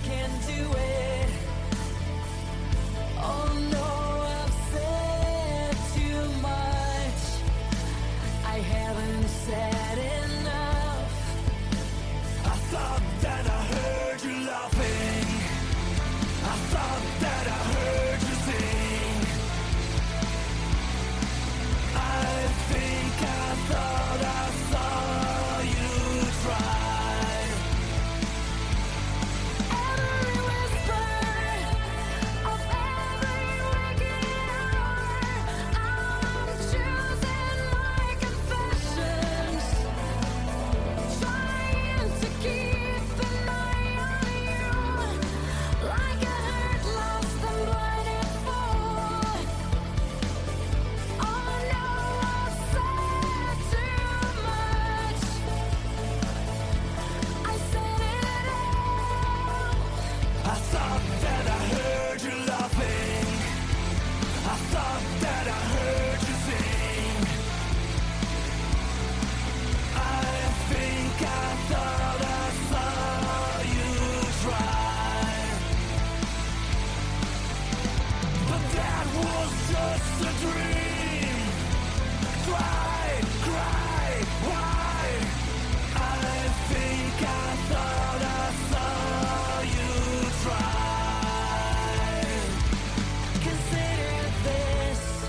Oh, Oh, thought that I heard you laughing. I thought that I heard you sing. I think I thought I saw you try. But that was just a dream. Cry, cry, why? I think I thought I saw you try. Consider this,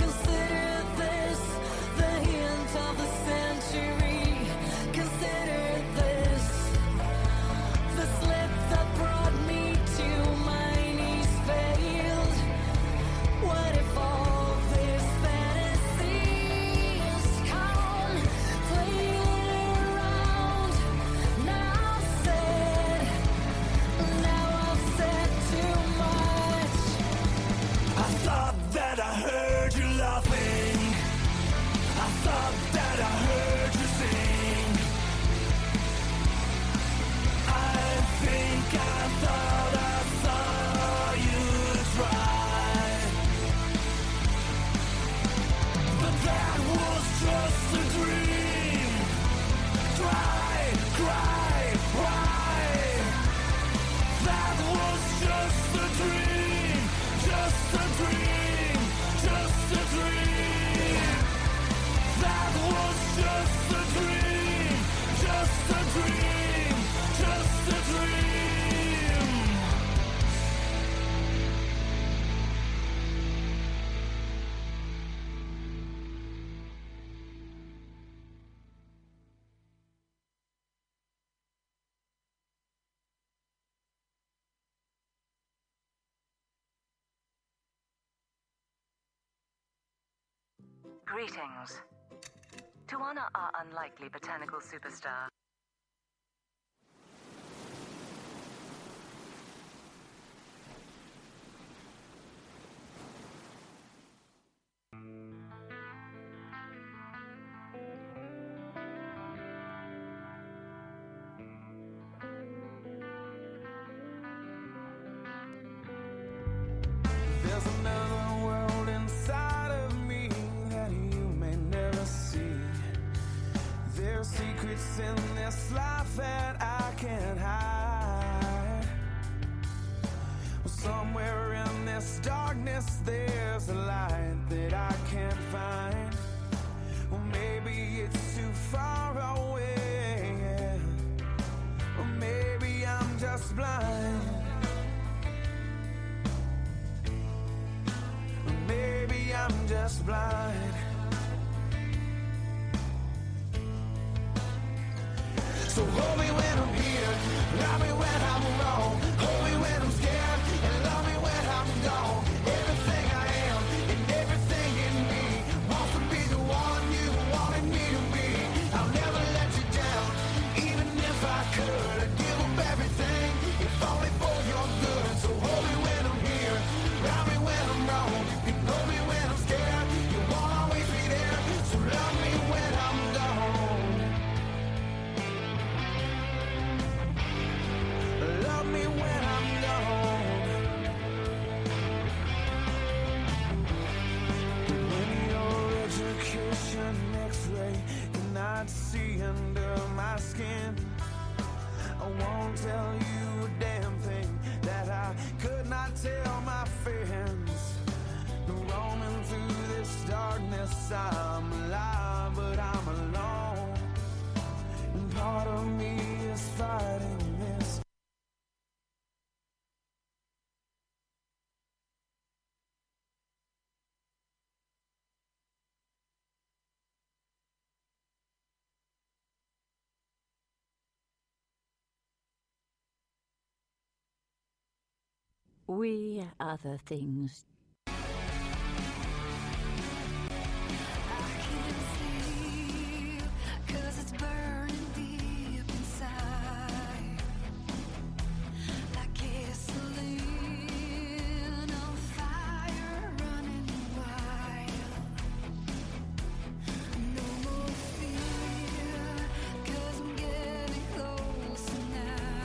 consider this, the hint of the century. Consider this, the slip that brought me to my knees failed. What if all this fantasy is gone, playing around? Now said, now I've said too much. I thought that I heard you laughing. I thought that I heard you sing. I think I thought I saw you try. But that was just a dream. Try, cry, why? That was just a dream, just a dream, just a dream. That was just a dream, just a dream, just a dream. Greetings. To honor our unlikely botanical superstar, There's another world inside of me that you may never see. There's secrets in this life that I can't hide. Well, somewhere in this darkness, there's a light that I can't find. Well, maybe it's too far away, yeah. or maybe I'm just blind. Maybe I'm just blind. So hold me when I'm here, love me when I'm alone. Hold me when I'm scared, and love me when I'm gone. Everything I am and everything in me wants to be the one you wanted me to be. I'll never let you down, even if I could. I'd give up everything, if only for your good. So hold me when I'm here, love me when I'm wrong. You know me when I'm scared, you won't always be there. So love me when I'm gone. Love me when I'm gone. When your education X-ray cannot see under my skin, I won't tell you a damn thing that I could not tell my friends. Roaming through this darkness, I'm alive, but I'm alone. And part of me is fighting this. We other things. I can't sleep 'cause it's burning deep inside. Like gasoline on fire, running wild. No more fear 'cause I'm getting closer now.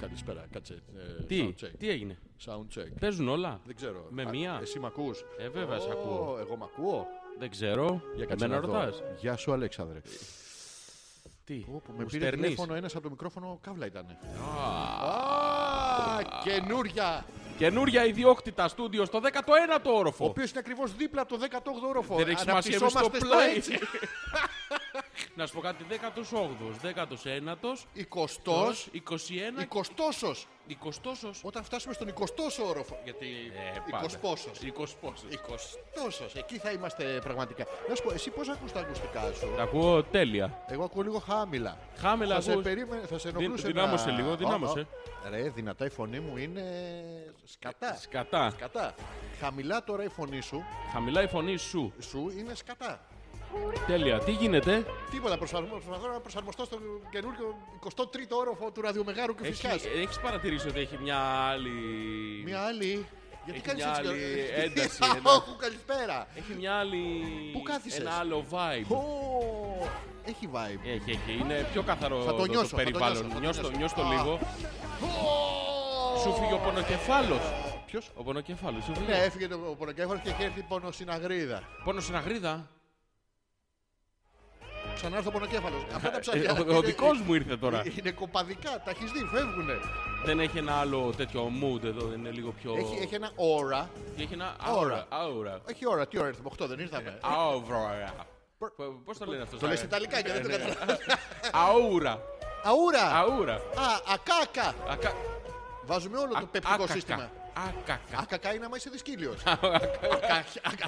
Καλησπέρα, κάτσε. ε, Τι, sound check. τι έγινε. Sound check. Παίζουν όλα. Δεν ξέρω. Με Α, μία. Εσύ μ' ακούς. Ε, βέβαια, σε Ω, ακούω. Εγώ μ' ακούω. Δεν ξέρω. Για κάτσε Εμένα να δω. ρωτάς. Γεια σου, Αλέξανδρε. Τι. Πω, πω, με μου πήρε στερνείς. τηλέφωνο ένας από το μικρόφωνο, καύλα ήταν. Α, καινούρια! Καινούρια ιδιόκτητα στούντιο στο 19ο όροφο. Ο οποίος είναι ακριβώς δίπλα το 10ο όροφο. Δεν έχει σημασία εμείς στο Αναπτυσσόμαστε στο έτσι. πλάι. Να σου πω κάτι. 18ο, 19ο, 20ο, 21ο, 20ο. 20ο. Όταν φτάσουμε στον 20ο όροφο. Γιατί. 20 πόσο. 20 Ε, πόσος. Ε- 20ο. Εκεί θα είμαστε πραγματικά. Να σου πω, εσύ πώς ακούς τα ακουστικά σου. Τα ακούω τέλεια. Εγώ ακούω λίγο χάμηλα. Χάμελα θα σε ακούς. περίμενε, θα σε ενοχλούσε. να- δυνάμωσε λίγο, Ω, ω. δυνάμωσε. Ρε, δυνατά η φωνή μου είναι. Σκατά. Ε, Σκατά. Σκατά. Χαμηλά τώρα η φωνή σου, Χαμηλά η φωνή σου. σου είναι σκατά. Τέλεια. Τι γίνεται. Τίποτα, προσπαθώ, προσπαθώ να προσαρμοστώ στον καινούριο 23ο όροφο του ραδιομεγάρου και φυσικάς. Έχεις παρατηρήσει ότι έχει μια άλλη. Μια άλλη. Γιατί Έχει κάνεις μια έτσι. άλλη έχεις- ένταση, Α, ένα- όχου, καλησπέρα. Έχει μια άλλη. Πού κάθισες? Ένα άλλο vibe. Ω, Έχει vibe. Έχει, έχει. Είναι πιο καθαρό Θα το νιώσω, θα το περιβάλλον. νιώσω, θα το νιώσ' το, νιώσω. νιώσ' το Α. λίγο. Σου φύγει ο πονοκεφάλος. Ποιος. Ο πονοκεφάλος. Σου φύγει. Ναι, έφυγε το πονοκέφαλος και έχει έρθει η πονοσυναγρίδα. Πόνο στην αγρίδα. Ξανά έρθει ο πονοκέφαλο. Αυτά τα Ε, ψάρια. ο- Ο είναι- Ε, δικός μου ήρθε τώρα. Είναι κοπαδικά, τα έχεις δει, φεύγουνε. Δεν έχει ένα άλλο τέτοιο mood εδώ. Είναι λίγο πιο. Έχει, έχει ένα ώρα. έχει ένα Ώρα. aura. Aura. Έχει ώρα, τι ώρα ήρθαμε, 8 δεν Ε, ήρθαμε. Aura. Πώς το λένε αυτό. Το λες Ιταλικά ε, και δεν ναι. το καταλαβαίνω. Αούρα. Αούρα! Αούρα. Α, ακάκα! Ακα- Βάζουμε όλο το α- πεπτικό άκακα. σύστημα. Άκακα. Ακακά είναι άμα είσαι δυσκύλιος.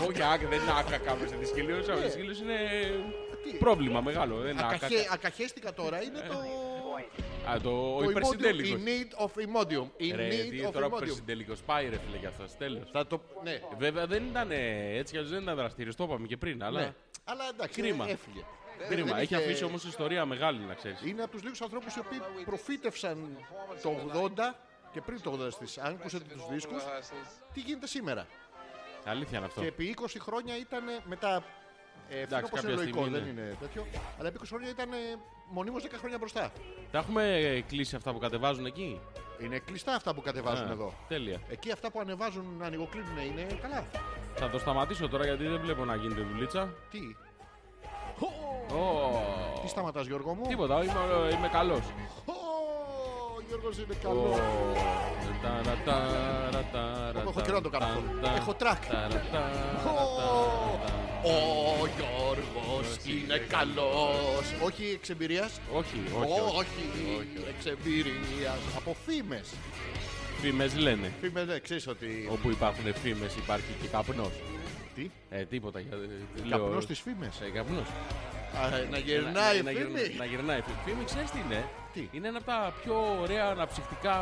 Όχι, άκ, δεν είναι άκακα μέσα τη σκύλιο. Ο σκύλιο είναι Ε. Τι? πρόβλημα μεγάλο. Δεν είναι άκακα. Ακαχέστηκα τώρα είναι το. Α, το ο το Imodium. υπερσυντέλικο. In need of Imodium. In Ρε, τι need of τώρα ο Imodium. υπερσυντέλικος. Πάει ρε φίλε για αυτός. Τέλος. Θα το. Ναι, Βέβαια δεν ήταν ε, έτσι κι αλλιώς δεν ήταν δραστήριος, το είπαμε και πριν. ναι. Αλλά Αλλά εντάξει, Κρίμα. έφυγε. κρίμα. Δεν Έχει είχε- αφήσει όμως ιστορία μεγάλη να ξέρεις. Είναι από τους λίγους ανθρώπους οι οποίοι προφήτευσαν το 80 και πριν το 80 στις. Αν ακούσετε τους δίσκους, τι γίνεται σήμερα. Αλήθεια είναι αυτό. Και επί 20 χρόνια ήταν μετά. Ε, Εντάξει, Εντάξει, είναι κάποια λογικό, στιγμή δεν είναι. είναι τέτοιο. Αλλά επί 20 χρόνια ήταν ε, μονίμως 10 χρόνια μπροστά. Τα έχουμε ε, κλείσει αυτά που κατεβάζουν εκεί. Είναι κλειστά αυτά που κατεβάζουν Α, εδώ. Τέλεια. Εκεί αυτά που ανεβάζουν να ανοιγοκλίνουν είναι καλά. Θα το σταματήσω τώρα γιατί δεν βλέπω να γίνεται δουλίτσα. Τι, Ω, τι σταματάς Γιώργο μου. Τίποτα, είμαι, είμαι καλός. Ω, Ο Γιώργος είναι καλό. Έχω καιρό να το κάνω αυτό. Έχω track. Ω, Ο Γιώργος είναι καλός. Όχι εξ εμπειρίας. Όχι, όχι. όχι. Όχι, εξ εμπειρίας. Από φήμες. Φήμες λένε. Φήμες, ναι, ξέρεις ότι... Όπου υπάρχουν φήμες υπάρχει και καπνός. Τι, Ε, τίποτα. για- λέω- καπνός στις φήμες. Ε, καπνός. Ε, Α, Να γυρνάει Να- να- να γυρνά- Να φήμη. γυρνάει φήμη. Φήμη, ξέρεις τι είναι. Τι? Είναι ένα από τα πιο ωραία αναψυχτικά.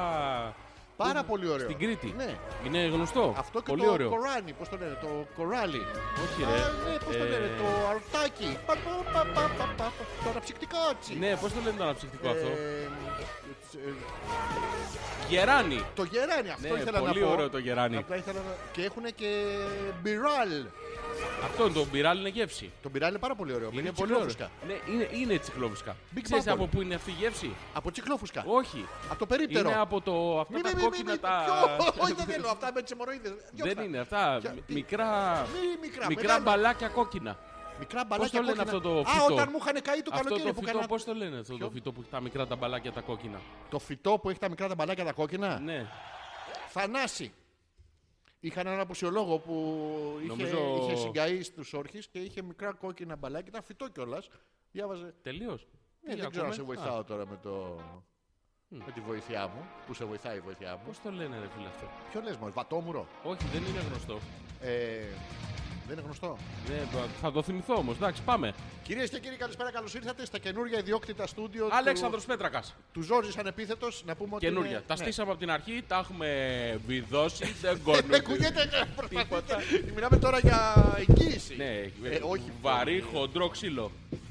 Πάρα που- πολύ ωραίο. Στην Κρήτη. Ναι. Είναι γνωστό. Αυτό και πολύ το ωραίο. κοράνι, πώς το λένε, το κοράλι. Όχι, ρε. Α, ναι, πώς το Ε, λένε, το αρτάκι. Πα, πα, πα, πα, πα, πα, Το αναψυκτικό έτσι. Ναι, πώς το λένε το αναψυχτικό αυτό. Ε, ε, Γεράνι. Το γεράνι, αυτό Ναι, ήθελα να πω. πολύ ωραίο το γεράνι. Απλά ήθελα να... Και έχουν και μπιράλ. Αυτό είναι το μπιράλ, είναι γεύση. Το μπιράλ είναι πάρα πολύ ωραίο. Είναι πολύ ωραίο. τσικλόφουσκα. Ναι, είναι, είναι τσικλόφουσκα. Big Ξέρεις Bubble. από πού είναι αυτή η γεύση. Από τσικλόφουσκα. Όχι. Από το περίπτερο. Είναι από το, αυτά Μη, τα μη, μη, μη, κόκκινα μη, τα... ποιο- Όχι, δεν θέλω. Αυτά με τις αιμορροίδες. Δεν Διώξτε. είναι αυτά. Ποια- τι- Μικρά, Μη μικρά, μικρά μεγάλα. μπαλάκια κόκκινα. Μικρά μπαλάκια το λένε κόκκινα. αυτό το Α, φυτό? όταν μου είχαν καεί το Αυτό καλοκαίρι το που φυτό, κάνα... πώς το λένε αυτό το φυτό που έχει τα μικρά τα μπαλάκια τα κόκκινα. Το φυτό που έχει τα μικρά τα μπαλάκια τα κόκκινα. Ναι. Θανάση. Είχαν έναν αποσιολόγο που είχε, Νομίζω- είχε συγκαεί στους όρχες και είχε μικρά κόκκινα μπαλάκια. Ήταν φυτό κιόλας. Διάβαζε. Τελείως. Ε, δεν ξέρω αν σε βοηθάω τώρα με, το... με τη βοήθειά μου. Που σε βοηθάει η βοήθειά μου. Πώς το λένε, ρε φίλε αυτό. Ποιο λες μόλις, βατόμουρο. Όχι, δεν είναι γνωστό. Ε, δεν είναι γνωστό. Ναι, μπα- θα το θυμηθώ όμως. Εντάξει, πάμε. Κυρίες και κύριοι, καλησπέρα. Καλώς ήρθατε στα καινούργια ιδιόκτητα στούντιο του, Αλέξανδρος Πέτρακας. του Ζόρζης Ανεπίθετος. Να πούμε ότι Καινούρια. είναι- Τα ναι. Ε, στήσαμε από την αρχή, τα έχουμε βιδώσει. Δεν κόνουν. Με κουνιέται ε, και προσπαθείτε. Μιλάμε τώρα για εγγύηση. Ναι, Ε, όχι. βαρύ, χοντρό ξύλο.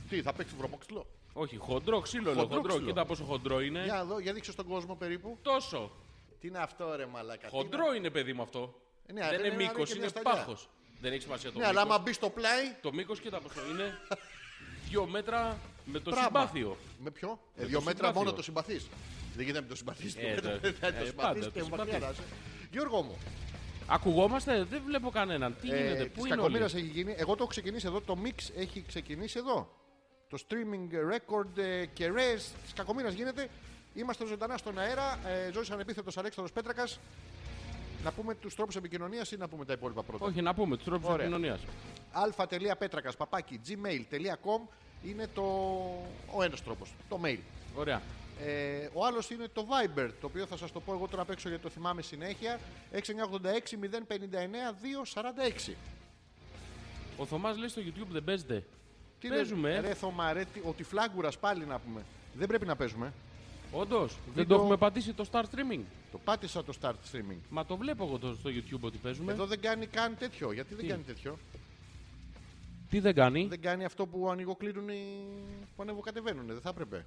Τι, θα παίξει βρωμόξυλο. Όχι, χοντρό ξύλο, λέω, Χοντρό χοντρό. ξύλο. Κοίτα πόσο χοντρό είναι. Για εδώ, για δείξε στον κόσμο περίπου. Τόσο. Τι είναι αυτό, ρε Μαλάκα. τι Χοντρό είναι, παιδί μου αυτό. Ε, ναι, Δεν δεν είναι είναι, μήκο, είναι και μια είναι σταλιά. πάχος. Δεν έχει σημασία το Ναι, αλλά άμα μήκος. μπει στο πλάι. Το μήκος κοίτα πόσο είναι. Δύο μέτρα με το Πράγμα. συμπάθειο. Με ποιο? Ε, Με δύο το μέτρα συμπάθειο. μόνο το συμπαθείς. Δεν γίνεται να μην το συμπαθείς. Ε, το- ε, το πάντα συμπαθεί το και μακριά συμπαθείς. να είσαι. Γιώργο μου, Ακουγόμαστε, δεν βλέπω κανέναν. Ε, Τι γίνεται, πού είναι όλοι. κακομοίρας έχει γίνει. Εγώ το έχω ξεκινήσει εδώ, το mix έχει ξεκινήσει εδώ. Το streaming record ε, και res τη κακομοίρας γίνεται. Είμαστε ζωντανά στον αέρα. Ε, Ζωή ανεπίθετο Αλέξανδρος Πέτρακας. Να πούμε τους τρόπους επικοινωνίας ή να πούμε τα υπόλοιπα πρώτα. Όχι, να πούμε τους τρόπους Ωραία. επικοινωνίας. αλφα.πέτρακα παπάκι gmail.com είναι το... ο ένας τρόπος. Το mail. Ωραία. Ε, ο άλλος είναι το Viber, το οποίο θα σας το πω εγώ τώρα απ' έξω γιατί το θυμάμαι συνέχεια. 6986-059-246. Ο Θωμάς λέει στο YouTube δεν παίζεται. Τι Παίζουμε. Ρε, ρε Θωμά, ρε, τι- ο τυφλάγκουρας πάλι να πούμε. Δεν πρέπει να παίζουμε. Όντως, δεν το Βίντεο- έχουμε πατήσει το star streaming. Το πάτησα το start streaming. Μα το βλέπω εγώ το- στο YouTube ότι παίζουμε. Εδώ δεν κάνει καν τέτοιο. Γιατί δεν Ναι. Τι? κάνει τέτοιο. Τι δεν κάνει. Δεν κάνει αυτό που ανοιγοκλίνουν οι. που ανεβοκατεβαίνουν. Δεν θα έπρεπε.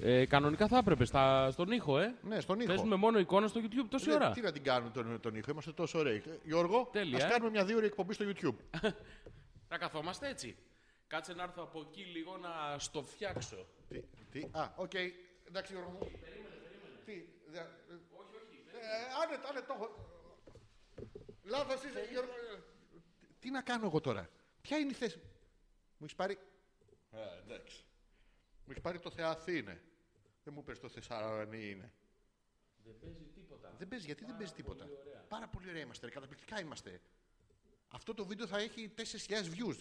Ε, κανονικά θα έπρεπε στα... στον ήχο, ε. Ναι, στον ήχο. Παίζουμε μόνο εικόνα στο YouTube τόση Δεν- ώρα. Τι να την κάνουμε τον, τον ήχο, είμαστε τόσο ωραίοι. Ε, Γιώργο, Τέλεια, ας ε. κάνουμε μια δύο ώρη εκπομπή στο YouTube. Θα καθόμαστε έτσι. Κάτσε να έρθω από εκεί λίγο να στο φτιάξω. τι, τι, α, οκ. Εντάξει, Γιώργο μου. Περίμενε, περίμενε. Τι, δε, όχι, όχι. Ε, άνετα, άνετα, το έχω. Λάθος είσαι, Γιώργο. Ε, τι- Τι να κάνω εγώ τώρα. Ποια είναι η θέση. Μου έχεις πάρει. Ε, εντάξει. Μου έχεις πάρει το Θεαθήνε. Δεν μου πες το Θεσσαλονίκη είναι. Δεν παίζει γιατί δεν παίζει τίποτα. Πάρα πολύ ωραία είμαστε. ρε, Καταπληκτικά είμαστε. Αυτό το βίντεο θα έχει 4.000 views.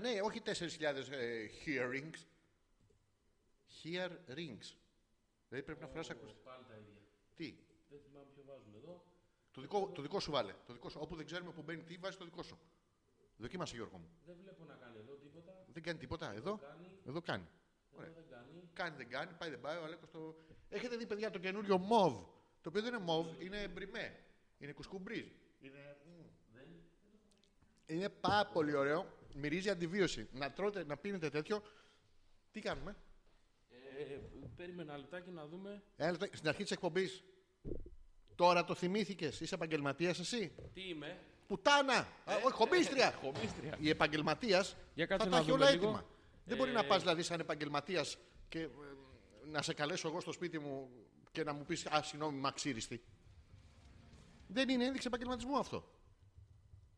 Ναι, όχι 4.000 ε, hearings. Hearings. Δηλαδή πρέπει να φοράς ακουστικά. Τι. Το δικό, το δικό σου βάλε. Το δικό σου. Όπου δεν ξέρουμε που μπαίνει τι, βάζεις το δικό σου. Δοκίμασε, Γιώργο μου. Δεν βλέπω να κάνει εδώ τίποτα. Δεν κάνει τίποτα. Εδώ, εδώ κάνει. Ωραία. Κάνει, δεν κάνει. Πάει, δεν πάει. Ο Αλέκος το... Έχετε δει, παιδιά, το καινούριο MOV. Το οποίο δεν είναι MOV, είναι μπριμέ. Είναι κουσκουμπρίζ. Είναι... μμ. Είναι πάρα πολύ ωραίο. Μυρίζει αντιβίωση. Να τρώτε, να πίνετε τέτοιο. Τι κάνουμε. Ε, περίμενα ένα λεπτάκι να δούμε. Ένα λεπτό, στην αρχή της εκπομπής. Τώρα το θυμήθηκες. Είσαι επαγγελματίας εσύ. Τι είμαι. Πουτάνα! Ε, Όχι, χομπίστρια! Χομπίστρια. Η επαγγελματίας θα Για κάτσε τα να έχει δούμε όλα λίγο. έτοιμα. Δεν μπορεί Ε, να πας δηλαδή σαν επαγγελματίας και ε, να σε καλέσω εγώ στο σπίτι μου και να μου πεις Α, συγγνώμη, μαξίριστη. Δεν είναι ένδειξη επαγγελματισμού αυτό.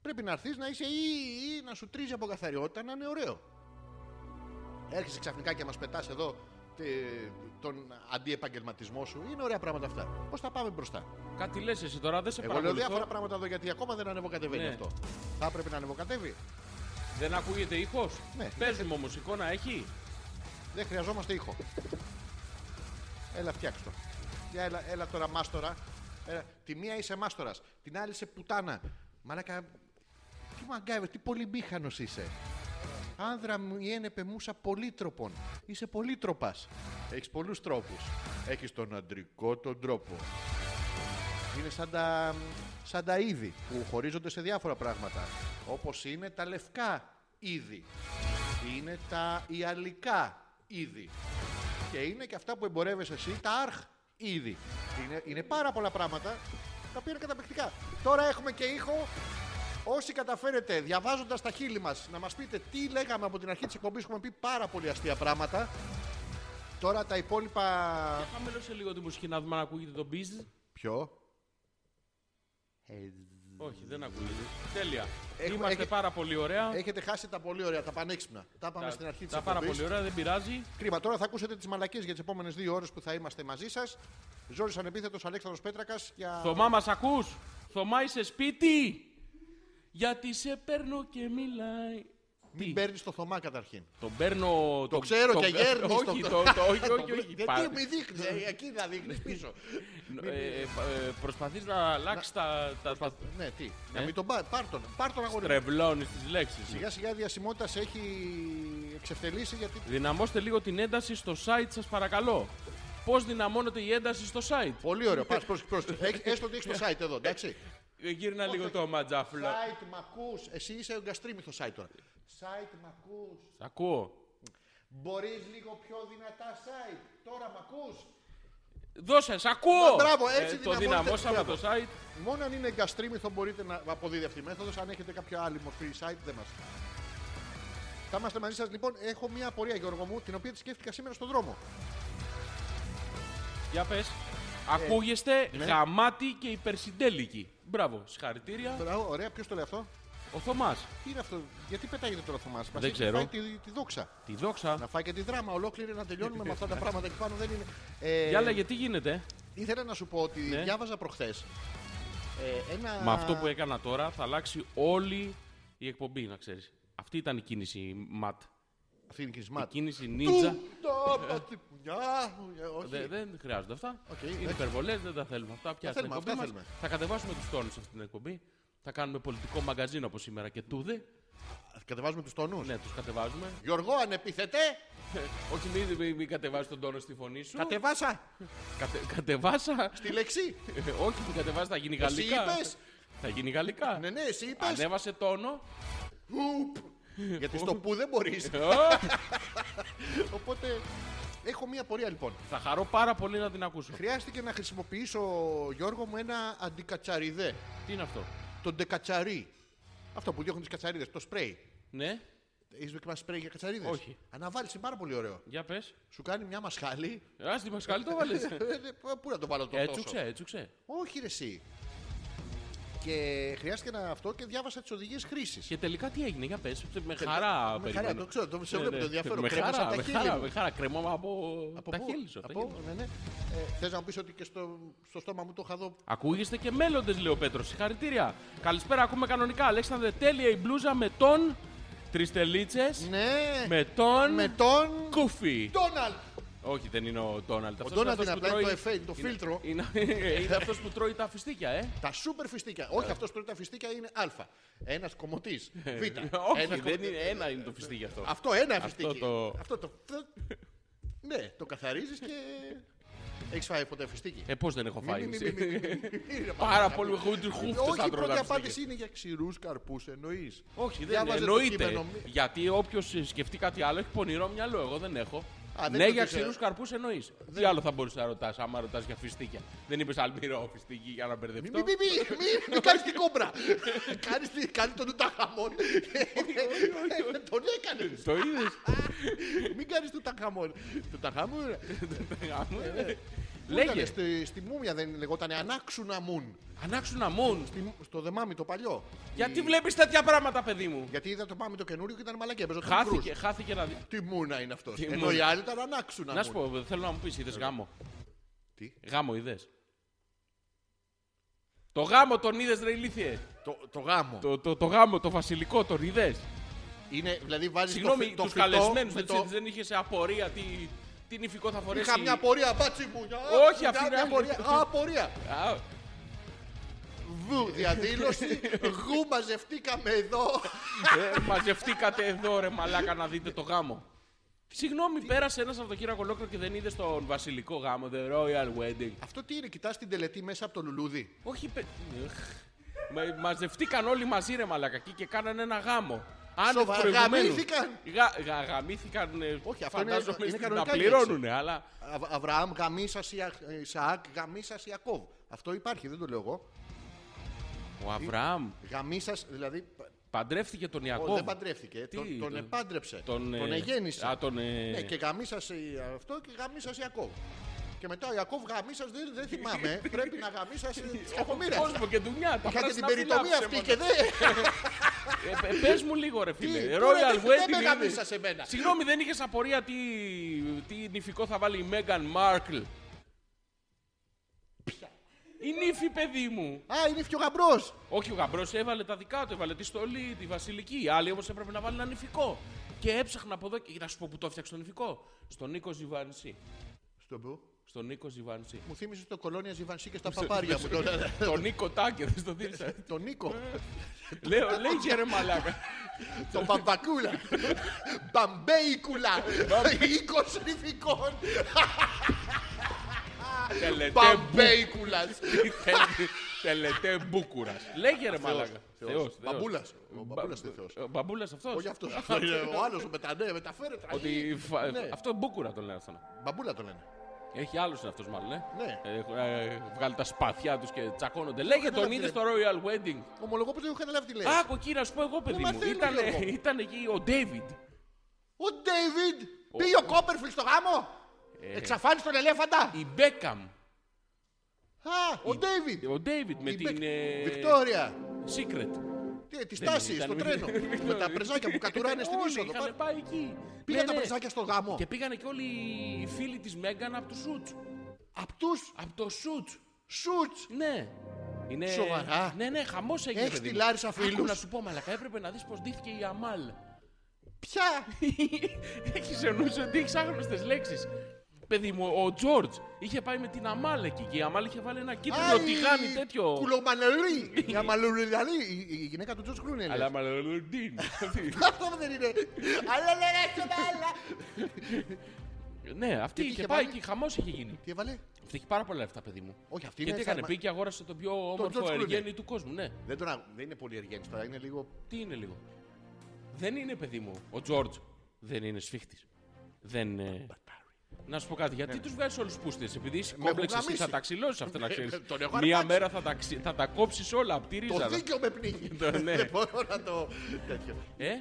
Πρέπει να έρθεις να είσαι ή, ή να σου τρίζει από καθαριότητα να είναι ωραίο. Έρχεσαι ξαφνικά και μας πετάς εδώ τε, τον αντιεπαγγελματισμό σου. Είναι ωραία πράγματα αυτά. Πώς θα πάμε μπροστά. Κάτι λες εσύ τώρα, δεν σε Εγώ λέω παρακολουθώ. διάφορα πράγματα εδώ γιατί ακόμα δεν ανεβοκατεβαίνει Ναι. αυτό. Θα έπρεπε να ανεβοκατεύει. Δεν ακούγεται ήχος. Ναι. Παίζουμε όμως εικόνα, έχει. Δεν χρειαζόμαστε ήχο. Έλα, φτιάξ' το. Για έλα, έλα τώρα, μάστορα. Έλα. Τη μία είσαι μάστορας, την άλλη είσαι πουτάνα. Μαλάκα, τι μαγκάβες, τι πολυμήχανος είσαι. Άνδρα μου η ένεπε μουσα πολύτροπον. Είσαι πολύτροπας. Έχεις πολλούς τρόπους. Έχεις τον αντρικό τον τρόπο. Είναι σαν τα, σαν τα είδη που χωρίζονται σε διάφορα πράγματα. Όπως είναι τα λευκά είδη. Είναι τα ιαλικά είδη. Και είναι και αυτά που εμπορεύεσαι εσύ, τα αρχ είδη. Είναι, είναι πάρα πολλά πράγματα τα οποία είναι καταπληκτικά. Τώρα έχουμε και ήχο. Όσοι καταφέρετε, διαβάζοντας τα χείλη μας, να μας πείτε τι λέγαμε από την αρχή της εκπομπής, έχουμε πει πάρα πολύ αστεία πράγματα. Τώρα τα υπόλοιπα. Χαμηλώσε λίγο τη μουσική να δούμε αν ακούγεται το μπιζ. Ποιο? Όχι, δεν ακούγεται. Τέλεια. Έχουμε- Είμαστε έχει- πάρα πολύ ωραία. Έχετε χάσει τα πολύ ωραία, τα πανέξυπνα. Τα είπαμε Τα- στην αρχή της τα πάρα εκπομπής. πολύ ωραία, δεν πειράζει. Κρίμα. Τώρα θα ακούσετε τις μαλακίε για τις επόμενες δύο ώρες που θα είμαστε μαζί σας. Ζόρις ανεπίθετος Αλέξανδρος Πέτρακας για. Θωμά, μας ακούς. Θωμά, είσαι σπίτι. Γιατί σε παίρνω και μιλάει. Μην Τι? παίρνεις το Θωμά καταρχήν. Τον παίρνω. Το ξέρω και γέρνεις Όχι, το- το, το, όχι, όχι, Ε, όχι. Γιατί μη δείχνει, εκεί να δείχνεις πίσω. Προσπαθεί ε, να αλλάξεις τα. τα- τα Ναι, τι. Να μην τον πάρει. Πάρ τον, πάρ τον αγόρι. τρευλώνει τις λέξεις. Σιγά σιγά η διασημότητα σε έχει εξευτελίσει γιατί. Δυναμώστε λίγο την ένταση στο site, σας παρακαλώ. Πώς δυναμώνεται η ένταση στο site. Πολύ ωραίο. Πας, πρόσεχε, πρόσεχε. Έχ- Έστω ότι έχει το site εδώ, εντάξει. Ε, Γύρνα λίγο όχι. το ματζάφλα. Site μ' ακούς. Εσύ είσαι ο γκαστρίμηθος site τώρα. Site μ' ακούς. Σ' ακούω. Μπορείς λίγο πιο δυνατά site. Τώρα μ' ακούς. Δώσε, σ' ακούω! Ε, Μπράβο, έτσι Το δυναμώνεται. δυναμώσαμε Μπράβο. το site. Μόνο αν είναι γκαστρίμηθο μπορείτε να αποδίδει αυτή η μέθοδος. Αν έχετε κάποια άλλη μορφή site δεν μας. Θα είμαστε μαζί σας λοιπόν. Έχω μια απορία Γιώργο μου την οποία τη σκέφτηκα σήμερα στον δρόμο. Για πες. Ε, Ακούγεστε ναι. γαμάτι και υπερσυντέλικοι. Μπράβο, συγχαρητήρια. Μπράβο, ωραία, ποιος το λέει αυτό. Ο Θωμάς. Τι είναι αυτό, γιατί πετάγεται τώρα ο Θωμάς. Μα Δεν έχει ξέρω. φάει τη, τη δόξα. Τη δόξα. Να φάει και τη δράμα ολόκληρη να τελειώνουμε με αυτά τα πράγματα εκεί πάνω δεν είναι. Ε, Για λέγε, τι γίνεται. Ήθελα να σου πω ότι Ναι. διάβαζα προχθές. Ε, ένα... Με αυτό που έκανα τώρα θα αλλάξει όλη η εκπομπή, να ξέρεις. Αυτή ήταν η κίνηση ματ. Αυτή είναι η κίνηση Η μάτ. κίνηση νίτσα. Του, τα, πατυπνιά, ε, όχι. Δε- δεν χρειάζονται αυτά. Οκ, Είναι εντάξει. υπερβολές, δεν τα θέλουμε αυτά. Πια θέλουμε, εκπομπή αυτά μας. θέλουμε. Θα κατεβάσουμε τους τόνους σε αυτή την εκπομπή. Θα κάνουμε πολιτικό μαγκαζίνο από σήμερα και τούδε. Κατεβάζουμε τους τόνους. Ναι, τους κατεβάζουμε. Γιώργο, ανεπιθετέ, Όχι, μην μη, μη κατεβάζει τον τόνο στη φωνή σου. κατεβάσα Κατε- κατεβάσα. τη λέξη. Ε, Όχι, μην κατεβάζει, θα γίνει γαλλικά. είπες? Θα γίνει γαλλικά. ναι, ναι, εσύ είπες. Ανέβασε τόνο. Γιατί στο που δεν μπορείς. Ω, Οπότε έχω μία πορεία λοιπόν. Θα χαρώ πάρα πολύ να την ακούσω. Χρειάστηκε να χρησιμοποιήσω, Γιώργο μου, ένα αντικατσαριδέ. Τι είναι αυτό. Τον τεκατσαρί. Αυτό που διώχνουν τις κατσαρίδες, το σπρέι. Ναι, Έχεις δοκιμάσει σπρέι για κατσαρίδες. Όχι. Αναβάλεις είναι πάρα πολύ ωραίο. για πες. Σου κάνει μια μασχάλη. Α τη μασκάλη το βάλε. Ε, δε, Πού να το βάλω το τόσο. Έτσουξε, έτσουξε. Όχι, ρε, εσύ. Και χρειάστηκε να αυτό και διάβασα τις οδηγίες χρήσης. Και τελικά τι έγινε, για πες. Με χαρά με χαρά, περιμένω. το ξέρω, το σε Ναι, βλέπω ναι. το ενδιαφέρον. Με Κρέμασα χαρά, τα με χείλη χαρά, μου. με χαρά. Κρεμόμαι από, Από τα πού? χείλη σου. από τα Από, χείλη σου. ναι, ναι. Ε, Θες να μου πεις ότι και στο, στο στόμα μου το είχα δω. Ακούγεστε και μέλλοντες, λέει ο Πέτρος. Συγχαρητήρια. Καλησπέρα, ακούμε κανονικά. Αλέξανδρε, τέλεια η μπλούζα με τον. Τρεις τελίτσες. Ναι, Με τον. με τον. Κούφι. Ντόναλντ! Όχι, δεν είναι ο Ντόναλτ. Ο Ντόναλντ είναι απλά το εφέ, το φίλτρο. Είναι, είναι αυτός που τρώει τα φιστίκια, ε. Τα σούπερ φιστίκια. Όχι, αυτός που τρώει τα φιστίκια είναι Α. Ένας κομμωτής. Β. Ε, Όχι, Ένας δεν κομμωτής. είναι ένα είναι το φιστίκι αυτό. Αυτό ένα Αυτό φιστίκι. το- Αυτό το. Ναι, το καθαρίζεις και. Έχεις φάει ποτέ φιστίκι. Ε, πώς δεν έχω Μη- μη- φάει. μη- μισή. μη- μη- μη- μη- μη- Πάρα πολύ χούτου Όχι, η θα πρώτη τρώγα απάντηση είναι για ξηρούς καρπούς, εννοείς. Όχι, δεν είναι. Εννοείται. Γιατί όποιος σκεφτεί κάτι άλλο έχει πονηρό μυαλό. Εγώ δεν έχω. δεν ναι, το για ήξερα. ξηρούς καρπούς εννοείς. Τι άλλο θα μπορούσε να ρωτάς, άμα ρωτάς για φιστίκια. Δεν είπες αλμυρό φιστίκι για να Μην μπερδευτώ. μη, μη, μη, μη, μη κάνεις την κόμπρα. κάνεις, τη- κάνεις τον Τουταγχαμόν. τον έκανες. Το είδες. Μην κάνεις τον Τουταγχαμόν. Τουταγχαμόν. ε, Λέγε. Λέγε. Στη, στη Μούμια δεν λεγότανε Ανάξουνα Μουν. Ανάξουν αμών. Στη- στο δεμάμι το παλιό. Γιατί Η- βλέπεις τέτοια πράγματα, παιδί μου. Γιατί είδα το πάμε το καινούριο και ήταν μαλακία. Παίζω τον Χάθηκε, Cruise. χάθηκε να δει. Τι μούνα είναι αυτός. Τι Ενώ μούνα. οι άλλοι ήταν Ανάξουνα Να Μουν. σου πω, θέλω να μου πεις, είδες γάμο. Ε, Τι? Γάμο είδες. Το γάμο τον είδες, ρε ηλίθιε. Το, το γάμο. Το, το, το γάμο, το βασιλικό τον είδες. Είναι, δηλαδή βάζεις Συγγνώμη, Ε, το, τους φυ- το φυτό καλεσμένους με δεν, το... δεν είχες απορία τι, τι νηφικό θα φορέσει. Είχα μια απορία, μπάτσι μου. Όχι, αυτή είναι είναι άλλη. απορία. Α, απορία. Α, Βου, διαδήλωση. Γου, μαζευτήκαμε εδώ. ε, μαζευτήκατε εδώ, ρε μαλάκα, να δείτε το γάμο. Συγγνώμη, πέρασε ένας Σαββατοκύριακο ολόκληρο και δεν είδε τον βασιλικό γάμο, The Royal Wedding. Αυτό τι είναι, κοιτάς την τελετή μέσα από το λουλούδι. Όχι, παι... Εχ. Μα- μαζευτήκαν όλοι μαζί ρε μαλάκα εκεί και κάνανε ένα γάμο. Αν Σοβα- γαμήθηκαν. Γα, γα, γαμήθηκαν. ε, Όχι, αυτό είναι- φαντάζομαι είναι στην- κανονικά τα η λέξη. πληρώνουνε, αλλά. Α- Αβραάμ, γαμίσας ε, Ισαάκ, γαμίσας Ιακώβ. Αυτό υπάρχει, δεν το λέω εγώ. Ο Αβραάμ Γαμίσας, δηλαδή. πα- παντρεύτηκε τον ο, Ιακώβ. Δεν παντρεύτηκε. Τι, τον, τον τον- επάντρεψε. τον, ε, εγέννησε. α, τον, ε, Ναι, και γαμίσας αυτό και γαμίσας Ιακώβ. Και μετά ο Ιακώβ γαμίσας δεν, δεν θυμάμαι. πρέπει να γαμίσας τη κακομοίρα. κόσμο και δουλειά. τα Είχατε την πράσινα περιτομή φύλλα, αυτή ψέματα. και δεν. Ε, ε, Πες μου λίγο ρε φίλε. Τι, Royal τώρα δεν- δεν Wedding. με είναι- γαμίσας σε μένα. Συγγνώμη, δεν είχες απορία τι, τι νηφικό θα βάλει η Μέγαν Μάρκλ. Η νύφη, παιδί μου. Α, είναι φιογαμπρό. Όχι, ο γαμπρός έβαλε τα δικά του, έβαλε τη στολή, τη βασιλική. Οι άλλοι όμως έπρεπε να βάλουν ένα νηφικό. Και έψαχνα από εδώ και να σου πω που το έφτιαξε το νηφικό. Στον Νίκο Ζιβάνση. Στον που. Στον Νίκο Ζιβάνση. Μου θύμισε το κολόνια Ζιβανσί και στα παπάρια μου. τον- Τον Νίκο Τάκε, δεν στο δίλησα. Τον Νίκο. Λέω, λέγε ρε μαλάκα. Τον Παπακούλα. Μπαμπέικουλα. 20 νηφικών. Τελετέ Μπαμπέικουλας. Τελετέ μπούκουρας. Λέγε ρε μαλάκα. Θεός, θεός. Μπαμπούλας. Ο Μπαμπούλας είναι Μπα- θεός. Ο μπαμπούλας αυτός. Όχι αυτός. είναι Ο άλλος ο μετανέ, μεταφέρεται. Ότι φα- Ναι. Αυτό μπούκουρα το λένε αυτό. Μπαμπούλα το λένε. Έχει άλλο είναι αυτό μάλλον. Ε. Ναι. Έχουν, ε, βγάλει τα σπαθιά τους και τσακώνονται. Λέγε τον Καλά, είδε φίλε. στο Royal Wedding. Ομολογώ πως δεν έχω καταλάβει τι λέει. Άκου εκεί να σου πω εγώ, παιδί μα μου. θέλω, Ήταν, Ε. Γιώργο. ήταν εκεί ο David. Ο Ντέιβιντ πήγε ο Κόπερφιλ στο γάμο. Ε. Εξαφάνισε τον ελέφαντα! Η Μπέκαμ. Α, ο Ντέιβιντ! Ο Ντέιβιτ με Η την. Μπέκ- ε, Βικτόρια! Secret. Τι- Τη Δεν τάση ήταν στο με- τρένο. Με τα πρεζάκια που κατουράνε στην Όλοι είσοδο. είχαν Πά- πάει εκεί. Πήγαν Ναι, τα ναι. πρεζάκια στο γάμο. Και πήγανε και όλοι οι φίλοι της Μέγκαν από τους Σούτ. Απ' τους Από το Σούτ. σουτ! Ναι. Είναι... Σοβαρά? Ναι, ναι, χαμός έγινε. Έχεις παιδί τη μου. Λάρισα Άκου φίλους? να σου πω, μαλακά, έπρεπε να δεις πώ ντύθηκε η Αμάλ. Ποια! Έχεις εννοήσει ότι έχει άγνωστες λέξεις. Παιδί μου, ο Τζόρτζ είχε πάει με την Αμάλ εκεί και η Αμάλ είχε βάλει ένα κίτρινο Α, η- τηγάνι τέτοιο. Κουλομανελή! Η αμαλουριδαλή! Η- Η γυναίκα του Τζορτ Κλούνι. Αλλά Αλλά μαλαλουρντίν. αυτό δεν είναι. Αλλά λέγα στο μπάλα! Ναι, αυτή τι είχε είχε πάει βάλει? εκεί, χαμός είχε γίνει. Τι έβαλε? Αυτή έχει πάρα πολλά λεφτά, παιδί μου. Όχι, αυτή Και είναι. τι έκανε, σαν- πήγε και αγόρασε το πιο όμορφο George Clooney. εργένη του κόσμου, ναι. Δεν, τον α- δεν είναι πολύ εργένη τώρα, είναι λίγο. Τι είναι λίγο. Δεν είναι παιδί μου. Ο Τζόρτζ δεν είναι σφίχτης. Δεν. είναι- Να σου πω κάτι, γιατί του βγάζει όλου πούστες, επειδή είσαι ε, Ναι. Με έχουν κόμπλεξε και γαμίσει. Ναι, θα τα ξυλώσεις αυτά να ξέρεις. τον έχω Μία αρπάξει. μέρα θα τα, ξυ- θα τα κόψεις όλα από τη ρίζα. Το δίκαιο με πνίγει. Το- ναι. Δεν μπορώ να το. τέτοιο. Ε,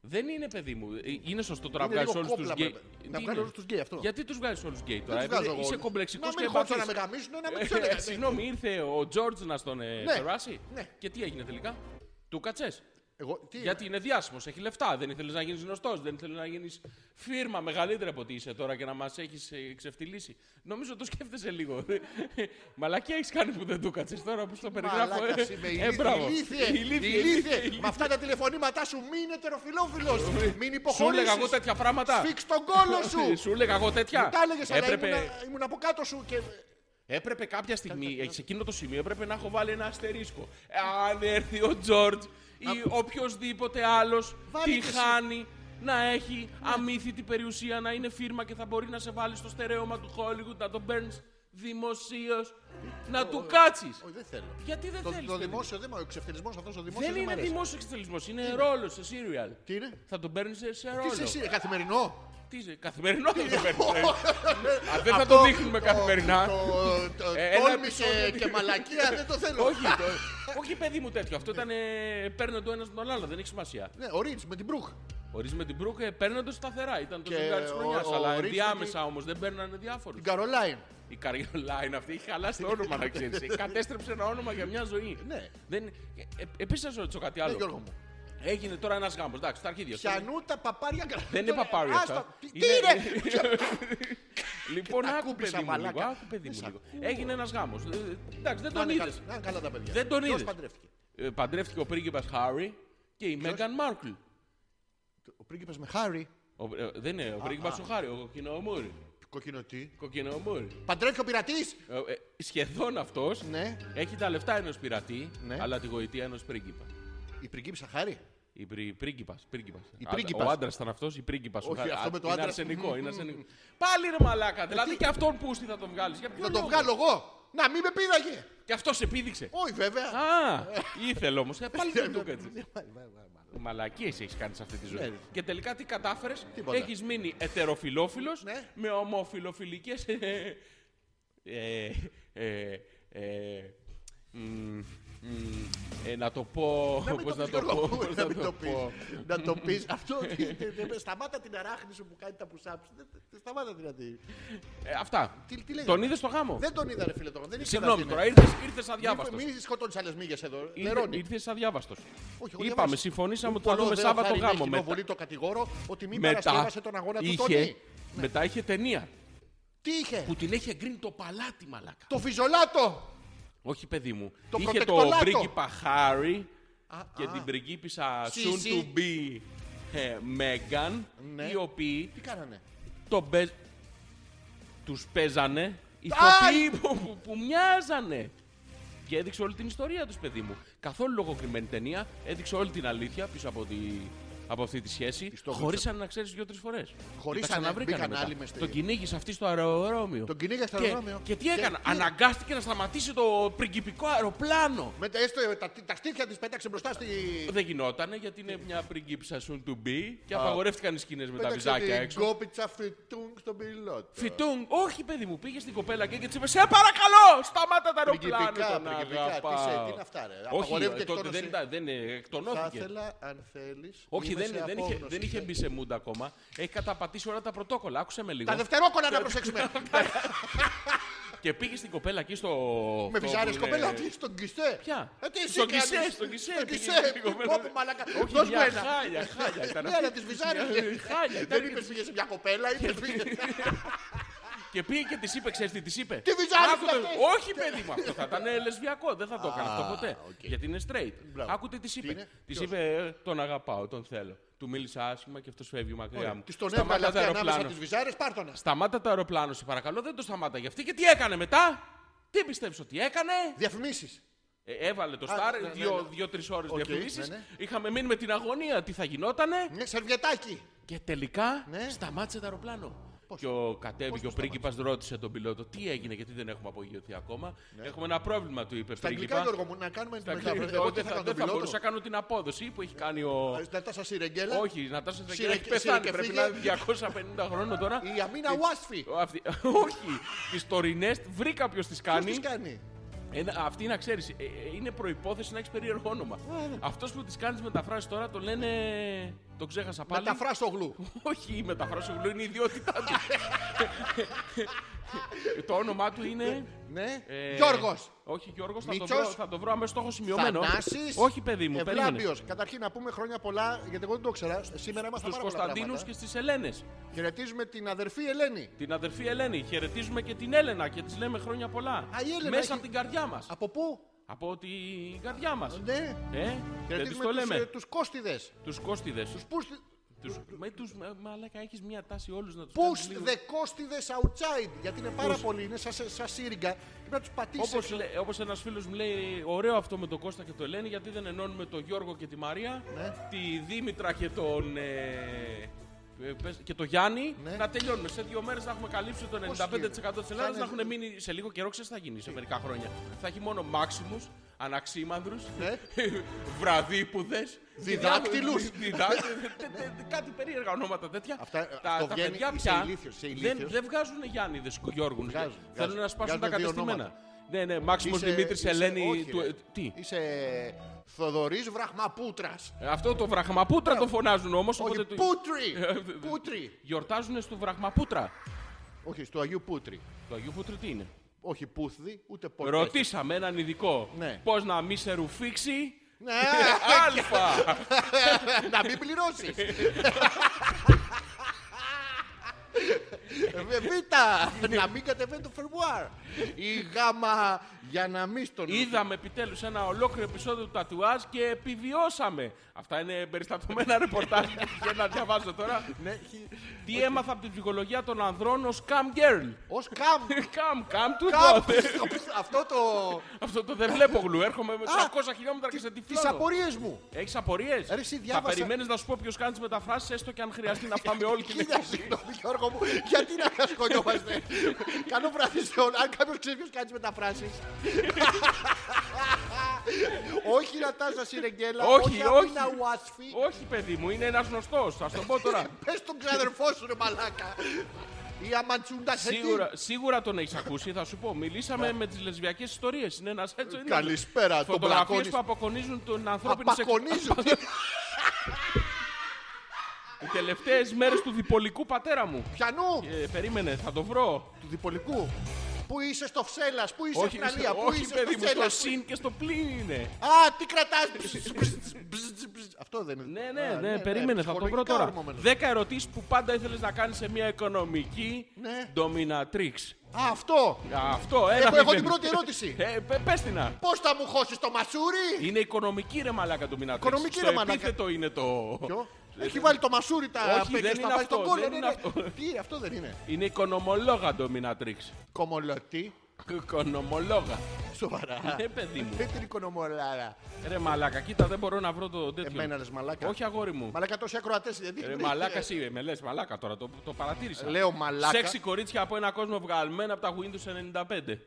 δεν είναι παιδί μου. Ε, Είναι σωστό τώρα να Είναι βγάζει λίγο όλους τους κόμπλα, γκέι. πρέπει. Τι Να βγάλω είναι? όλους τους γκέι, αυτό. Γιατί τους βγάζει όλου γκέι Δεν τώρα, τους βγάζω επειδή εγώ. είσαι κομπλεξικός Να και μην χώσω να εμπαθής. με γαμίσουν, να με τους Ε, έλεγα. Συγγνώμη, ήρθε ο Τζόρτζ να στον ε, Ναι. περάσει. Ναι. Και τι έγινε τελικά. Του κατσές. Εγώ, τι, Ε. Γιατί είναι διάσημος, έχει λεφτά. Δεν ήθελες να γίνεις γνωστός, δεν ήθελες να γίνεις φίρμα μεγαλύτερη από ότι είσαι τώρα και να μας έχεις ξεφτυλίσει. Νομίζω το σκέφτεσαι λίγο. Μαλακία έχεις κάνει που δεν το κάτσε τώρα που στο περιγράφω. Μαλάκας ε. είμαι, Ε, ηλίθι- μπράβο. ηλίθιε, Ηλίθιε, ηλίθιε. ηλίθιε. Με αυτά τα τηλεφωνήματά σου μην είναι τεροφιλόφιλος, μην Σου έλεγα εγώ υποχωρήσεις. τέτοια πράγματα. Σφίξ τον κόλο σου. Σου έλεγα εγώ τέτοια. Μου τα έλεγες, αλλά Έπρεπε, ήμουν- ήμουν από κάτω σου και... έπρεπε κάποια στιγμή, σε εκείνο το σημείο, έπρεπε να έχω βάλει ένα αστερίσκο. Αν έρθει ο Τζόρτζ ή οποιοδήποτε άλλος Βάλε τη και εσύ. χάνει να έχει αμύθιτη περιουσία, να είναι φίρμα και θα μπορεί να σε βάλει στο στερέωμα του Hollywood, να τον παίρνεις δημοσίως, να του κάτσεις. Όχι, δεν θέλω. Γιατί δεν Το, θέλεις. το δημόσιο δεν μ' αρέσει. Ο ξεφτελισμός αυτός ο δημόσιος Δεν δεν μ' είναι αρέσει. δημόσιος εξτελισμό, είναι ρόλος σε serial. Τι είναι. Θα τον παίρνεις σε, σε Τι είσαι ρόλο. εσύ, ρε, καθημερινό. Τι είσαι, καθημερινό θα τον παίρνει. δεν θα το δείχνουμε καθημερινά. Το, το, το, Ε, ένα τόλμη επεισόδιο και, τι- και μαλακία δεν το θέλω. Όχι, το- όχι παιδί μου τέτοιο. Αυτό ήταν ε, παίρνοντα το ένας τον άλλο, δεν έχει σημασία. Ναι, ο Ρίτς με την Μπρουκ. Ορίζει με την Μπρουκ ε, παίρνοντα σταθερά. Ήταν το Και ζευγάρι της ο- χρονιάς. ο Αλλά Ρίτς ενδιάμεσα όμως δεν παίρνανε διάφορους. Την Καρολάιν. Η Καριολάιν αυτή έχει χαλάσει το όνομα, να ξέρεις. Κατέστρεψε ένα όνομα για μια ζωή. Ναι. Δεν... Ε, Επίση, να σου ρωτήσω κάτι Ναι, άλλο. Γιώργο μου. Έγινε τώρα ένας γάμος. Εντάξει, τα αρχίδια. σου. Πιανού τα παπάρια καλά. Δεν είναι παπάρι αυτά. Άστα. Τι τι είναι. λοιπόν, Τα άκου κούπησα, παιδί μου λίγο. μαλάκα. Άκου παιδί Δεν μου σ' λίγο. Έγινε ένας γάμος. Εντάξει, δεν Να τον είναι είδες. καλά- να είναι καλά τα παιδιά. Δεν τον Ποιος είδες. παντρεύτηκε. Ε, Παντρεύτηκε ο πρίγκιπας Χάρι και η Μέγαν Μάρκλ. Ο πρίγκιπας με Χάρη. Ο- ε, Δεν είναι ο πρίγκιπα ο Χάρι, ο κοκκινοομούρη. Κόκκινο τι. Κοκκινοομούρη. Παντρεύτηκε ο πειρατής. Ε, ε, σχεδόν αυτός Ναι. έχει τα λεφτά ενός πειρατή, Ναι. αλλά τη γοητεία ενός πρίγκιπα. Η πριγκίπισσα Χάρη. Η πρι, πρίγκιπας, πρίγκιπας. Η Α, πρίγκιπας. Ο άντρας ήταν αυτός, η πρίγκιπας. Όχι, αυτό με το είναι άντρα. αρσενικό, είναι αρσενικό. Πάλι ρε μαλάκα, δηλαδή τι- και αυτόν πούστη θα τον βγάλεις. Να το βγάλω εγώ. Να μην με πείραγε. Και αυτός επίδειξε. Όχι βέβαια. Α, ήθελε όμως. Ε, πάλι δεν το Ναι, κάτσε. μα- μα- μα- μα. Μαλακίες έχεις κάνει σε αυτή τη ζωή. Ναι. Και τελικά τι κατάφερες, Τίποτα. έχεις μείνει ετεροφιλόφιλος Ναι. με ομοφιλοφιλικές. Ε, ε, ε, ε, μ, μ, ε, να το πω. Να μην πώς το πεις, να το Γιώργο πω. μου, πώς να μην να το το πω. πεις. Να το πεις. Αυτό. δεν- δεν- δεν- Σταμάτα την αράχνη σου που κάνει τα πουσάψη. Σταμάτα την ατη. Ε, αυτά. Τι- τι λέγαμε. Τον είδες στο γάμο. Δεν τον είδα ρε φίλε τώρα. Δεν ήξερα Συγγνώμη τι είναι. τώρα, ήρθες ήρθες αδιάβαστος. Μην σκοτώνει άλλες μύγες εδώ. Νερώνει. Ήρθες αδιάβαστος. Όχι, εγώ Είπαμε, διαβάζω. συμφωνήσαμε ότι θα Πολλό δούμε δέο Σάββατο χάρη ναι, με γάμο. Μετά- κοινοβουλή το κατηγόρο ότι μην Μετά παρασκεύασε τον αγώνα του είχε- Ναι. Τόνι. μετά είχε ταινία Τι είχε. που την έχει εγκρίνει το παλάτι, μαλάκα. Το φιζολάτο. Όχι, παιδί μου. Το Είχε το προτεκτολάτο. πρίγκιπα Χάρι Α, και α. την πριγκίπισσα Σι, soon σι. to be ε, Μέγαν, Ναι. οι οποίοι Τι κάνανε. τον παίζ... τους παίζανε Αϊ! ηθοποιοί που, που, που μοιάζανε. Και έδειξε όλη την ιστορία τους, παιδί μου. Καθόλου λογοκριμένη ταινία, έδειξε όλη την αλήθεια πίσω από, τη, από αυτή τη σχέση. Της το έδειξε. Χωρίσανε να ξέρεις δύο-τρεις φορές. Χωρίσανε, Και τα ξαναβρήκανε μπήκαν μετά. ε, άλλοι μες στη- Τον κυνήγησε αυτή στο αεροδρόμιο. Τον κυνήγησε στο Και- αεροδρόμιο. Και, τι έκανε, Και τι- αναγκάστηκε να σταματήσει το πριγκιπικό αεροπλάνο. Με τα, έστω, τα, τα στήθια της πέταξε μπροστά στη. Δεν γινότανε γιατί είναι μια πριγκίπισσα soon to be και απαγορεύτηκαν οι σκηνές με τα πέταξε βυζάκια την έξω. κόπιτσα φυτούγκ στον πιλότο. Φιτούν, όχι παιδί μου, πήγε στην κοπέλα και έτσι είπε: Σε παρακαλώ, σταμάτα τα αεροπλάνα. Πριγκιπικά, τον πριγκιπικά. Τι αγαπάω». σε- τι είναι αυτά, ρε. Όχι, ε, Απαγορεύεται τότε εκτόνωση. δεν, ήταν, δεν ε, Θα εκτονώθηκε. ήθελα, αν θέλεις. Όχι, σε δεν, δεν, είχε, απόγνωση. δεν είχε μπει σε μούντα ακόμα. Έχει καταπατήσει όλα τα πρωτόκολλα. Άκουσε με λίγο. Τα δευτερόκολλα να προσέξουμε. Και πήγε στην κοπέλα εκεί στο. Με αυτό βυζάρες που κοπέλα, είναι- τι στον κισέ. Ποια? Ε, τι εσύ Στον κάνεις. Κισέ, στον Κισέ Στον πήγε κισέ. η κοπέλα. Κόπου μαλακά. Όχι, Δώσ' μου μια ένα. χάλια, χάλια ήταν Ναι, αυτή. αλλά τις βυζάρες. Μια χάλια ήταν. Δεν είπες πήγες σε μια κοπέλα, είπες πήγε. Και πήγε και της είπε, ξέρεις τι της είπε. Τι βυζάρες Άκου το- είναι αυτές? Όχι, παιδί μου, αυτό θα ήταν λεσβιακό, δεν θα το έκανε αυτό ποτέ. Γιατί είναι straight. Μπράβο. Άκου τι τη είπε. είναι? Της Ποιος? είπε, «Ε, τον αγαπάω, τον θέλω. Του μίλησα άσχημα και αυτός φεύγει μακριά μου. Της τον Σταμάτα έβγαλε το αυτή ανάμεσα αεροπλάνο. από τις βυζάρες, πάρτο να. Σταμάτα το αεροπλάνο, σε παρακαλώ, δεν το σταμάτα για αυτή. Και τι έκανε μετά, τι πιστεύεις ότι έκανε. Διαφημίσεις. Ε, έβαλε το Α, Σταρ, ναι, ναι, ναι. δύο-τρει ώρες Οκ, διαφημίσεις. ναι, ναι. Είχαμε μείνει με την αγωνία τι θα γινότανε. Ναι, σερβιετάκι. Και τελικά Ναι. σταμάτησε το αεροπλάνο. Και ο κατέβηκε ο πρίγκιπας, ρώτησε τον πιλότο τι έγινε, γιατί δεν έχουμε απογειωθεί ακόμα. Έχουμε ένα πρόβλημα, του είπε Ναι. Στα αγγλικά, πρίγκιπας. Γιώργο μου, να κάνουμε Στα την αγγλικά, μετάφραση. Εγώ τι δεν θα θα, κάνω δεν τον θα μπορούσα πιλότο. να κάνω την απόδοση που έχει κάνει ο. Να τα σας σιρεγγέλα. Όχι, η Νατάσα δεν Σύρε- έχει σύρε πεθάνει. και Πρέπει φύγε. να είναι 250 χρόνων τώρα. Η Αμίνα Ουάσφη. Ο, αυτή- όχι, τι τωρινές βρει κάποιος τι Ποιος κάνει. τις κάνει. Ένα, αυτή να ξέρεις, είναι προπόθεση να έχεις περίεργο όνομα. Αυτός που της κάνεις μεταφράσεις τώρα το λένε. Το ξέχασα πάλι. Μεταφράσογλου. Όχι, η μεταφράση γλου είναι η ιδιότητά του. το όνομά του είναι. Ναι. ε, Γιώργος. Όχι, Γιώργος, θα, το Μίτσος. βρω, θα το βρω αμέσως. Το έχω σημειωμένο. Θανάσης. Όχι, παιδί μου, περίμενε. Ευλάμπιος. Καταρχήν να πούμε χρόνια πολλά, γιατί εγώ δεν το ήξερα. Σήμερα είμαστε Στους πάρα πολλά Κωνσταντίνου πράγματα. και στις Ελένες. Χαιρετίζουμε την αδερφή Ελένη. Την αδερφή Ελένη. Χαιρετίζουμε και την Έλενα και της λέμε χρόνια πολλά. η Έλενα Μέσα έχει- από την καρδιά μας. Από πού? Από την καρδιά μας. Ναι. Ε, δεν τη το Χαιρετίζουμε τους, ε, λέμε. τους Κώστιδες. Του Κώστιδε. Τους Πούστι... Τους... Με τους... μα- Μαλάκα, έχεις μια τάση όλους να τους κάνεις Pushed λίγο- the Κώστιδες outside. Γιατί είναι πάρα πολλοί, είναι σαν, σαν σύριγγα. Πρέπει να τους πατήσεις. Όπως, λέ, όπως ένας φίλος μου λέει, ωραίο αυτό με τον Κώστα και το Ελένη, γιατί δεν ενώνουμε τον Γιώργο και τη Μαρία, Ναι. τη Δήμητρα και τον... Ε... ε, πες- Και το Γιάννη Ναι. να τελειώνουμε. Σε δύο μέρες θα έχουμε καλύψει το 95% τη Θα Ελλάδα. είναι- Να έχουν μείνει σε λίγο καιρό, ξέρεις τι θα γίνει σε μερικά χρόνια. Θα έχει μόνο μάξιμους, αναξίμανδρους, Ναι. βραδίπουδες, Διδάκτυλους. Κάτι περίεργα ονόματα τέτοια. Αυτά, ε, τα, αυτό τα βγαίνει- παιδιά είσαι πια ηλίθιος, είσαι δεν, ηλίθιος. δεν βγάζουν Γιάννηδες Γιώργου. Βγάζουν, Θέλουν βγάζουν. να σπάσουν τα Βγάζουν δύο κατεστημένα. ονόματα. Ναι, ναι, Μάξιμος Είσαι- Δημήτρης είσαι- Ελένη. όχι, Του, ρε. ε, τι. Είσαι Θοδωρής Βραχμαπούτρας. Ε, Αυτό το βραχμαπούτρα το φωνάζουν όμως. Ναι. Όχι, Πούτρι. Ε, Πούτρι. Γιορτάζουν στο βραχμαπούτρα. Όχι, στο Αγίου Πούτρι. Το Αγίου Πούτρου τι είναι. Όχι Πούθδη, ούτε Πόθδη. Ρωτήσαμε έναν ειδικό. Ναι. Πώς να μη σε ρουφήξει. Ε, Ναι, Αλφα! να μην πληρώσεις. Ε, Βήτα, να μην κατεβαίνει το φερμουάρ. Ή γάμα για να μην στον... Είδαμε επιτέλους ένα ολόκληρο επεισόδιο του τατουάζ και επιβιώσαμε. Αυτά είναι περιστατωμένα ρεπορτάζ που πηγαίνω να διαβάζω τώρα. Ναι, χι- Τι έμαθα από την ψυχολογία των ανδρών ως cam girl. Ως καμ. Καμ, καμ του Καμ. τότε. Αυτό το... Αυτό το δεν βλέπω γλου. Έρχομαι με Α, 300 χιλιόμετρα και σε Τις τυφλώνω. απορίες μου. Έχεις απορίες. Ρε, εσύ, Θα διάβασα- περιμένεις να σου πω ποιος κάνεις τι μεταφράσεις, έστω και αν χρειαστεί να πάμε όλοι και Κοίτα, συγγνώμη Γιώργο μου, γιατί να κατασκονιόμαστε. Καλό βράδυ σε όλους. Αν κάποιος ξέρει ποιος κάνει τις μεταφράσεις. όχι να τάζα σιρεγγέλα, Όχι, όχι, όχι. να ουάσφι. Όχι, παιδί μου, είναι ένας γνωστός. Θα σου το πω τώρα. Πες τον ξαδερφό σου ρε μαλάκα. Η αμαντσούντα σε σίγουρα, σίγουρα τον έχεις ακούσει, θα σου πω. Μιλήσαμε με τις λεσβιακές ιστορίες. Είναι ένας έτσι. είναι. Ε. Καλησπέρα, τον Φωτογραφίες πλακώνεις. που αποκονίζουν τον ανθρώπινο σεξ. Απακονίζουν. Οι τελευταίες μέρες του διπολικού πατέρα μου. Πιανού, Ε, περίμενε, θα το βρω. του διπολικού. Πού είσαι στο Φσέλας, πού είσαι όχι, στην Αλία, πού όχι, είσαι παιδί στο μου, στο Φσέλας. πού- συν και στο πλήν είναι. Α, τι κρατάς. Ψ, ψ, ψ, ψ. Αυτό δεν είναι. Ναι, Α, ναι, ναι, περίμενε, θα το βρω ψυχολογικά τώρα. ορμόμενος. 10 ερωτήσεις που πάντα ήθελες να κάνεις σε μια οικονομική Ναι. ντομινατρίξ. Α, αυτό. Αυτό, ένα. Έχω, έχω μηδέν. την πρώτη ερώτηση. Ε, πε πες την να. Πώς θα μου χώσεις το μασούρι! Είναι οικονομική ρε μαλάκα ντομινατρίξ. Οικονομική, Στο ρε μαλάκα. επίθετο είναι το. Ποιο? Έχει βάλει το μασούρι τα Όχι, πέκια δεν στα είναι βάζει αυτό, τον κόλλο. δεν ναι, είναι ναι. αυτό. Τι, αυτό δεν είναι. Είναι οικονομολόγα ντομινατρίξ. Κομολωτή. Οικονομολόγα. Σοβαρά. Ναι, παιδί μου. Δεν την οικονομολάρα. Ε, Ρε μαλάκα, κοίτα, δεν μπορώ να βρω το τέτοιο. Εμένα λε μαλάκα. Όχι, αγόρι μου. Μαλάκα τόσοι ακροατές δεν Ρε είναι. μαλάκα, εσύ με λες μαλάκα τώρα, το, το παρατήρησα. ε. Λέω μαλάκα. Σεξι κορίτσια από ένα κόσμο βγαλμένα από τα Windows 95.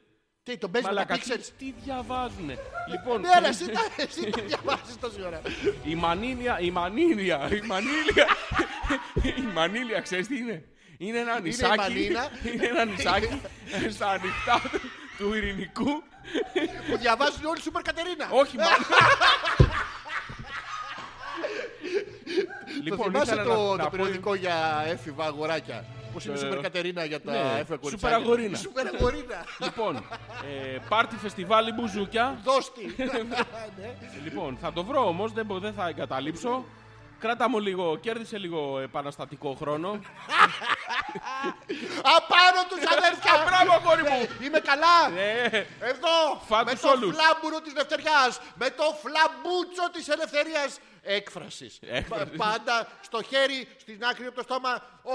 Τι, τον παίζει με τα Μαλάκα, τι, pixels. τι διαβάζουνε. λοιπόν, Ναι, αλλά εσύ, τα- εσύ τα διαβάζεις τόση ώρα. η μανίλια, η μανίλια, η μανίλια, η μανίλια, ξέρεις τι είναι. Είναι ένα νησάκι, μανίνα. είναι ένα νησάκι στα ανοιχτά του- του ειρηνικού. Που διαβάζουν όλοι Σούπερ Κατερίνα. Όχι, μα... το Λοιπόν, θυμάσαι ήθελα το, να- το να πω- περιοδικό για έφηβα αγοράκια. Πώ είναι η Το- Σούπερ Κατερίνα για τα Ναι, έφηβα Σούπερ κοριτσάκια. αγορίνα. Σούπερ αγορίνα. Λοιπόν, ε, πάρτι φεστιβάλ μπουζούκια. Δώστη. Λοιπόν, θα το βρω όμως, δεν, μπο- δεν θα εγκαταλείψω. Κράτα μου λίγο, κέρδισε λίγο επαναστατικό χρόνο. Απάνω τους αδέρφια. Μπράβο, κόρη μου! Είμαι καλά. Ε, Εδώ Φάτους με το όλους. φλάμπουρο της Δευτεριάς, με το φλαμπούτσο της ελευθερίας έκφρασης. Έκφρασης. Πα- Πάντα στο χέρι, στην άκρη από το στόμα. Ω,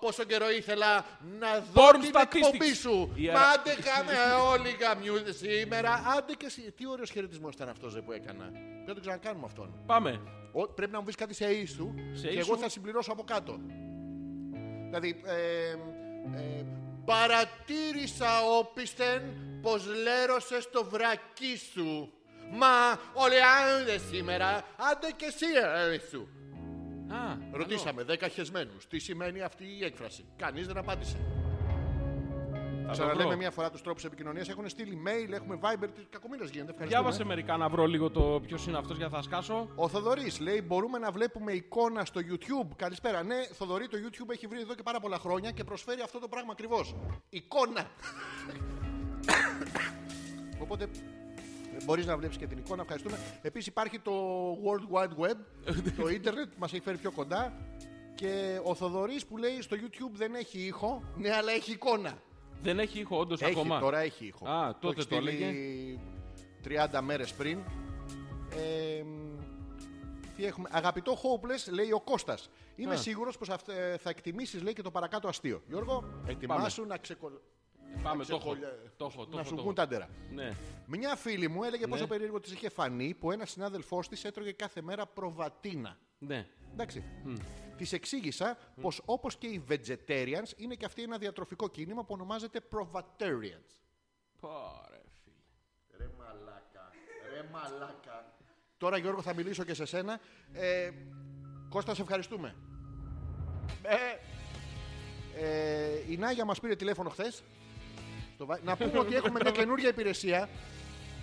πόσο καιρό ήθελα να δω Porn την statistics. εκπομπή σου. Η αρα- Μα άντε κάμε όλοι γαμιούνται σήμερα. Άντε και εσύ. Τι ωραίος χαιρετισμός ήταν αυτός ρε, που έκανα. Πρέπει να τον ξανακάνουμε αυτόν. πάμε. Ο- πρέπει να μου βρεις κάτι σε ίσου Σε και ίσου. εγώ θα συμπληρώσω από κάτω. Δηλαδή, ε, ε, παρατήρησα όπισθεν πως λέρωσες το βρακί σου. Μα όλοι άντε σήμερα, άντε και εσύ ε, σου. Α, Ρωτήσαμε 10 χεσμένους, τι σημαίνει αυτή η έκφραση. Κανείς δεν απάντησε. θα το βρω. Ξαναλέμε μια φορά τους τρόπους επικοινωνίας, έχουν στείλει mail, έχουμε Viber, τι κακομοίρες γίνεται, ευχαριστούμε. Διάβασε μερικά να βρω λίγο το ποιος είναι αυτός για θα σκάσω. Ο Θοδωρής λέει: Μπορούμε να βλέπουμε εικόνα στο YouTube. Καλησπέρα. Ναι, Θοδωρή, το YouTube έχει βρει εδώ και πάρα πολλά χρόνια και προσφέρει αυτό το πράγμα ακριβώς. Εικόνα. Οπότε μπορείς να βλέπεις και την εικόνα. Ευχαριστούμε. Επίσης υπάρχει το World Wide Web, το ίντερνετ που μας έχει φέρει πιο κοντά. Και ο Θοδωρής που λέει στο YouTube δεν έχει ήχο. Ναι, αλλά έχει εικόνα. Δεν έχει ήχο, όντως Έχει, ακόμα. τώρα έχει ήχο. Α, τότε έχει το στείλει έλεγε. 30 μέρες πριν. Ε, μ, τι έχουμε. Αγαπητό Hopeless, λέει ο Κώστας. Είμαι Α. σίγουρος πως αυτε- ε, θα εκτιμήσεις, λέει, και το παρακάτω αστείο. Γιώργο, ετοιμάσου να ξεκολλ... Πάμε, το έχω. ξεκολλιά- Το έχω, Ε, το να έχω, σου το βγουν τα έχω. ντερα. Ναι. Μια φίλη μου έλεγε πόσο Ναι. περίεργο της είχε φανεί που ένας συνάδελφός της έτρωγε κάθε μέρα προβατίνα. Ναι. Εντάξει. Της εξήγησα πως όπως και οι vegetarians είναι και αυτή ένα διατροφικό κίνημα που ονομάζεται provatarians. Πάρε, φίλε. Ρε μαλάκα, ρε μαλάκα. Τώρα Γιώργο θα μιλήσω και σε σένα. Ε, Κώστα, σε ευχαριστούμε. Ε, ε, η Νάγια μας πήρε τηλέφωνο χθες. Στο Βα- Να πούμε ότι έχουμε μια καινούργια υπηρεσία.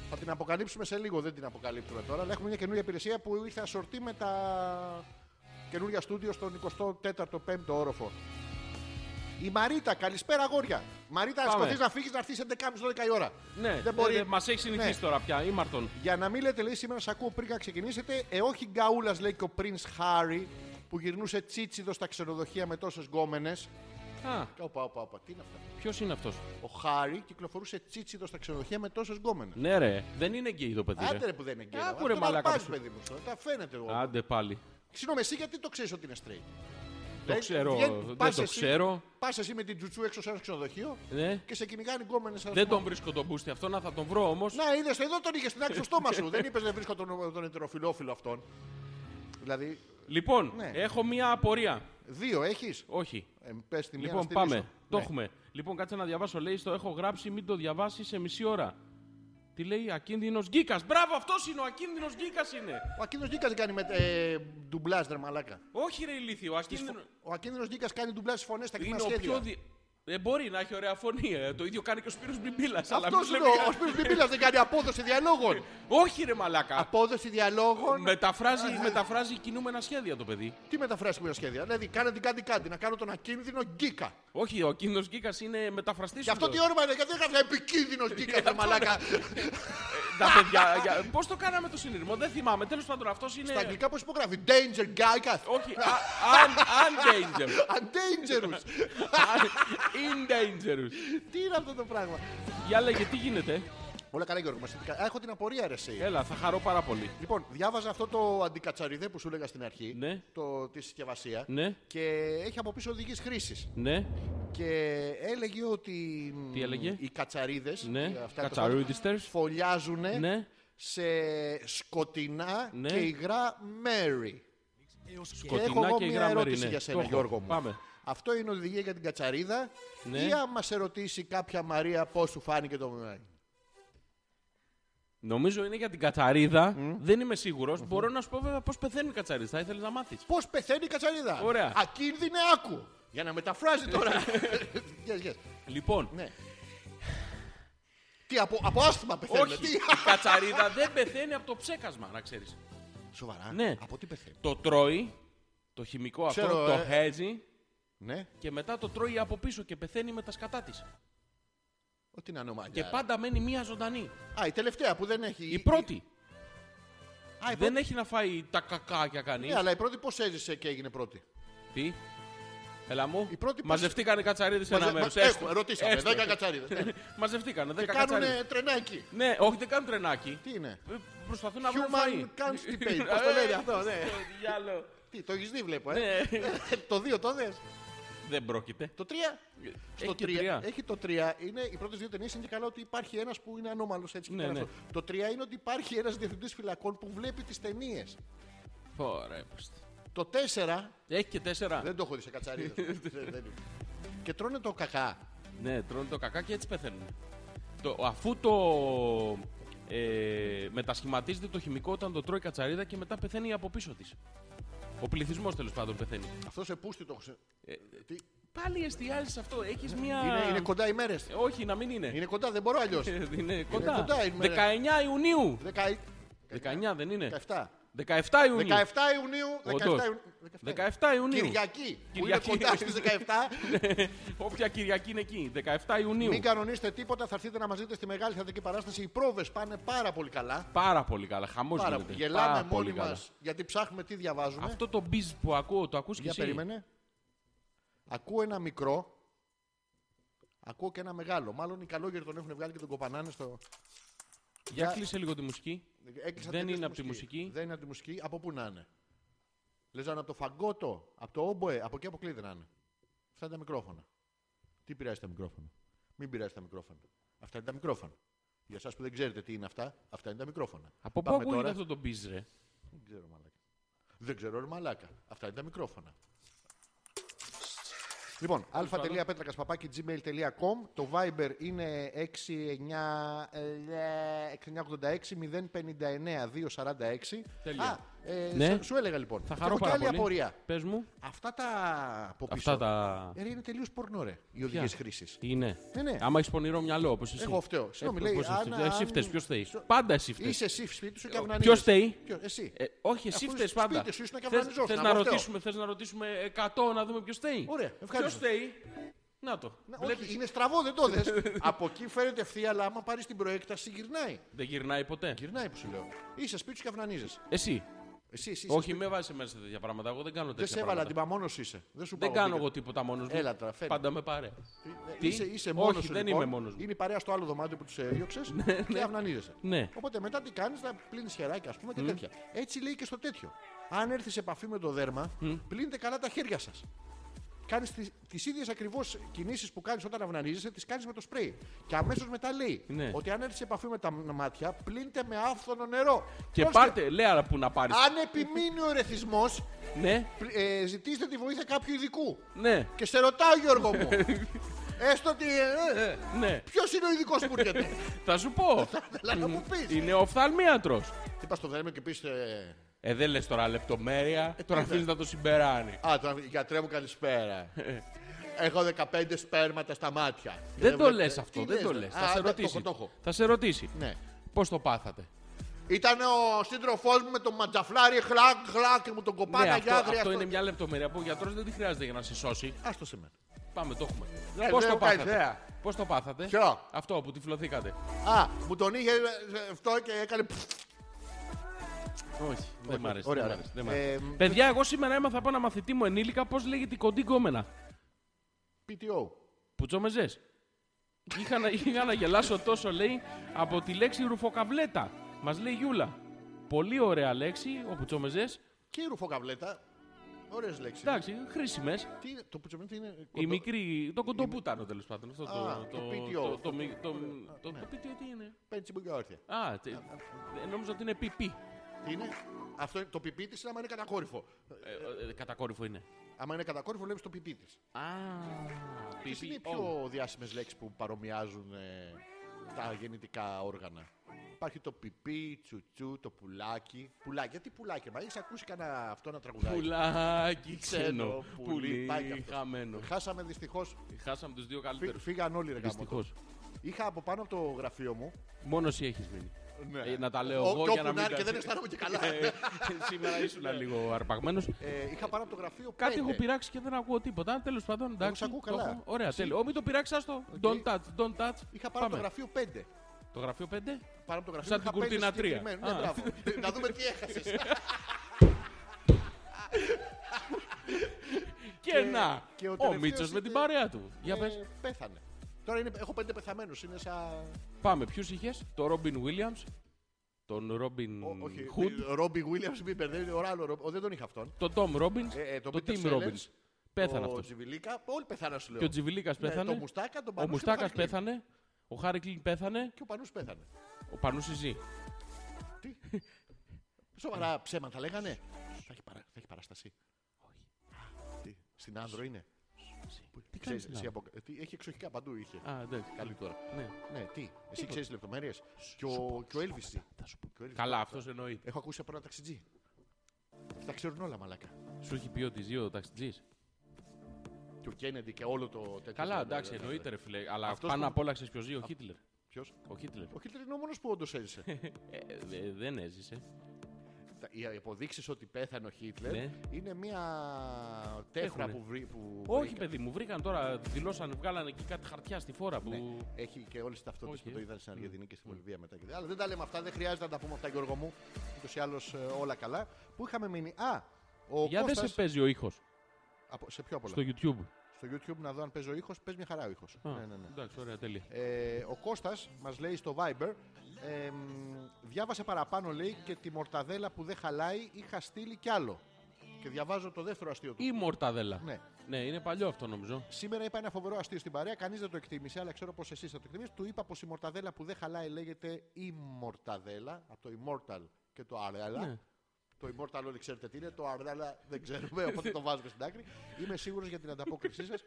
Θα την αποκαλύψουμε σε λίγο, δεν την αποκαλύπτουμε τώρα. Αλλά έχουμε μια καινούργια υπηρεσία που ήρθε ασορτή με τα καινούργια στούντιο στον 24ο-5ο όροφο. Η Μαρίτα, καλησπέρα αγόρια. Μαρίτα, αν Πάμε. σκοτείς να φύγεις να έρθεις 11.30-12 η ώρα. Ναι, δεν μπορεί. Μας έχεις συνηθίσει Ναι. τώρα πια, ήμαρτον. Για να μην λέτε, λέει, σήμερα σας ακούω πριν να ξεκινήσετε. Ε, όχι γκαούλας, λέει και ο Prince Harry που γυρνούσε τσίτσιδος στα ξενοδοχεία με τόσες γκόμενες. Α, Όπα, όπα, όπα, τι είναι αυτά. ποιος είναι αυτός. Ο Χάρη κυκλοφορούσε τσίτσιδος στα ξενοδοχεία με τόσες γκόμενες. Ναι, ρε, δεν είναι γκέι το παιδί. Άντε Ρε. ρε που δεν είναι γκέι. Ναι. Ε, Άκου, Αυτό ρε, να μαλάκα, αρπάζει, που σου- παιδί μου. αυτό, Τα φαίνεται εγώ. Άντε πάλι. Συγγνώμη, εσύ γιατί το ξέρεις ότι είναι straight. Δηλαδή, Το ξέρω, δεν το ξέρω. Πας εσύ με την τζουτσού έξω σε ένα ξενοδοχείο Ναι. και σε κυνηγάνε γκόμενε. Δεν τον βρίσκω τον μπούστι αυτό, να θα τον βρω όμως. Να είδες, εδώ τον είχες στην άκρη στο στόμα σου. δεν είπες δεν βρίσκω τον, τον ετεροφιλόφιλο αυτόν. Δηλαδή, Λοιπόν, Ναι. έχω μία απορία. δύο έχεις. Όχι. Ε, πες τη μία Λοιπόν, να στηρίσω. πάμε. Το Ναι. έχουμε. Λοιπόν, κάτσε να διαβάσω. Λέει, στο έχω γράψει, μην το διαβάσεις σε μισή ώρα. Τι λέει, ακίνδυνος γκίκα. Μπράβο, αυτός είναι ο ακίνδυνος γκίκα είναι. Ο ακίνδυνος Νίκα δεν κάνει με, ε, ντουμπλάζ, ρε μαλάκα. Όχι, ρε ηλίθιο, ο ακίνδυνο. Ο ακίνδυνος Νίκα κάνει ντουμπλάζ στις φωνές στα κοινά Είναι ο σχέδια. πιο. Δι... Δεν μπορεί να έχει ωραία φωνή. ε. Το ίδιο κάνει και ο Σπύρος Μπιμπίλας. αλλά Αυτός μην είναι λέμε ο- ο κα- Σπύρος Μπιμπίλας δεν κάνει απόδοση διαλόγων. Όχι, ρε μαλάκα. απόδοση διαλόγων. Ναι. Μεταφράζει, ναι. μεταφράζει κινούμενα σχέδια το παιδί. Τι μεταφράσει με τα σχέδια. Δηλαδή, κάνε την κάτι κάτι. Να κάνω τον ακίνδυνο Γκίκα. Όχι, ο ακίνδυνο γκίκας είναι μεταφραστής. Γι' αυτό τι όνομα είναι, γιατί δεν έγραψα επικίνδυνο Γκίκα, ρε μαλάκα. Τα παιδιά. για... Πώς το κάναμε το συνειρμό, δεν θυμάμαι. Τέλος πάντων, αυτός είναι. Στα αγγλικά πώς υπογράφει. Danger Γκάικας. Όχι, α- un- undangerous. Undangerous. In dangerous. Τι είναι αυτό το πράγμα. Για λέγε, τι γίνεται. Όλα καλά, Γιώργο. μας τι κα- Α, Έχω την απορία, ρε εσύ. Έλα, θα χαρώ πάρα πολύ. Λοιπόν, διάβαζα αυτό το αντικατσαριδέ που σου έλεγα στην αρχή. Ναι. Το, τη συσκευασία. Ναι, Και έχει από πίσω οδηγίες χρήσης. ναι, Και έλεγε ότι. μ, Τι έλεγε? Οι κατσαρίδες. ναι. Κατσαρούδιστερς. Φωλιάζουν Ναι. σε σκοτεινά Ναι. και υγρά μέρη. Σκοτεινά έχω εγώ και μια υγρά μέρη, ερώτηση ναι. για σένα, Το έχω. Γιώργο μου. Πάμε. Αυτό είναι οδηγία για την κατσαρίδα. Ναι. Ή άμα σε ρωτήσει κάποια Μαρία πώς σου φάνηκε το. Νομίζω είναι για την κατσαρίδα. Δεν είμαι σίγουρος. Μπορώ να σου πω βέβαια πώς πεθαίνει η κατσαρίδα. Θα ήθελες να μάθεις. Πώς πεθαίνει η κατσαρίδα. Ωραία. Ακίνδυνε άκου. Για να μεταφράζει τώρα. yes, yes. Λοιπόν, Ναι. Τι, από, από άσθημα πεθαίνουν. όχι. Τι. Η κατσαρίδα δεν πεθαίνει από το ψέκασμα, να ξέρεις. Σοβαρά. Ναι. Από τι πεθαίνει. Το τρώει, Το χημικό αυτό Ξέρω, το ε. χέζει Ναι, και μετά το τρώει από πίσω και πεθαίνει με τα σκατά της. ό,τι να είναι ο Και Μαγιάρα. πάντα μένει μία ζωντανή. Α, ναι. η τελευταία που δεν έχει. Η πρώτη. Α, η Δεν πρώτη. έχει να φάει τα κακάκια κανείς. Ναι, αλλά η πρώτη πώς έζησε και έγινε πρώτη. Τι. Έλα μου. Η πρώτη Μαζευτήκαν οι κατσαρίδες σε ένα Μαζε- μέρος. μα- έχουμε, ρωτήσαμε. Δέκα κατσαρίδες, ναι. Μαζευτήκαν. Και Δέκα κατσαρίδες. κάνουν τρενάκι. Ναι, όχι, δεν κάνουν τρενάκι. Τι είναι. Ε, Προσπαθούν να βρουν φαΐ. Human constipate. Πώς το λένε Ε, αυτό, ναι. στο διάλογο. Τι, το έχεις δει, βλέπω. ε. Ναι. Το δύο το δες. Δεν πρόκειται. Το τρία. Έχει Στο και τρία- τρία. Έχει το 3. Είναι οι πρώτες δύο ταινίες είναι και καλά ότι υπάρχει ένας που είναι ανώμαλος έτσι. και Ναι, κάνει ναι. αυτό. Το 3 είναι ότι υπάρχει ένας διευθυντής φυλακών που βλέπει τις ταινίες. Ωραία, πούστη. Το 4 Έχει και τέσσερα. δεν το έχω δει σε κατσαρίδε. και τρώνε το κακά. Ναι, τρώνε το κακά και έτσι πεθαίνουν. Το, αφού το ε, μετασχηματίζεται το χημικό όταν το τρώει η κατσαρίδα και μετά πεθαίνει από πίσω της. Ο πληθυσμός τέλος πάντων πεθαίνει. Ε, Αυτό σε πούστη το έχω. σε- τι- Ναι. Πάλι εστιάζεις σε αυτό. Έχεις μια. Είναι, είναι κοντά οι μέρες. Ε, Όχι, να μην είναι. Είναι κοντά, δεν μπορώ αλλιώς. Ε, Είναι κοντά. κοντά, είναι- 19 Ιουνίου. 19 δεν είναι. 17. 17 Ιουνίου. 17 Ιουνίου. 17 Όντως. Ιουνίου. 17 Ιουνίου. Κυριακή. Που είναι Κυριακή. κοντά στις 17. Ναι. Όποια Κυριακή είναι εκεί. 17 Ιουνίου. Μην κανονίστε τίποτα, θα έρθετε να μας δείτε στη μεγάλη θεατρική παράσταση. Οι πρόβες πάνε πάρα πολύ καλά. Πάρα πολύ καλά. Χαμός Πάρα γίνεται. πολύ. Γελάμε Πάρα μόνοι πολύ μα καλά. γιατί ψάχνουμε τι διαβάζουμε. Αυτό το μπιζ που ακούω, το ακούς και Για εσύ. περίμενε. Ακούω ένα μικρό. Ακούω και ένα μεγάλο. Μάλλον οι καλόγεροι τον έχουν βγάλει και τον κοπανάνε στο. Για Για- κλείσε λίγο τη μουσική. Έκλεισα Δεν τελείως είναι από τη μουσική. Δεν είναι από τη μουσική. Από πού να είναι. Λες να είναι από το φαγκότο, από το όμποε, από εκεί αποκλείται να είναι. Αυτά είναι τα μικρόφωνα. Τι πειράζει τα μικρόφωνα. Μην πειράζει τα μικρόφωνα. Αυτά είναι τα μικρόφωνα. Για εσάς που δεν ξέρετε τι είναι αυτά, αυτά είναι τα μικρόφωνα. Από πού Πάμε ακούγεται τώρα. αυτό το μπιζ, ρε. Δεν ξέρω, μαλάκα. Δεν ξέρω, ρε μαλάκα. Αυτά είναι τα μικρόφωνα. Λοιπόν, α.πέτρακα.gmail.com Το Viber είναι ε, 6986-059-246. Τέλεια. Α, ε, Ναι. σε- σου έλεγα λοιπόν. Θα Και χαρώ έχω και πάρα άλλη πολύ. απορία. Πες μου. Αυτά τα από πίσω. Αυτά τα... Ε, ρε, είναι τελείως πορνό, ρε. Οι οδηγίες χρήσης. Είναι. Ναι, ναι. Άμα έχεις πονηρό μυαλό, όπως εσύ. Εγώ φταίω. Συγγνώμη, Ε, λέει, πώς αν- φταίεις. Εσύ αν- φταίεις, ποιος φταίει. Σο- Πάντα εσύ φταίεις. Είσαι εσύ σπίτι σου και αυνανίζεσαι. Ε, Ποιος φταίει? Ποιος, Εσύ. Ε, όχι, εσύ Αφού φταίεις σπίτι πάντα. σου ήσουν και Θες- αυνανιζόσουν, θες εγώ να φταίω. ρωτήσουμε, θες να ρωτήσουμε 100 να δούμε ποιος φταίει. Ωραία, Ποιο ευχαριστώ. φταίει. Να το. Να, Βλέπεις. Όχι, είναι στραβό, δεν το δες. Από εκεί φαίνεται ευθεία, αλλά άμα πάρεις την προέκταση γυρνάει. Δεν γυρνάει ποτέ. Γυρνάει που σου λέω. Είσαι σπίτι σου και αυνανίζεσαι. Εσύ. Εσύ, εσύ. είσαι Όχι, σπίτι- με βάζει μέσα σε τέτοια πράγματα. Εγώ δεν κάνω δεν τέτοια σε έβαλα πράγματα. την μόνος είσαι. Δεν σου Δεν πάω, κάνω πήγα. εγώ τίποτα μόνος μου. Έλα τώρα, φέρε. Πάντα με πάρε. Ε, Τι? Είσαι, είσαι Όχι, μόνος σου, δεν λοιπόν. είμαι μόνος μου. Είναι η παρέα στο άλλο δωμάτιο που τους έδιωξες και αυνανίζεσαι. Ναι. Οπότε μετά τι κάνεις, θα πλύνεις χεράκια, ας πούμε και τέτοια. Έτσι λέει και στο τέτοιο. Αν έρθεις σε επαφή με το δέρμα, πλύνετε καλά τα χέρια σας. Κάνεις τις ίδιες ακριβώς κινήσεις που κάνεις όταν αυνανίζεσαι, τις κάνεις με το σπρέι. Και αμέσως μετά λέει Ναι. ότι αν έρθεις σε επαφή με τα μάτια, πλύνετε με άφθονο νερό. Και Πρόσεχε. πάρτε, λέει άρα που να πάρεις. Αν επιμείνει ο ερεθισμός, Ναι, ε, ζητήστε τη βοήθεια κάποιου ειδικού. ναι, Και σε ρωτάω, Γιώργο μου. Έστω ότι. ε, ε, ναι. Ποιος είναι ο ειδικός που έρχεται. Θα σου πω. Θέλω να μου πεις. Είναι οφθαλμίατρο. Τι πα στο δέρμα και πεις. Ε, Ε, δεν λες τώρα λεπτομέρεια. Τώρα τι Ε, αφήνει να το συμπεράνεις. α, τον γιατρέ μου καλησπέρα. Έχω 15 σπέρματα στα μάτια. Και Ε. Δεν το βλέπετε- λες ε, Τι αυτό, δεν το λες. Α, Θα σε ναι, ρωτήσει. Το έχω, το έχω. Θα σε ρωτήσει. Ναι. Πώς το πάθατε. Ήταν ο σύντροφός μου με τον ματζαφλάρι, χλακ, χλακ, και μου τον Ναι, κοπάνα αυτό, για άγρια. αυτό είναι μια λεπτομέρεια που ο γιατρός δεν τη χρειάζεται για να σε σώσει. Άστο σε μένα. Πάμε, το έχουμε. Ναι, Πώ δεν το έχω κάνει πάθατε. ιδέα. Πώς το πάθατε. Ποιο? Αυτό που τυφλωθήκατε. Α, μου τον είχε ε, αυτό και έκανε. πφ, Όχι, δεν μ' αρέσει. ωραία, δεν μ' ωραία. αρέσει, δεν μ' αρέσει. Ε, μ, Παιδιά, εγώ σήμερα έμαθα από ένα μαθητή μου ενήλικα πώς λέγεται η κοντή γκόμενα. PTO. Πουτσόμεζε. είχα, να, είχα να γελάσω τόσο, λέει, από τη λέξη ρουφοκαβλέτα. Μας λέει Γιούλα. Πολύ ωραία λέξη, ο Πουτσόμεζε. Και η ρουφοκαβλέτα. Ωραίες λέξεις. Εντάξει, χρήσιμες. Τι είναι, το πουτσομίτι είναι. Η κοντό- μικρή. Το κοντοπούτανο τέλος πάντων. Αυτό Α, το το. Το PTO. το- το Ε, μη- το- Το ναι. το PTO τι είναι. Πέντσι που γιόρθια. Α, τε- ε, νόμιζα ότι είναι PP. Τι είναι. Αυτό είναι το πιπί τη, άμα είναι κατακόρυφο. Ε, ε, Κατακόρυφο είναι. Άμα είναι κατακόρυφο, βλέπεις το πιπί της. Α, Ποιε είναι οι PPO. πιο διάσημες λέξεις που παρομοιάζουν ε, τα γεννητικά όργανα. Υπάρχει το πιπί, τσουτσού, το πουλάκι. Πουλάκι, γιατί πουλάκι, μα έχεις ακούσει κανένα αυτό να τραγουδάει. Πουλάκι ξένο, πουλί πάει και αυτός. χαμένο. Χάσαμε δυστυχώς. Χάσαμε τους δύο καλύτερους. Φύγαν όλοι ρε γάμο το. Δυστυχώ. Είχα από πάνω από το γραφείο μου Μόνος εσύ έχεις μείνει. Ναι. Ε, να τα λέω Ο- εγώ και για όπου να μην. είναι, και τα- δεν αισθάνομαι και καλά. Ε, Σήμερα Ναι. ήσουν λίγο αρπαγμένος. Ε, είχα πάρει από το γραφείο. Κάτι πέντε. έχω πειράξει και δεν ακούω τίποτα. Τέλος πάντων, εντάξει. Ναι, σ' ακούω το καλά. έχω. Ωραία, Εσύ- τέλειο. Ω, μην το πειράξεις, άστο. Οκ. Don't touch, don't touch. Είχα πάρει από το Πάμε. γραφείο 5. Το γραφείο 5. Πάρω από το γραφείο Σαν είχα την πέντε κουρτίνα τρία. συγκεκριμένους. Ναι, Α. μπράβο. Να δούμε τι έχασες. Και να! και ο Ο τελευταίος Μίτσος με ήταν- Ε. την παρέα του. Για πες. Πέθανε. Τώρα είναι, έχω πέντε πεθαμένους. Είναι σαν. Πάμε, ποιους είχες, το Ρόμπιν Βίλιαμ, τον Ρόμπιν Ο- Όχι. Χουντ, Ρόμπι Βίλιαμ, μην μπερδεύει. Ο Ράλλο Ρόμπι. Ο, Δεν τον είχα αυτόν. τον Τόμ Ρόμπιν, Ε, ε, τον τον Peter Τιμ Sellers, Ρόμπιν. Πέθανε ο αυτός. Τζιβιλίκα. Όλοι πεθάναν σου λέω. Και ο Τζιβιλίκας Ναι, πέθανε. Το Μουστάκα, τον Ο Πανούση, τον Μουστάκας Χάρη Κλίν. πέθανε. Ο Χάρη Κλίν πέθανε. Και ο Πανούς πέθανε. Ο Πανούση ζει. Τι. Σοβαρά ψέματα λέγανε. Θα έχει, παρα- θα έχει παράσταση. Όχι. Τι. Στην άνδρο είναι. Τι Ξέρεις, κάνεις, εσύ να. απο- τι, Έχει εξοχικά παντού είχε. Α, εντάξει. Καλή τώρα. Ναι. Ναι, τι. Εσύ ξέρει λεπτομέρειε. Και ο και ο Elvis. τι. Και ο Elvis. Καλά, αυτός εννοείται. Έχω ακούσει από ένα ταξιτζή. Τα ξέρουν όλα, μαλάκα. Σου έχει πει ότι ζει ο ταξιτζής. Και ο Κέννεντι και όλο το τέτοιο. δηλαδή, Καλά, εντάξει, εννοείται, ρε φιλέ. Αλλά Αυτός πάνω που- απ' όλα ξέρεις ποιος ζει, ο Χίτλερ. Ποιος. Ο Χίτλερ. Ο Χίτλερ είναι ο μόνος που όντως έζησε. Ε, δε- Δεν έζησε. Τα- Οι αποδείξεις ότι πέθανε ο Χίτλερ Ναι. είναι μια τέφρα Έχουνε. που βρει. που Όχι, βρήκα. παιδί μου, βρήκαν τώρα, δηλώσαν, βγάλανε και κάτι χαρτιά στη φόρα που. Έχει και όλε τι ταυτότητε Οκ. που το είδαν στην Αργεντινή και στη Ναι. Βολιβία μετά. Και... τα- Αλλά δεν τα λέμε αυτά, δεν χρειάζεται να τα πούμε αυτά, Γιώργο μου. Ούτως ή άλλως όλα καλά. Που είχαμε μείνει. Α, ο Για δεν Κώστας... σε παίζει ο ήχος από- σε ποιο απ' όλα. στο YouTube. Στο YouTube να δω αν παίζει ο ήχο, παίζει μια χαρά ο Ναι, ήχο. Α, Εντάξει, ωραία, τέλεια. Ε, ο Κώστας μας λέει στο Viber ε, μ, διάβασε παραπάνω λέει και τη μορταδέλα που δεν χαλάει είχα στείλει κι άλλο και διαβάζω το δεύτερο αστείο του Ή μορταδέλα. Ναι. είναι παλιό αυτό νομίζω. Σήμερα είπα ένα φοβερό αστείο στην παρέα, κανείς δεν το εκτίμησε, αλλά ξέρω πως εσείς θα το εκτιμήσετε. Του είπα πως η μορταδέλα που δεν χαλάει λέγεται η μορταδέλα, από το immortal και το αρέλα. Ναι. Το immortal όλοι ξέρετε τι είναι, το αρέλα δεν ξέρουμε, οπότε το βάζουμε στην άκρη. Είμαι σίγουρος για την ανταπόκρισή σας.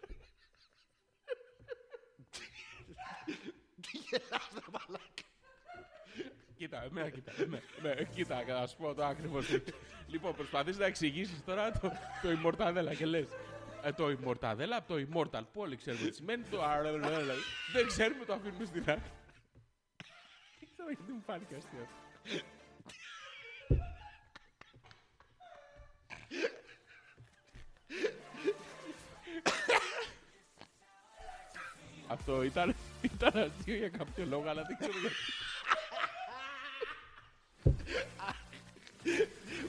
Τι γελάς, ρε μαλάκα. Κοίτα, εμένα, κοίτα. Ναι, ναι, κοίτα, να σου πω το ακριβώς. λοιπόν, προσπαθείς να εξηγήσεις τώρα το, το immortadella και λες. Ε, το immortadella από το immortal που όλοι ξέρουμε τι σημαίνει. Το αρέλα. δεν ξέρουμε, το αφήνουμε στην άκρη. Δεν ξέρω γιατί μου φάνηκε αστείο. Αυτό ήταν, ήταν αστείο για κάποιο λόγο, αλλά δεν ξέρω γιατί.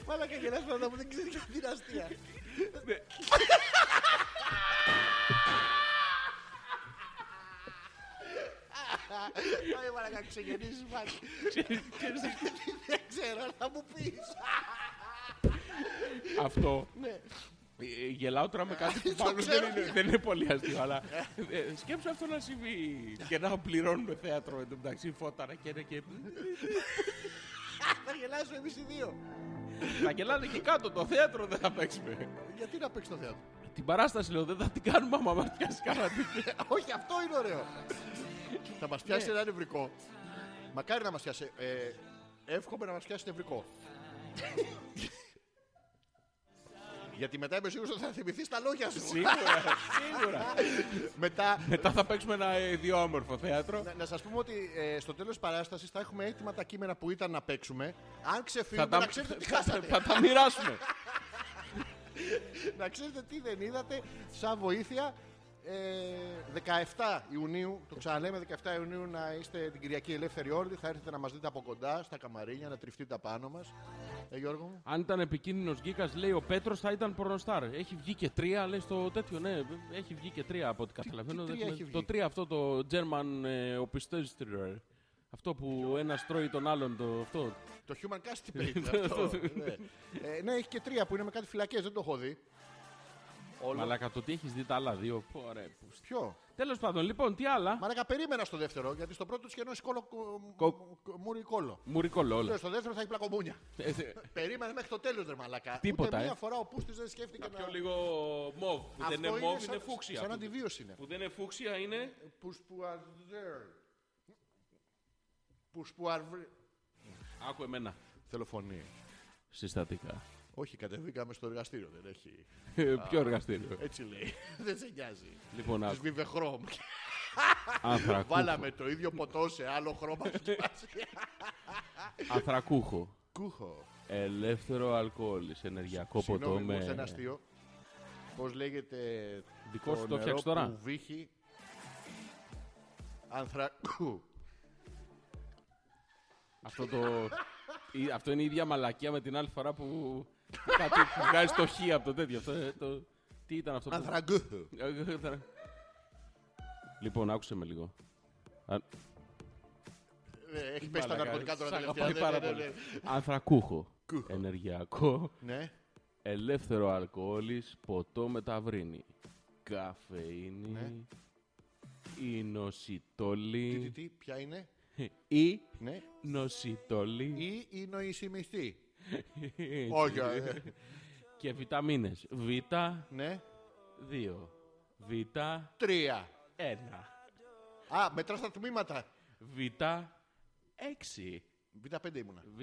Μαλάκα γελάς πράγματα που δεν ξέρεις γιατί είναι αστεία. Πάμε μαλάκα ξεγεννήσεις πάλι. Δεν ξέρω, να μου πεις. Αυτό. Ε, Γελάω τώρα με κάτι που Ναι. Το πάνω δεν ξέρω. είναι, δεν είναι πολύ αστείο, αλλά ε, σκέψου αυτό να συμβεί και να πληρώνουμε θέατρο εν τω μεταξύ φώταρα και είναι και. Θα γελάσουμε εμείς οι δύο. Θα γελάνε και κάτω, το θέατρο δεν θα παίξουμε. Γιατί να παίξει το θέατρο. Την παράσταση λέω δεν θα την κάνουμε άμα μας πιάσει κανένα τέτοιο. Όχι, αυτό είναι ωραίο. Θα μας Ναι. πιάσει ένα νευρικό. Μακάρι να μας πιάσει. Ε, Εύχομαι να μας πιάσει νευρικό. Γιατί μετά είμαι σίγουρος ότι θα θυμηθείς τα λόγια σου. Σίγουρα, σίγουρα. Μετά Μετά θα παίξουμε ένα ε, ιδιόμορφο θέατρο. Να, να σας πούμε ότι ε, στο τέλος της παράστασης θα έχουμε έτοιμα τα κείμενα που ήταν να παίξουμε. Αν Θα ξεφύγουμε, τα, να ξέρετε τι θα- χάσατε. θα τα μοιράσουμε. να ξέρετε τι δεν είδατε σαν βοήθεια. Ε, 17 Ιουνίου, το ξαναλέμε, 17 Ιουνίου να είστε την Κυριακή ελεύθερη όλοι. Θα έρθετε να μας δείτε από κοντά στα καμαρίνια, να τριφτείτε πάνω μας. Ε, Γιώργο μου. Αν ήταν επικίνδυνος γκίκα, λέει ο Πέτρος θα ήταν πορνοστάρ. Έχει βγει και τρία, λέει στο τέτοιο, ναι. Έχει βγει και τρία από ό,τι καταλαβαίνω. τι Δεν τρία έχουμε- έχει βγει? Το τρία αυτό το German ε, Opistöstrer. Αυτό που ένας τρώει τον άλλον. Το, αυτό. Το Human Cast τι παίρνει αυτό. ναι. Ε, ναι, έχει και τρία που είναι με κάτι φυλακές, δεν το έχω δει. Όλο. Μαλάκα, το τι έχεις δει τα άλλα δύο. Ποιο. Τέλος πάντων, λοιπόν, τι άλλα. Μαλάκα, περίμενα στο δεύτερο, γιατί στο πρώτο τους κενό κόλο. Κο- Μούρι κόλο. Μουρικόλο όλα. Στο δεύτερο θα έχει πλακομπούνια. Ε, ε, Περίμενε μέχρι το τέλος, ρε Μαλακά. Τίποτα, Ούτε μία ε. φορά ο Πούστης δεν σκέφτηκε να. Πιο λίγο μοβ. Που δεν είναι Αυτό μοβ, σαν- είναι φούξια. Σαν Που- αντιβίωση είναι. Που δεν είναι φούξια είναι. Πουσπουαρδέρ. Πουσπουαρβέρ. Άκου εμένα. Θελοφωνία. Συστατικά. Όχι, κατεβήκαμε στο εργαστήριο, δεν έχει. Ε, Ποιο εργαστήριο. Έτσι λέει. δεν σε νοιάζει. Λοιπόν, Τη άκου. βιβεχρόμ. Ανθρακούχο. Βάλαμε το ίδιο ποτό σε άλλο χρώμα. σκεπάζει. Ανθρακούχο. Κούχο. Ελεύθερο αλκοόλ σε ενεργειακό ποτό Συγγνώμη, μου ήρθε ένα με. αστείο. Πώς λέγεται. Δικό σου το νερό φτιάξεις τώρα. Που βύχει. Ανθρακού. Αυτό, το... η- αυτό είναι η ίδια μαλακία με την άλλη φορά που κάτι που βγάζει το χ από το τέτοιο. Αυτό, ε, το... Τι ήταν αυτό που... Ανθρακού. Λοιπόν, άκουσε με λίγο. Αν- Ε, Έχει πέσει τα Μαλάκα, ναρκωτικά τώρα σ' τελευταία. αγαπάει Ναι, πάρα ναι, ναι, πολύ. Ανθρακούχο. Κούχο. Ενεργειακό. Ναι. Ελεύθερο αλκοόλης, ποτό με ταυρίνη. Καφεΐνη. Ναι. Η Τι, τι, νοσητόλη. τι, ποια είναι. Η Ναι. νοσητόλη. Ή η νοησιμιστή. Όχι, ε, Και βιταμίνες. Β, ναι. 2. Β, Τρία. 1. Α, μετράς τα τμήματα. Β, 6. Β5 ήμουνα. Β,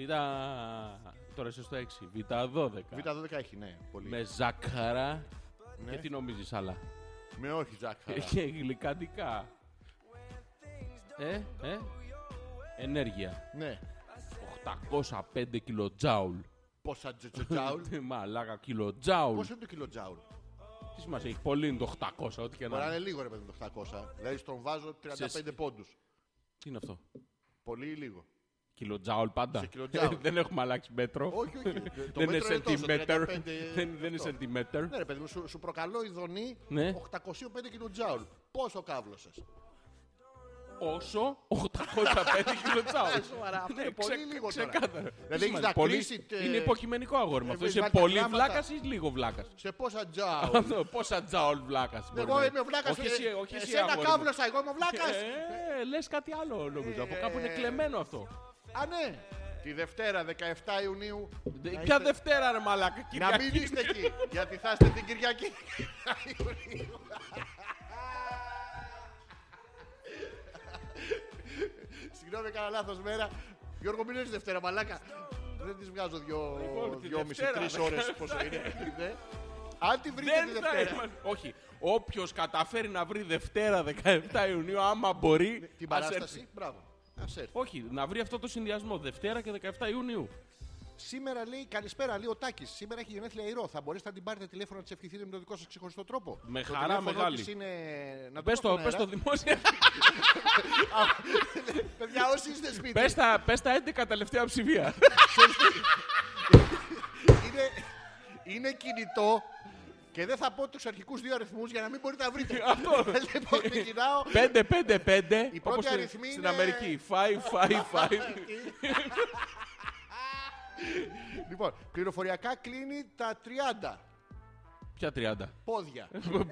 τώρα είσαι στο 6. Β, 12. Β12 έχει, ναι. Πολύ. Με ζάχαρα. Ναι. Και τι νομίζεις άλλα. Με όχι ζάχαρα. και γλυκαντικά. Ε, ε. Ενέργεια. ναι. 805 κιλοτζάουλ. Πόσα τζετζετζάουλ. Τι Μαλάκα, κιλοτζάουλ. Πόσο είναι το κιλοτζάουλ. Τι σημασία έχει, πολύ είναι το 800, ό,τι και Μπορεί να να. είναι λίγο ρε παιδί μου, το 800. Δηλαδή στον βάζω 35 Σε- πόντου. ναι. Τι είναι αυτό. Πολύ ή λίγο. Κιλοτζάουλ πάντα. Σε κιλοτζάουλ. δεν έχουμε αλλάξει μέτρο. Όχι, όχι. Το δεν είναι μέτρο τόσο, centimeter. 35, Δεν, δεν είναι αυτό. centimeter. Ναι, ρε παιδί μου, σου, σου προκαλώ η δονή Ναι. 805 κιλοτζάουλ. Πόσο κάβλωσε. Όσο 805 κιλοτζάουλ. Σοβαρά, αυτό Ναι, είναι πολύ ξε- λίγο τώρα. ξεκάθαρα. Δηλαδή έχεις Σημαίνει, πολύ- δακρύσει τε- Ε, Είναι υποκειμενικό αγόρμα. Αυτό Έχεις είσαι βάλει τα πολύ κλάματα. βλάκας ή λίγο βλάκας. Σε πόσα τζάουλ. Αυτό, Πόσα τζάουλ βλάκα. Εγώ είμαι ο βλάκας. Όχι εσύ, όχι εσύ. Εσένα αγόρι μου. κάβλωσα, εγώ είμαι ο βλάκα. Ε, λες κάτι άλλο νομίζω. Από κάπου Ε, είναι κλεμμένο αυτό. Α, ναι. Τη Δευτέρα 17 Ιουνίου. να Ποια είστε- Δευτέρα, ρε Μαλάκα. ε, Να Κυριακή. μην είστε εκεί, γιατί θα είστε την Κυριακή. Ιουνίου. Συγγνώμη, έκανα λάθος μέρα. Γιώργο, μην έρθει Δευτέρα, μαλάκα. Δεν τη βγάζω δυο, Λοιπόν, τη δυο μισή, Δευτέρα, τρει δεκαεφτά. ώρες πόσο είναι. Ναι. Αν τη βρείτε τη Δεν θα Δευτέρα. είμαστε. Όχι. Όποιος καταφέρει να βρει Δευτέρα 17 Ιουνίου, άμα μπορεί. Ναι, Την ας παράσταση, έρθει. μπράβο. Ας έρθει. Όχι, να βρει αυτό το συνδυασμό Δευτέρα και 17 Ιουνίου. Σήμερα λέει καλησπέρα, λέει ο Τάκης. Σήμερα έχει γενέθλια η Ρο. Θα μπορέσετε να την πάρετε τηλέφωνο να της ευχηθείτε με τον δικό σας ξεχωριστό τρόπο. Με Το χαρά τηλέφωνο μεγάλη. της είναι. Να Πε πω το, στον πες αέρα. το δημόσια. Παιδιά, όσοι είστε σπίτι. πες, τα, πες τα 11 τελευταία ψηφία. είναι, είναι κινητό και δεν θα πω τους αρχικούς δύο αριθμούς για να μην μπορείτε να βρείτε. Αυτό. λοιπόν, ξεκινάω. 5-5-5. Η πρώτη όπως στην- αριθμή Στην είναι- Αμερική. 5-5-5. λοιπόν, πληροφοριακά κλείνει τα 30 Ποια 30. πόδια.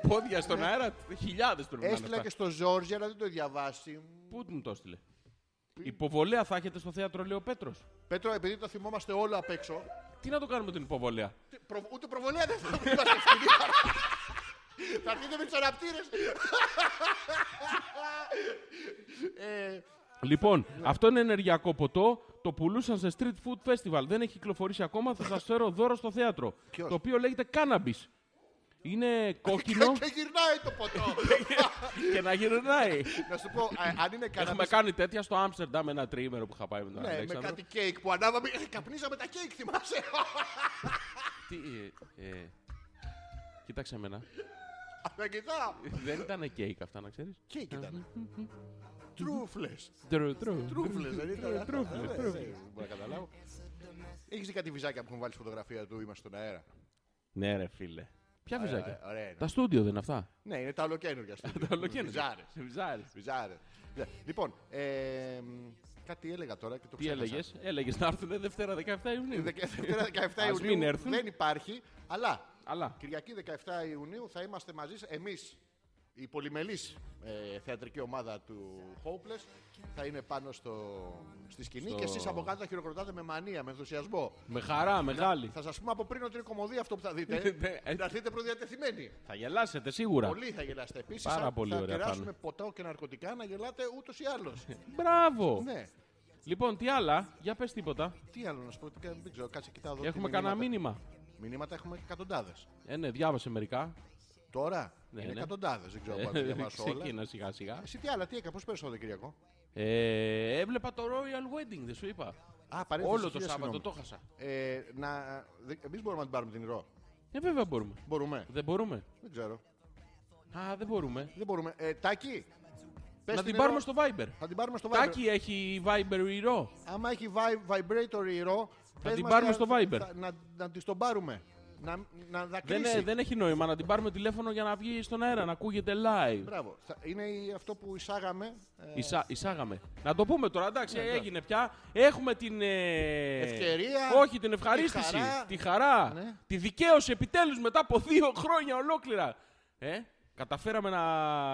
Πόδια στον αέρα, χιλιάδες πρέπει Ε, να είναι. Έστειλα αυτά. Ναι. και στο Ζόρζι, αλλά δεν το διαβάσει. Πού μου το έστειλε. Υποβολέα θα έχετε στο θέατρο, λέει ο Πέτρος. Πέτρο, επειδή το θυμόμαστε όλο απ' έξω, Τι να το κάνουμε την υποβολέα. τε- προ- ούτε προβολέα δεν θα είμαστε στην ώρα. Θα έρθετε με του αναπτύρε. Ε, Λοιπόν, αυτό είναι ενεργειακό ποτό. Το πουλούσαν σε Street Food Festival. Δεν έχει κυκλοφορήσει ακόμα. Θα σας φέρω δώρο στο θέατρο. Ποιος? Το οποίο λέγεται Cannabis. Είναι κόκκινο Και γυρνάει το ποτό. και να γυρνάει. Να σου πω, α, αν είναι κανένα. Έχουμε κάνει τέτοια στο Άμστερνταμ ένα τριήμερο που είχα πάει με τον Ναι, με Αλέξανδρο. κάτι κέικ που ανάβαμε. Ε, Καπνίζαμε τα κέικ, θυμάσαι. Τι, ε, ε, κοίταξε εμένα. Να κοιτάω. Δεν ήταν κέικ αυτά, να ξέρεις. Κέικ ήταν. Τρούφλες. Τρου, τρου. Τρούφλες, δεν ήταν. τρούφλες, Ε, τρούφλες. δεν Μπορώ να καταλάβω. Έχεις δει κάτι βυζάκια που έχουν βάλει στη φωτογραφία του Είμαστε στον αέρα. Ναι, ρε φίλε. Ποια Ωραία, βυζάκια. ωραία είναι. Τα στούντιο δεν είναι αυτά. Ναι, είναι τα ολοκένουργια. ε, Τα Ολοκαίνουργια. Βυζάρες. Βυζάρες. Λοιπόν, ε, μ, κάτι έλεγα τώρα και το Τι ξέχασα. Ε, έλεγες, έλεγες να έρθουν Δευτέρα 17 Ιουνίου. Δευτέρα 17 Ας μην Ιουνίου έρθουν. δεν υπάρχει, αλλά Αλλά. Κυριακή 17 Ιουνίου θα είμαστε μαζί σας εμείς, η πολυμελής ε, θεατρική ομάδα του Hopeless θα είναι πάνω στο, στη σκηνή Στο- και εσείς από κάτω θα χειροκροτάτε με μανία, με ενθουσιασμό. Με χαρά, μεγάλη. Θα σας πούμε από πριν ότι είναι κομμωδία αυτό που θα δείτε. Ναι, έτσι. να έρθετε προδιατεθειμένοι. Θα γελάσετε σίγουρα. Πολύ θα γελάσετε. Επίσης Πάρα θα, πολύ θα ωραία κεράσουμε πάνω. ποτό και ναρκωτικά να γελάτε ούτως ή άλλως. Μπράβο. ναι. Λοιπόν, τι άλλα, για πες τίποτα. Τι άλλο να σου πω, τι κα- δεν ξέρω, κάτσε κοιτάω εδώ. τι Έχουμε μηνύματα. κανένα μήνυμα. Μηνύματα έχουμε εκατοντάδες. Ε, ναι, διάβασε μερικά. Τώρα Ναι, είναι ναι. εκατοντάδες, δεν ξέρω αν μπορώ να τα διαβάσω όλα. Ξεκίνα σιγά σιγά. Εσύ τι άλλα, τι έκανε, πώς πέρασε τον Κυριακό. Ε, έβλεπα το Royal Wedding, δεν σου είπα. Α, παρένθεση, Όλο το χίλια Σάββατο συγγνώμη. το χάσα. Ε, να... Εμείς μπορούμε να την πάρουμε την ηρώα. Ε, βέβαια μπορούμε. Μπορούμε. Δεν μπορούμε. Δεν ξέρω. Α, δεν μπορούμε. Δεν μπορούμε. Ε, τάκι. πες Να την Ρο. πάρουμε στο Viber. Θα την πάρουμε στο Viber. Τάκι έχει Viber ή Ρο. Άμα έχει vi- vibrator η ρο. πες την μας πάρουμε τι- στο Viber. θα- να, να τη τον πάρουμε. Να, να Δεν, δακρύσει. ε, δεν έχει νόημα να την πάρουμε τηλέφωνο για να βγει στον αέρα, να ακούγεται live. Μπράβο. Θα- Είναι η- αυτό που εισάγαμε. ε, Εισά, εισάγαμε. Να το πούμε τώρα, Ναι, εντάξει, έγινε πια. Έχουμε την. ε, Ευκαιρία, Όχι, την ευχαρίστηση. τη Τη χαρά. χαρά. Ναι. Τη δικαίωση επιτέλους μετά από δύο χρόνια ολόκληρα. Ε, καταφέραμε να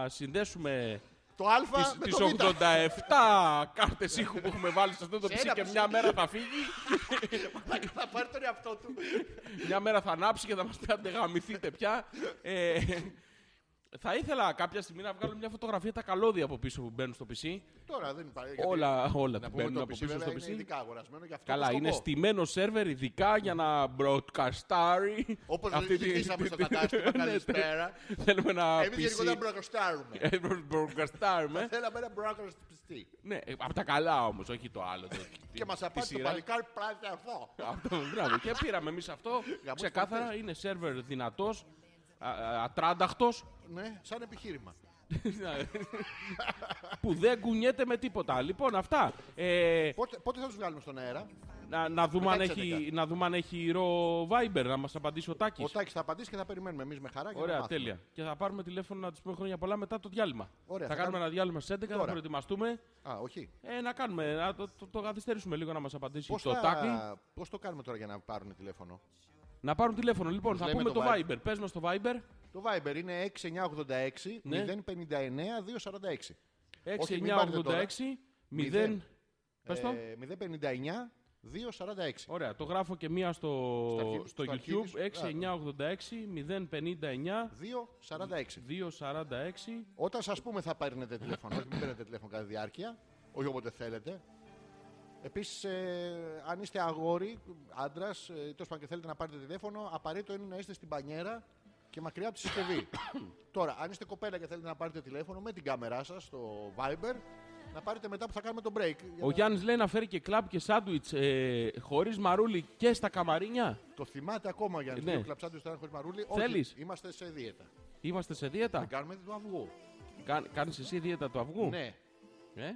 συνδέσουμε το Α τις, με τις το Β. 87 κάρτες ήχου που έχουμε βάλει σε αυτό το Σε PC ένα και PC. μια μέρα θα φύγει, Θα πάρει τον εαυτό του. μια μέρα θα ανάψει και θα μας πει αντεγαμηθείτε πια. Ε, θα ήθελα κάποια στιγμή να βγάλω μια φωτογραφία τα καλώδια από πίσω που μπαίνουν στο PC. Τώρα δεν υπάρχει. Ε, γιατί- Όλα, όλα Να που πούμε μπαίνουν το από PC πίσω βέβαια στο είναι PC. ειδικά αγορασμένο για αυτό Καλά, το είναι σκοπό. στημένο σερβερ ειδικά για να broadcastάρει. Όπως αυτή τη- ζητήσαμε στο τη- κατάστημα, Ναι, καλησπέρα. Θέλουμε να Εμείς γενικότερα μπροκοστάρουμε. Ε, broadcastάρουμε. Θέλαμε ένα broadcast πιστή. Ναι, από τα καλά όμως, όχι το άλλο. το- Και τη- μας τη απάντησε το σειρά. παλικάρι πράγματι αυτό. Αυτό, μπράβο. Και πήραμε εμείς αυτό. τις Ξεκάθαρα είναι σερβερ δυνατός, ατράνταχτος, Ναι, σαν επιχείρημα. που δεν κουνιέται με τίποτα. Λοιπόν, αυτά. Ε, Πότε, πότε θα τους βγάλουμε στον αέρα, να, να, δούμε αν Μετά τις έχει, 11. να δούμε αν έχει ρο Viber να μας απαντήσει ο Τάκης. Ο Τάκης θα απαντήσει και θα περιμένουμε εμείς με χαρά. Και να Ωραία, μάθουμε. τέλεια. Και θα πάρουμε τηλέφωνο να τους πούμε χρόνια πολλά μετά το διάλειμμα. Ωραία, θα, θα κάνουμε κάνουμε- ένα διάλειμμα στις 11, θα Τώρα. προετοιμαστούμε. Α, όχι. Ε, να κάνουμε, να το, το, το καθυστερήσουμε λίγο να μας απαντήσει Πώς το Τάκη. θα... πώς το κάνουμε τώρα για να πάρουν τηλέφωνο. Να πάρουν τηλέφωνο. Λοιπόν, θα λέμε πούμε το το Viber. Πες μας το Viber. Το Viber είναι 6986 Ναι. 059 246. Όχι, μην πάρετε τώρα. 6986 0. Μηδέν. Πες το. Ε, 059 246. Ωραία, το γράφω και μία στο, Στο αρχίδι- στο στο αρχίδι σου. YouTube. 246. 6986 059 246. Όταν σας πούμε θα παίρνετε τηλέφωνο, όχι μην παίρνετε τηλέφωνο κατά τη διάρκεια, όχι όποτε θέλετε. Επίσης, αν είστε αγόρι, άντρας, ε, τέλος πάντων και θέλετε να πάρετε τηλέφωνο, απαραίτητο είναι να είστε στην πανιέρα και μακριά από τη συσκευή. Τώρα, αν είστε κοπέλα και θέλετε να πάρετε τηλέφωνο με την κάμερά σας στο Viber, να πάρετε μετά που θα κάνουμε το break. για Ο να- Γιάννης λέει να φέρει και κλαμπ και σάντουιτ ε, χωρίς μαρούλι και στα καμαρίνια. Το θυμάται ακόμα ο Γιάννης. Ναι. Ναι. Κλαψάντου ήταν χωρίς μαρούλι. Θέλεις? Όχι, είμαστε σε δίαιτα. Είμαστε σε Δεν δίαιτα. κάνουμε του αυγού. Κα... Κάνεις εσύ δίαιτα του αυγού. Ναι. Ε?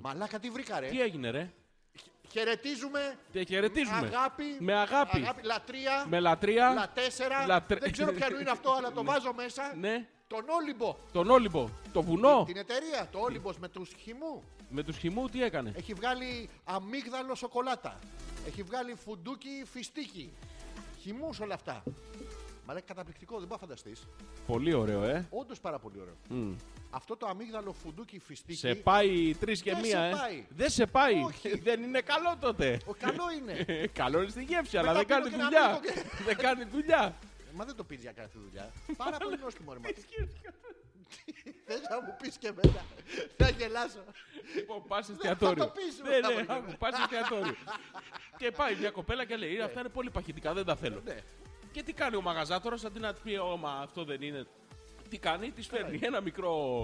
Μαλάκα τι βρήκα, ρε. Τι έγινε, ρε. Χαιρετίζουμε. Και χαιρετίζουμε. Αγάπη. Με αγάπη. λατρεία. Με λατρεία. Λατέσσερα. Λατρε- Δεν ξέρω ποιανού είναι αυτό, αλλά το βάζω μέσα. Ναι. Τον Όλυμπο. Τον Όλυμπο. Το βουνό. Την εταιρεία. Το Όλυμπος με τους χυμού. Με τους χυμού τι έκανε. Έχει βγάλει αμύγδαλο σοκολάτα. Έχει βγάλει φουντούκι φιστίκι. Χυμούς όλα αυτά. Μα λέει καταπληκτικό, δεν μπορεί να φανταστείς. Πολύ ωραίο, ε. Όντως πάρα πολύ ωραίο. Αυτό το αμύγδαλο φουντούκι φιστίκι. Σε πάει τρεις και Δεν μία, σε ε. πάει. Δεν σε πάει. Όχι. Δεν είναι καλό τότε. Ο, καλό είναι. Ε, Καλό είναι στη γεύση, αλλά δεν Μετά κάνει πίνω και δουλειά. ένα μήκο Δεν κάνει δουλειά. Μα δεν το πίνει για κάθε δουλειά. Πάρα πολύ νόστιμο ρε μάτι. Θες να μου πεις και εμένα. Θα γελάσω. Λοιπόν, πας εστιατόριο. θα το πεις, Ναι, ναι, μπράβο, άκου, πα εστιατόριο. Και πάει μια κοπέλα και λέει: Αυτά είναι πολύ παχητικά, δεν τα θέλω. Ναι. Και τι κάνει ο μαγαζάτορας, αντί να τη πει: Ω, μα αυτό δεν είναι. Τι κάνει, Ναι. τη φέρνει ένα μικρό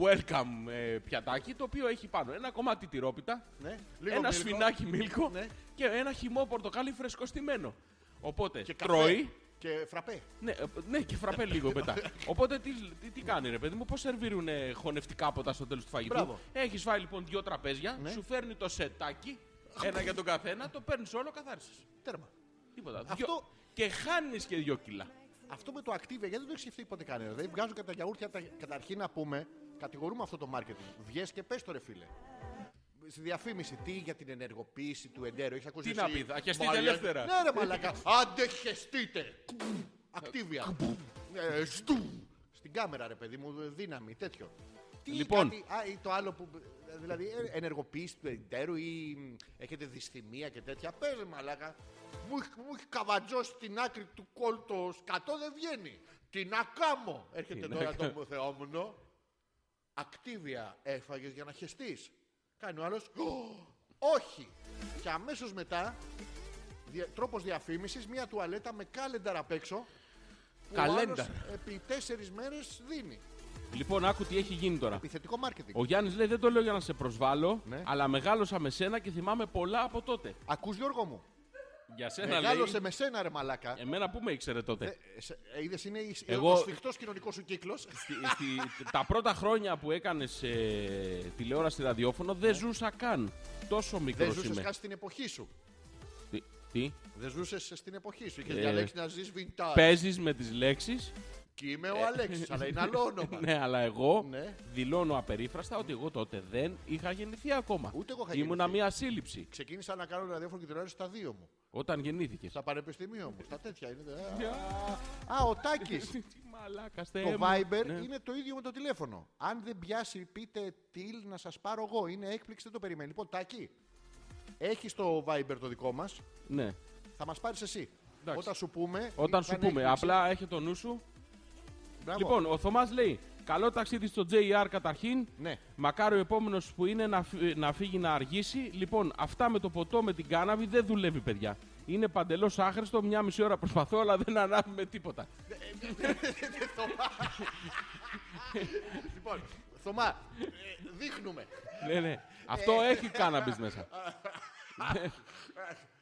welcome ε, πιατάκι το οποίο έχει πάνω ένα κομμάτι τυρόπιτα, Ναι, λίγο ένα μίλκο. σφινάκι μίλκο Ναι. και ένα χυμό πορτοκάλι φρεσκοστημένο. Οπότε Και καφέ. τρώει, Και φραπέ. ναι, ε, ναι, και φραπέ λίγο μετά. Οπότε τι, τι, τι κάνει, ρε παιδί μου, πώς σερβίρουν χωνευτικά ποτά στο τέλος του φαγητού. Μπράβο. Έχεις φάει λοιπόν δύο τραπέζια, Ναι. σου φέρνει το σετάκι, ένα για τον καθένα, το παίρνεις όλο, καθάρισες. Τέρμα. Τίποτα. Αυτό- Δυο- Και χάνεις και δύο κιλά. Αυτό με το Activia, γιατί δεν το έχει σκεφτεί ποτέ κανένα. Δηλαδή βγάζω κατά τα γιαούρτια τα- καταρχήν να πούμε, κατηγορούμε αυτό το marketing. Βγες και πες το ρε φίλε. Στη διαφήμιση, τι για την ενεργοποίηση του εντέρου, έχεις ακούσει. Τι εσύ? να πεις, θα χεστείτε Μάλια- ελεύθερα. Ναι, ρε μαλακά. Άντε χεστείτε. Ακτίβια. Ε, Στην κάμερα, ρε παιδί μου, δύναμη, τέτοιο. Τι Λοιπόν. κάτι- α, ή το άλλο που. Δηλαδή, ε, ενεργοποίηση του εντέρου ή μ, έχετε δυσθυμία και τέτοια. Πες ρε μαλάκα. Μου, έχει- μου έχει καβατζώσει την άκρη του κόλ το σκατό, δεν βγαίνει. Τι να κάμω. Έρχεται Τι να τώρα το θεόμουνο. Ακτίβια έφαγες για να χεστείς. Κάνει ο άλλος «Ω, Όχι. Και αμέσως μετά, δια, τρόπος διαφήμισης, μια τουαλέτα με κάλενταρ απ' έξω που Καλέντα. ο άλλος επί τέσσερις μέρες δίνει. Λοιπόν, άκου τι έχει γίνει τώρα. Επιθετικό μάρκετινγκ. Ο Γιάννης λέει: Δεν το λέω για να σε προσβάλλω, Ναι. αλλά μεγάλωσα με σένα και θυμάμαι πολλά από τότε. Ακούς Γιώργο μου. Για σένα Μεγάλωσε Ε, λέει. με σένα, ρε μαλάκα. Ε, Εμένα που με ήξερε τότε. Είδες, είναι η- Εγώ- ο σφιχτός κοινωνικός σου κύκλος. Στη- στη- τα πρώτα χρόνια που έκανες ε, τηλεόραση ραδιόφωνο δεν ζούσα καν. Τόσο Ναι. Δεν μικρό ζούσες είμαι. καν στην εποχή σου. Τι, τι? Δεν ζούσες στην εποχή σου. Είχες Ε, διαλέξει να ζεις vintage. Παίζεις με τις λέξεις. Και είμαι ο Αλέξης, αλλά είναι άλλο όνομα. Ε, ναι, αλλά εγώ Ναι. δηλώνω απερίφραστα ότι εγώ τότε δεν είχα γεννηθεί ακόμα. Ούτε εγώ είχα Ήμουνα γεννηθεί. μία σύλληψη Ξεκίνησα να κάνω ραδιόφωνο και τηλεόραση στα δύο μου. όταν γεννήθηκες. Στα πανεπιστήμια μου. Στα τέτοια είναι. Α, Α, ο Τάκης. Το Το Viber Ναι, είναι το ίδιο με το τηλέφωνο. Αν δεν πιάσει, πείτε τιλ να σας πάρω εγώ. Είναι έκπληξη, δεν το περιμένει. Λοιπόν, Τάκη, έχεις το Viber το δικό μας. Ναι. Θα μας πάρεις εσύ. Εντάξει. Όταν σου πούμε. Όταν θα σου είναι πούμε, έκπληξη. απλά έχει το νου σου. Μπράβο. Λοιπόν, ο Θωμάς λέει: Καλό ταξίδι στο JR καταρχήν. Ναι. Μακάρι ο επόμενος που είναι να, φυ- να φύγει να αργήσει. Λοιπόν, αυτά με το ποτό με την κάναβη δεν δουλεύει, παιδιά. Είναι παντελώς άχρηστο. Μια μισή ώρα προσπαθώ, αλλά δεν ανάβει με τίποτα. Λοιπόν, Θωμά, ε, δείχνουμε. ναι, ναι. Αυτό Ε. έχει κάναβης μέσα.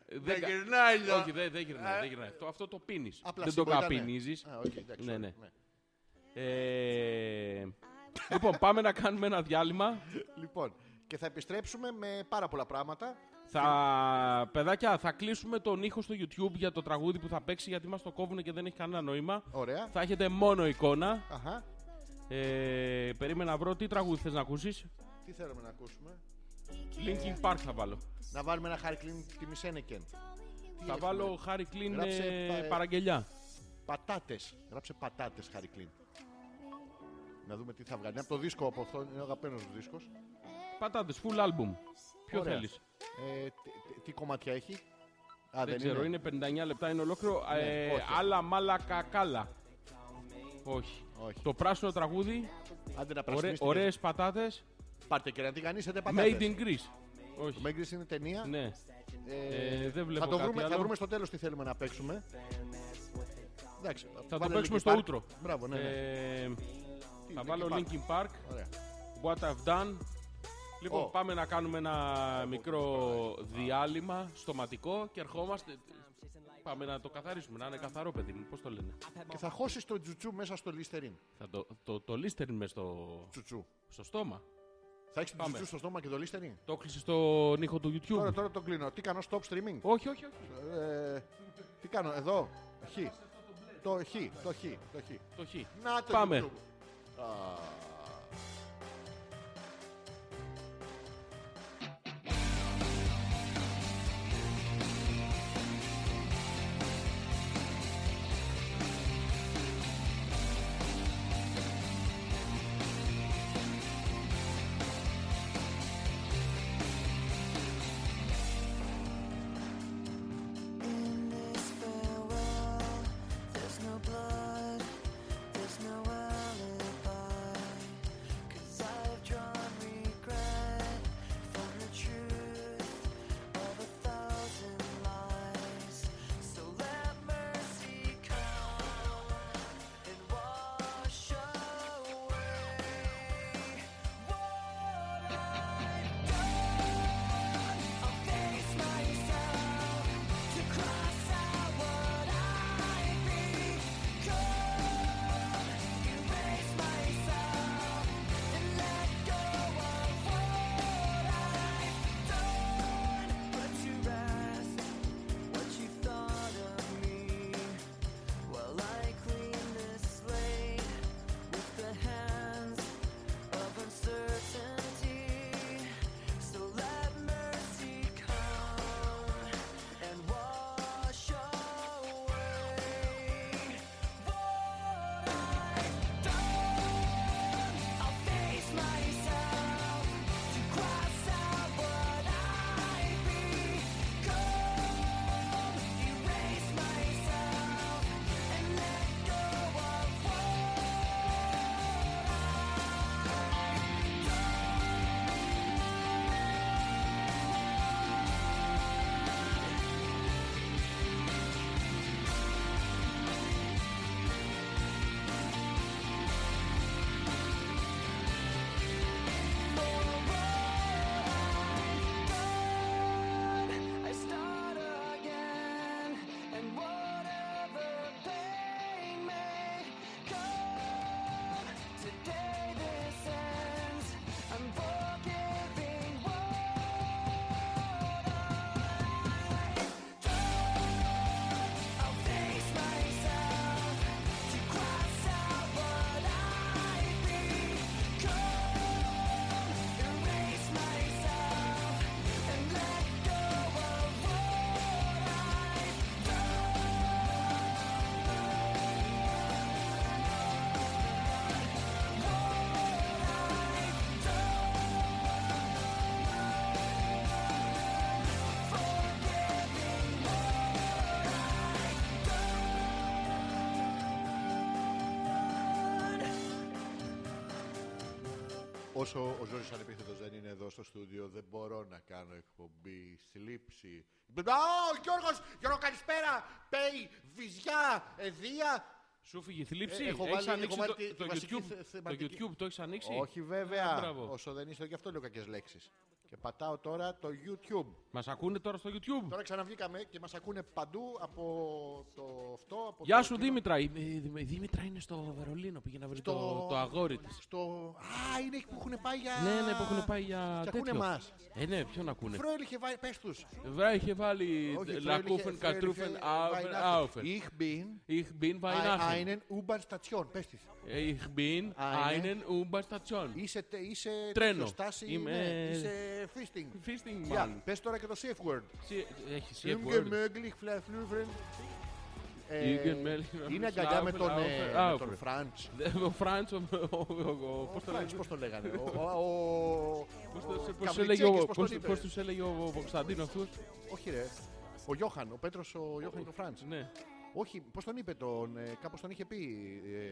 Δεν κα- γυρνάει, λέω. Ε, Όχι, δεν δεν γυρνάει. δεν γυρνάει. Το- Αυτό το πίνεις. Απλά Δεν το σίγουρα ήταν, ναι. καπινίζει. Α, οκ, εντάξει, Ναι, sorry, ναι. Ε, λοιπόν, πάμε να κάνουμε ένα διάλειμμα. Λοιπόν, και θα επιστρέψουμε με πάρα πολλά πράγματα. Θα, παιδάκια, θα κλείσουμε τον ήχο στο YouTube για το τραγούδι που θα παίξει γιατί μας το κόβουν και δεν έχει κανένα νόημα. Ωραία. Θα έχετε μόνο εικόνα. Αχα. Ε, περίμενα να βρω τι τραγούδι θες να ακούσεις. Τι θέλουμε να ακούσουμε. Linkin Park θα βάλω. Να βάλουμε ένα Harry Clean τη Μισένεκεν. θα βάλω Harry Clean Γράψε, ε, πα- ε, παραγγελιά. Πατάτες. Γράψε πατάτες Harry Clean. Να δούμε τι θα βγάλει. Είναι από το δίσκο από αυτό. Είναι ο αγαπημένος μου δίσκος. Πατάτες, full album. Ποιο Ωραία. θέλεις. Ε, τι, τι- τι κομμάτια έχει. Α, Δεν, ξέρω, είναι. 59 λεπτά, είναι ολόκληρο. ε, Ναι, όχι. άλλα μάλα κακάλα. Όχι. Όχι. Το πράσινο τραγούδι, Άντε να ωραίε πρασινίσετε. ωραίες πατάτες, Πάρτε και να τη γανίσετε πατάτες. made in Greece. Όχι. Το Μέγκρις είναι ταινία. Ναι. Ε, Ε, δεν βλέπω θα, το κάτι βρούμε, θα άλλο. βρούμε στο τέλος τι θέλουμε να παίξουμε. Εντάξει, Θα το βάλε παίξουμε Linkin στο Park. ούτρο. Μπράβο, ναι, ναι. Ε, Τι, θα Linkin βάλω Park. Linkin Park, Ωραία. What I've Done. Λοιπόν, Ω. πάμε να κάνουμε ένα μικρό διάλειμμα στοματικό και ερχόμαστε. Πάμε να το καθαρίσουμε, να είναι καθαρό παιδί μου, πώς το λένε. Και θα χώσεις το τζουτσού μέσα στο λιστερίν. Θα το, το, το λίστερν μες στο, Τζουτσού. στο στόμα. Θα έχεις το Πάμε. τζουτσού στο στόμα και το λιστερίν. Το κλείσε στον ήχο του YouTube. Τώρα, τώρα το κλείνω. Τι κάνω, stop streaming. Όχι, όχι, όχι. Ε, τι κάνω, εδώ. Χ. Το χ, το χ, το χ. Το χ. Να το Πάμε. YouTube. In this farewell, there's no blood, there's no alibi. Όσο ο Ζόρις Ανεπίθετος δεν είναι εδώ στο στούντιο, δεν μπορώ να κάνω εκπομπή στη λήψη. Α, ο Γιώργος! Γιώργο, καλησπέρα! Πέι, βυζιά, εδία. Σου φύγει η θλίψη. Ε, έχω έχεις βάλει- έχω ανοίξει βάλει το, τη- τη το, βασική θε- YouTube, το θεματική. YouTube, το έχεις ανοίξει. Όχι βέβαια, Α, Ναι, μπράβο. όσο δεν είστε, γι' αυτό λέω κακές λέξεις. Και πατάω τώρα το YouTube. Μας ακούνε τώρα στο YouTube. Τώρα ξαναβγήκαμε και μας ακούνε παντού από το αυτό. Από Γεια το σου κοινό. Δήμητρα. Η, η- Ε, η- η Δήμητρα είναι στο Βερολίνο. Πήγε να βρει Στο- το, το αγόρι της. Στο... Α, είναι εκεί που έχουν πάει για... Ναι, ναι, που έχουν πάει για Και ακούνε τέτοιο. εμάς. Ε, ναι, ποιον ακούνε. Φρόιλ είχε βάλει, πες τους. Βρά είχε βάλει Όχι, Φρόιλ είχε- Λακούφεν, Φρόιλ είχε Κατρούφεν, Aufen, Weihnachten. Aufen. Ich bin Ich bin Weihnachten. einen U-Bahn-Station. Πες της. Ich bin Eine- einen U-Bahn-Station. Είσαι, τε- είσαι Τρένο. τέτοιος, στάση, Είμαι- ναι, είσαι fisting. Fisting Γεια. man. Πες τώρα και το safe word. Συ- Έχει Ingen word. möglich flüfren. Ingen möglich- Ε, Είναι αγκαλιά με τον, Flaufen, ε, Aufen. με τον Φραντς. Ο Φραντς, ο- ο- ο- ο- Ο πώς Φραντς, το λέγανε. πώς το λέγανε. Ο- ο- ο- Πώς το- ο πώς τους Καβλιτσέκης, έλεγε ο- πώς πώς- τον είπε. Πώς τους έλεγε ο ο Κωνσταντίνος αυτούς. Όχι ρε. Ο Γιώχαν, ο Πέτρος, ο Γιώχαν και ο Φραντς. Ναι, Όχι, πώς τον είπε τον, ε, κάπως τον είχε πει.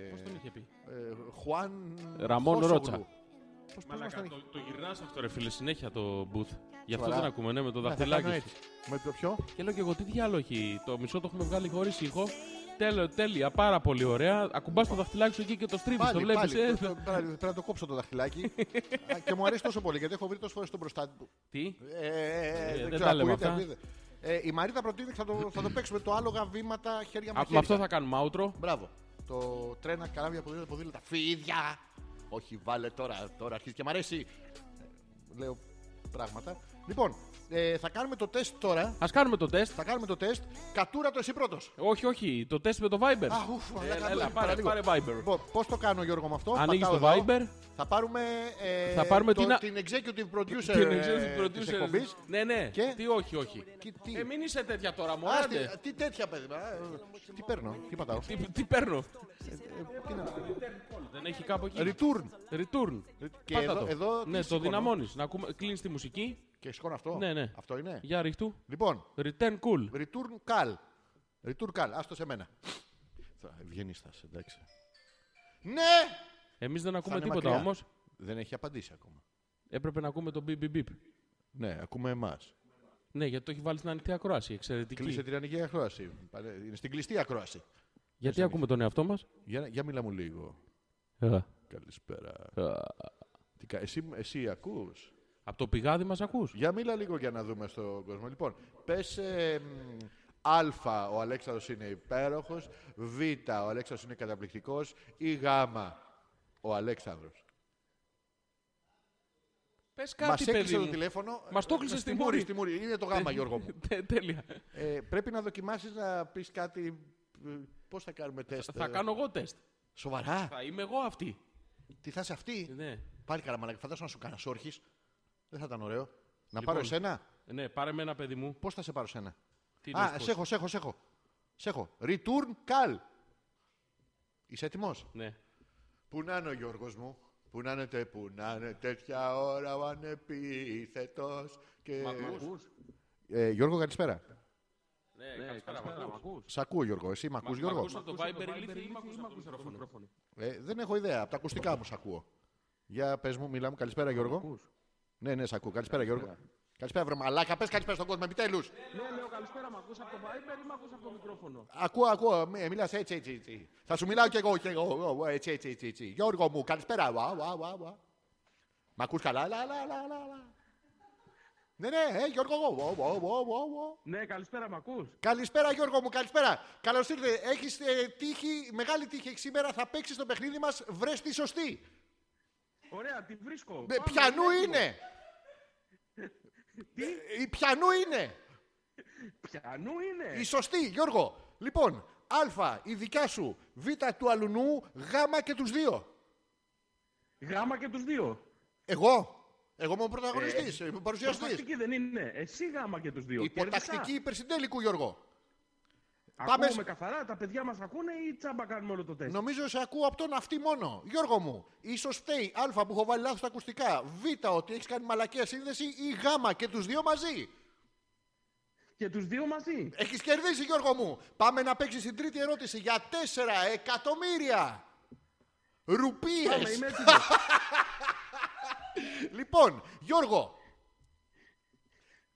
ε, πώς τον είχε πει. ε, Χουάν Ραμόν Χόσογλου. Ρότσα. Πώς πώς μας Μαλάκα, τον το, είχε. το γυρνάς αυτό ρε φίλε, συνέχεια το booth. Γι' αυτό Σοβαρά. δεν ακούμε, ναι, με το Να, θα κάνω δαχτυλάκι σου. έτσι. Με το ποιο? Και λέω και εγώ, τι διάλογο έχει, το μισό το έχουμε βγάλει χωρίς ήχο. Τέλεια, τέλεια, πάρα πολύ ωραία. Ακουμπάς το δαχτυλάκι σου εκεί και το στρίβεις, το Πάλι, βλέπεις. πάλι. ε. Το- το- Πρέπει πρέπει να το κόψω το δαχτυλάκι. Α, και μου αρέσει τόσο πολύ γιατί έχω βρει τόσες φορές τον μπροστά του. Τι, Ε, ε, Ε, ε, δεν ξέρω, τα λέμε ακούγεται, αυτά. ακούγεται. Ε, η Μαρίτα προτείνει θα το, θα το παίξουμε το άλογα βήματα χέρια με Α, με χέρια. αυτό θα κάνουμε outro. Μπράβο. Το τρένα, καράβια, ποδήλατα, ποδήλατα. Φίδια! Όχι, βάλε τώρα, τώρα αρχίζει και μ' αρέσει. Ε, Λέω πράγματα. Λοιπόν, ε, θα κάνουμε το τεστ τώρα. Ας κάνουμε το τεστ. Θα κάνουμε το τεστ. Κατούρα το εσύ πρώτος. Όχι, όχι, το τεστ με το Viber. Α, ουφ, μαλάκα, Ε, Έλα, το- έλα, πάρε, παραλίγο. πάρε Viber. Λοιπόν, πώς το κάνω, Γιώργο, με αυτό. Ανοίγεις Πατάω το εδώ. Viber. Θα πάρουμε, ε, Θα πάρουμε το- την α- την executive producer Την ε, executive της producer. εκπομπής. Ναι, ναι. Και- Τι, όχι, όχι. Και τι. Ε, μην είσαι τέτοια τώρα, μου Α, άντε. τι- Τι τέτοια παιδιά. ε, Τι παίρνω, τι πατάω. Τι, τι παίρνω. Τι να- Δεν έχει κάπου εκεί. Return. Return. Και Πάτα εδώ- το. εδώ τι ναι, το σηκώνω? δυναμώνεις. Να ακούμε... κλείνεις τη μουσική. Και σηκώνω αυτό. Ναι, ναι. Αυτό είναι. Για ριχτού. Λοιπόν, Return cool. return call. Return call, άστο σε μένα. Θα- Ευγενής θα είσαι, εντάξει. Ναι! Εμείς δεν ακούμε είναι τίποτα μακριά. όμως. Δεν έχει απαντήσει ακόμα. Έπρεπε να ακούμε το beep beep beep. Ναι, ακούμε εμάς. Ναι, γιατί το έχει βάλει στην ανοιχτή ακρόαση. Εξαιρετική. Κλείσε την ανοιγή ακρόαση. Παλέ- Είναι στην κλειστή ακρόαση. Γιατί ακούμε τον εαυτό Ε. μας. Για, για μιλά μου λίγο. Καλησπέρα. Τι κα- Εσύ, εσύ ακούς. Από το πηγάδι μας ακούς. Για μίλα λίγο για να δούμε στον κόσμο. Λοιπόν, πες ε, μ, Α, ο Αλέξανδρος είναι υπέροχος. Β, ο Αλέξανδρος είναι καταπληκτικός. Ή Γ, ο Αλέξανδρος. Πες Μα κάτι, έκλεισε παιδί το μου. τηλέφωνο. Μας το έκλεισε Μας στη τιμώρησε μούρη. Ε, στη μούρη. Είναι το γάμα, Γιώργο μου. Τε- Ναι, Τέλεια. Ε, πρέπει να δοκιμάσεις να πεις κάτι. ε, Πώς θα κάνουμε τεστ. Θα ε, κάνω εγώ τεστ. Σοβαρά. Θα είμαι εγώ αυτή. Τι θα είσαι αυτή. Ναι. Πάλι καραμαλάκι. Φαντάζομαι να σου κάνω όρχης. Δεν θα ήταν ωραίο. Να πάρω εσένα. Ναι, πάρε με ένα παιδί μου. Πώς θα σε πάρω σένα. Τι λες, Α, πώς. σε έχω, σε έχω, σε έχω. Σε έχω. Return call. Είσαι έτοιμος. Ναι. Πού να είναι ο Γιώργος μου. Πού να είναι, τε- πού να είναι τέτοια ώρα ο ανεπίθετος. Και... Ε, Γιώργο, καλησπέρα. Ναι, καλησπέρα, μ' ακούς. Σ' ακούω, Γιώργο. Εσύ μ' ακούς, Γιώργο. Ακούς από το Viber ηλίθι ή μ' ακούς από το μικρόφωνο. Ε, δεν έχω ιδέα. Από τα ακουστικά μου σ' ακούω. Για πες μου, μιλά μου. Καλησπέρα, Γιώργο. Ναι, ναι, σ' ακούω. Καλησπέρα, Γιώργο. Καλησπέρα, βρε μαλάκα. Πες καλησπέρα στον κόσμο, επιτέλους. Ναι, λέω καλησπέρα, μ' ακούς από το Viber ή μ' ακούς από το μικρόφωνο. Ακούω, ακούω. Μιλάς έτσι, έτσι, έτσι. Θα σου μιλάω κι εγώ, κι εγώ. εγώ, εγώ, Έτσι, έτσι, έτσι, έτσι. Γιώργο μου, καλησπέρα. Βα, βα, βα, βα. Μ' ακούς καλά, λα, λα, λα, λα, λα. Ναι, ναι, ε, Γιώργο. εγώ, εγώ, εγώ, εγώ, εγώ, εγώ. Ναι, καλησπέρα, μ' ακούς. Καλησπέρα, Γιώργο μου, καλησπέρα. Καλώς ήρθε. Έχεις ε, τύχη, μεγάλη τύχη έχεις σήμερα. Θα παίξεις το παιχνίδι μας. Βρες τη σωστή. Ωραία, τη βρίσκω. Ναι, Πιανού είναι. Ε, Η πιανού είναι. Πιανού είναι. Η σωστή, Γιώργο. Λοιπόν, Α, η δικιά σου. Β, του αλουνού. Γ και τους δύο. Γάμα και τους δύο. Εγώ. Εγώ είμαι ο πρωταγωνιστής. είμαι ο παρουσιαστής. δεν είναι. Εσύ γάμα και τους δύο. Υποτακτική υπερσυντέλικου, Γιώργο. Πάμε σ- καθαρά, τα παιδιά μας ακούνε ή τσάμπα κάνουμε όλο το τεστ. Νομίζω σε ακούω από τον αυτή μόνο. Γιώργο μου, ίσως φταίει Α που έχω βάλει λάθος τα ακουστικά. Β ότι έχεις κάνει μαλακία σύνδεση ή Γ και τους δύο μαζί. Και τους δύο μαζί. Έχεις κερδίσει, Γιώργο μου. Πάμε να παίξει την τρίτη ερώτηση για 4 ε, εκατομμύρια ρουπίες. Λοιπόν, Γιώργο.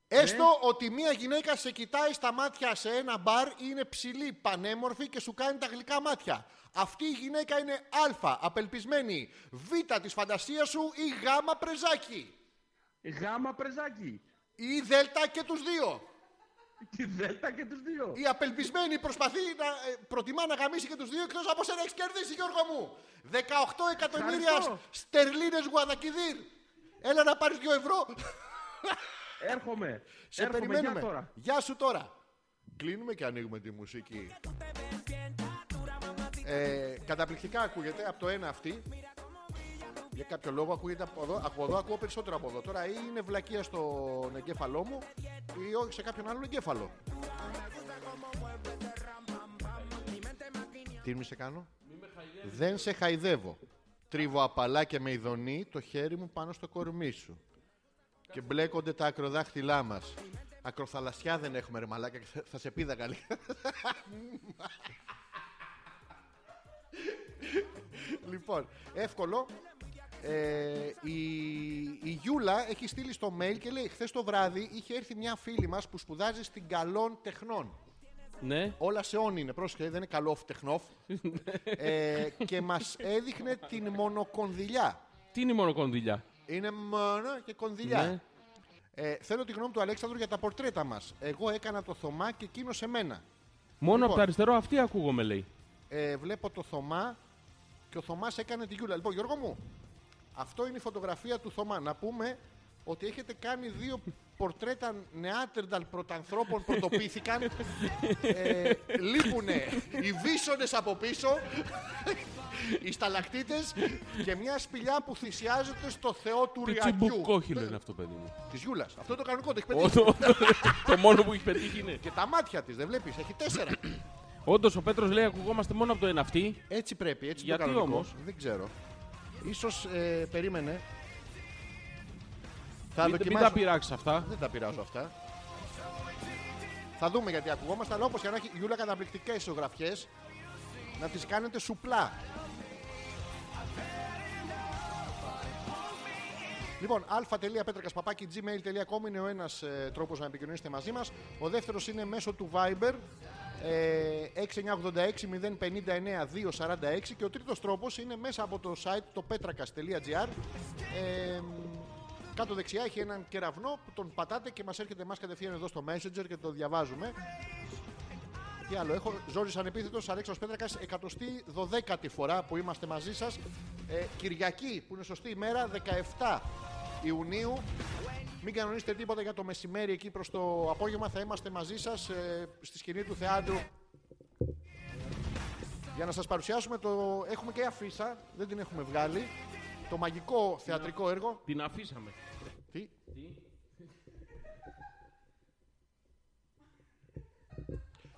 Έστω ότι μία γυναίκα σε κοιτάει στα μάτια σε ένα μπαρ, είναι ψηλή, πανέμορφη και σου κάνει τα γλυκά μάτια. Αυτή η γυναίκα είναι Α, απελπισμένη, Β της φαντασίας σου ή Γ πρεζάκι. Γάμα πρεζάκι. Ή Δ και τους δύο. Τη Δέλτα και τους δύο. Η απελπισμένη προσπαθεί να ε, προτιμά να γαμίσει και τους δύο εκτός από σένα έχεις κερδίσει, Γιώργο μου. 18 εκατομμύρια Ευχαριστώ. στερλίνες γουαδακιδίρ. Έλα να πάρεις 2 ευρώ. Έρχομαι. ε, Σε Έρχομαι. Γεια περιμένουμε. τώρα. Γεια σου τώρα. Κλείνουμε και ανοίγουμε τη μουσική. Ε, καταπληκτικά ακούγεται από το ένα αυτή. Για κάποιο λόγο ακούγεται από εδώ. Από εδώ ακούω περισσότερο από εδώ. Τώρα ή είναι βλακεία στον εγκέφαλό μου ή όχι σε κάποιον άλλον εγκέφαλο. Τι μη σε κάνω. Δεν σε χαϊδεύω. Τρίβω απαλά και με ειδονή το χέρι μου πάνω στο κορμί σου. Και μπλέκονται τα ακροδάχτυλά μας. Ακροθαλασσιά δεν έχουμε, ρε μαλάκα. θα- Θα σε πίδαγα λίγο. λοιπόν, εύκολο. Ε, η, η Γιούλα έχει στείλει στο mail και λέει: Χθες το βράδυ είχε έρθει μια φίλη μας που σπουδάζει στην Καλών Τεχνών. Ναι. Όλα σε όν είναι, πρόσεχε, δεν είναι καλό τεχνόφ. ε, και μας έδειχνε την μονοκονδυλιά. Τι είναι η μονοκονδυλιά. Είναι μόνο και κονδυλιά. Ναι. Ε, θέλω τη γνώμη του Αλέξανδρου για τα πορτρέτα μας. Εγώ έκανα το Θωμά και εκείνο εμένα. Μόνο από Λοιπόν. το αριστερό αυτή ακούγομαι, λέει. Ε, βλέπω το Θωμά και ο Θωμάς έκανε τη Γιούλα. Λοιπόν, Γιώργο μου, αυτό είναι η φωτογραφία του Θωμά. Να πούμε ότι έχετε κάνει δύο πορτρέτα νεάτερνταλ πρωτανθρώπων πρωτοπήθηκαν. ε, λείπουνε οι βίσονες από πίσω, οι σταλακτίτες και μια σπηλιά που θυσιάζεται στο θεό του Τι Ριακιού. τσιμπουκόχυλο είναι αυτό, παιδί μου. Της Γιούλας. Αυτό είναι το κανονικό το έχεις πετύχει. Ό, το- Το μόνο που έχεις πετύχει είναι. Και τα μάτια της, δεν βλέπεις, έχει τέσσερα. Όντως ο Πέτρος λέει: Ακουγόμαστε μόνο από το ένα αυτή. έτσι πρέπει, έτσι Γιατί το κανονικό. όμως? Δεν ξέρω. Ίσως ε, περίμενε. Θα Ναι. Μην, μην τα δοκιμάσω. πειράξεις αυτά. Δεν τα πειράζω αυτά. Θα δούμε γιατί ακουγόμαστε, αλλά όπως και να έχει Γιούλα καταπληκτικές ισογραφιέ. Να τις κάνετε σουπλά. Λοιπόν, gmail.com είναι ο ένας ε, τρόπος να επικοινωνήσετε μαζί μας. Ο δεύτερος είναι μέσω του Viber ε, 6986-059-246 και ο τρίτος τρόπος είναι μέσα από το site το petrakas.gr. Ε, κάτω δεξιά έχει έναν κεραυνό που τον πατάτε και μας έρχεται εμάς κατευθείαν εδώ στο Messenger και το διαβάζουμε. Τι άλλο έχω, Ζόρι Ανεπίθετος, Αλέξο Πέτρακα, 112η φορά που είμαστε μαζί σας. Ε, Κυριακή, που είναι σωστή ημέρα, 17 Ιουνίου. Μην κανονίσετε τίποτα για το μεσημέρι εκεί προς το απόγευμα. Θα είμαστε μαζί σας στη σκηνή του θεάτρου. Για να σας παρουσιάσουμε το. Έχουμε και αφίσα, δεν την έχουμε βγάλει. Το μαγικό θεατρικό έργο. Την αφήσαμε. Τι.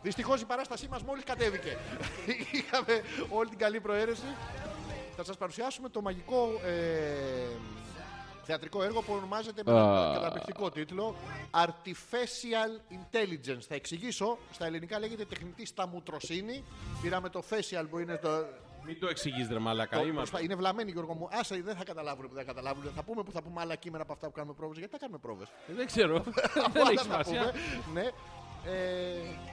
Δυστυχώς η παράστασή μας μόλις κατέβηκε. Είχαμε όλη την καλή προαίρεση. Θα σας παρουσιάσουμε το μαγικό ε, θεατρικό έργο που ονομάζεται με ένα Α. καταπληκτικό τίτλο Artificial Intelligence. Θα εξηγήσω. Στα ελληνικά λέγεται τεχνητή σταμουτροσύνη. Πήραμε το facial που είναι το, Μην το εξηγείς, ρε Μαλακά. το- Είμαστε. προσπα- Είναι βλαμμένοι, Γιώργο μου. Άσε, δεν θα καταλάβουν που δεν καταλάβουν. Θα πούμε που θα πούμε άλλα κείμενα από αυτά που κάνουμε πρόβες. Γιατί τα κάνουμε πρόβες. Δεν ξέρω. Δεν έχει σημασία. ναι. Ε,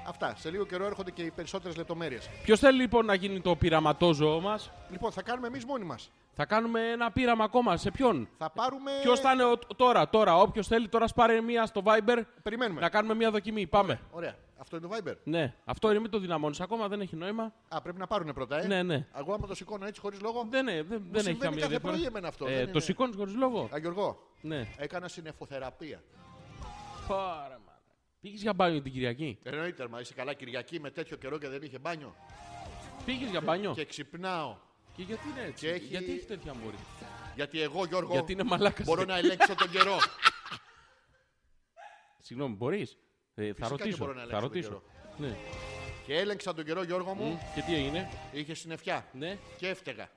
αυτά. Σε λίγο καιρό έρχονται και οι περισσότερες λεπτομέρειες. Ποιος θέλει λοιπόν να γίνει το πειραματόζωο μας, Λοιπόν, θα κάνουμε εμείς μόνοι μας. θα κάνουμε ένα πείραμα ακόμα. Σε ποιον. Θα πάρουμε. Ποιος θα είναι ο- τώρα, τώρα. Όποιος θέλει, τώρα σπάρε μία στο Viber. Περιμένουμε. Να κάνουμε μία Ναι. δοκιμή. Πάμε. Ωραία. Αυτό είναι το Viber. Ναι, αυτό είναι μην το δυναμώνεις ακόμα, δεν έχει νόημα. Α, πρέπει να πάρουν πρώτα, ε. Ναι, ναι. Εγώ άμα το σηκώνω έτσι χωρίς λόγο. Δεν, ε, δεν, δεν έχει συμβαίνει καμία κάθε διαφορά. πρωί εμένα αυτό, Ε, δεν το είναι. Ε. σηκώνεις χωρίς λόγο. Α, Γιώργο, Ναι. έκανα συνεφοθεραπεία. Πάρα Πήγες για μπάνιο την Κυριακή. Εννοείται, μα είσαι καλά Κυριακή με τέτοιο καιρό και δεν είχε μπάνιο. Πήγες για μπάνιο. Και Και... ξυπνάω. γιατί είναι έτσι. Και έχει- Γιατί έχει τέτοια μόρια. Γιατί εγώ, Γιώργο, Γιατί είναι Ε, μαλάκας. μπορώ να ελέγξω τον καιρό. Συγγνώμη, μπορείς. Ε, θα Φυσικά και ρωτήσω. μπορώ να θα αλλάξω τον ρωτήσω. Ναι. και έλεγξα τον καιρό, Γιώργο μου, Και τι έγινε. είχε συννεφιά. Ναι. Και έφταιγα.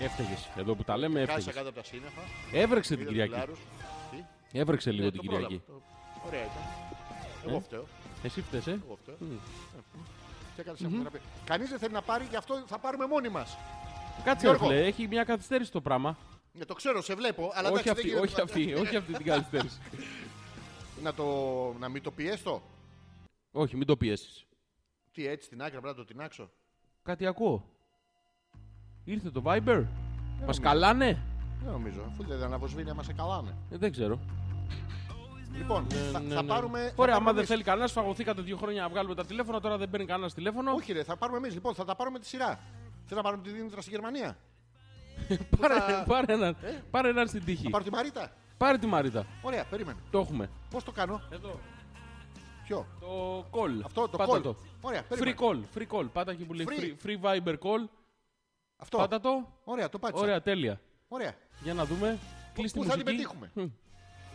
Έφταιγες. Εδώ που τα λέμε, Κάσα έφταιγε. κάτω από τα σύννεφα. Έβρεξε είδα την τους Κυριακή. λάρους. Τι? Έβρεξε λίγο Ναι, την το Κυριακή. Ε. πρόλαβα. Το- Ωραία ήταν. Εγώ φταίω. Εσύ φταίς, ε. Εγώ φταίω. Ε, Και έκανα συνεχώς να πει. Κανείς δεν θέλει να πάρει, γι' αυτό θα πάρουμε μόνοι μας. Κάτσε, ρε Γιώργο. φίλε, έχει μια καθυστέρηση το πράγμα. Ναι, το ξέρω, σε βλέπω, αλλά όχι, εντάξει, δεν αυτή, γίνεται όχι, να- αυτή, όχι αυτή την καθυστέρηση. Να, το, να μην το πιέσω. όχι, μην το πιέσεις. Τι έτσι στην άκρη, απλά να το τεινάξω. Κάτι ακούω. Ήρθε το Ε, Viber. Μα καλάνε. Δεν νομίζω, αφού δεν αναβοσβήνει, άμα σε καλάνε. Ε, δεν ξέρω. Λοιπόν, θα, θα πάρουμε. θα Ναι, Ωραία, πάρουμε άμα δεν εμείς. θέλει κανένα, φαγωθήκατε δύο χρόνια να βγάλουμε τα τηλέφωνα, τώρα δεν παίρνει κανένας τηλέφωνο. Όχι, ρε, θα πάρουμε εμείς. Λοιπόν, θα τα πάρουμε τη σειρά. Θέλω να πάρουμε τη Δήμητρα στη Γερμανία. πάρε, πάρε, έναν, πάρε έναν στην τύχη. Ε. Θα πάρω τη Μαρίτα. Πάρε τη Μαρίτα. Ωραία, περίμενε. Το έχουμε. Πώς το κάνω, Εδώ. ποιο. Το call. Αυτό το Πάτα call. Το. Ωραία, περίμενε. Free call. Free call. Πάτα εκεί που λέει Free. free, free Viber call. Αυτό. Πάτα το. Ωραία, το πάτησα. Ωραία, τέλεια. Ωραία. Για να δούμε. Κλείς τη πού θα την μουσική. πετύχουμε? Μμ.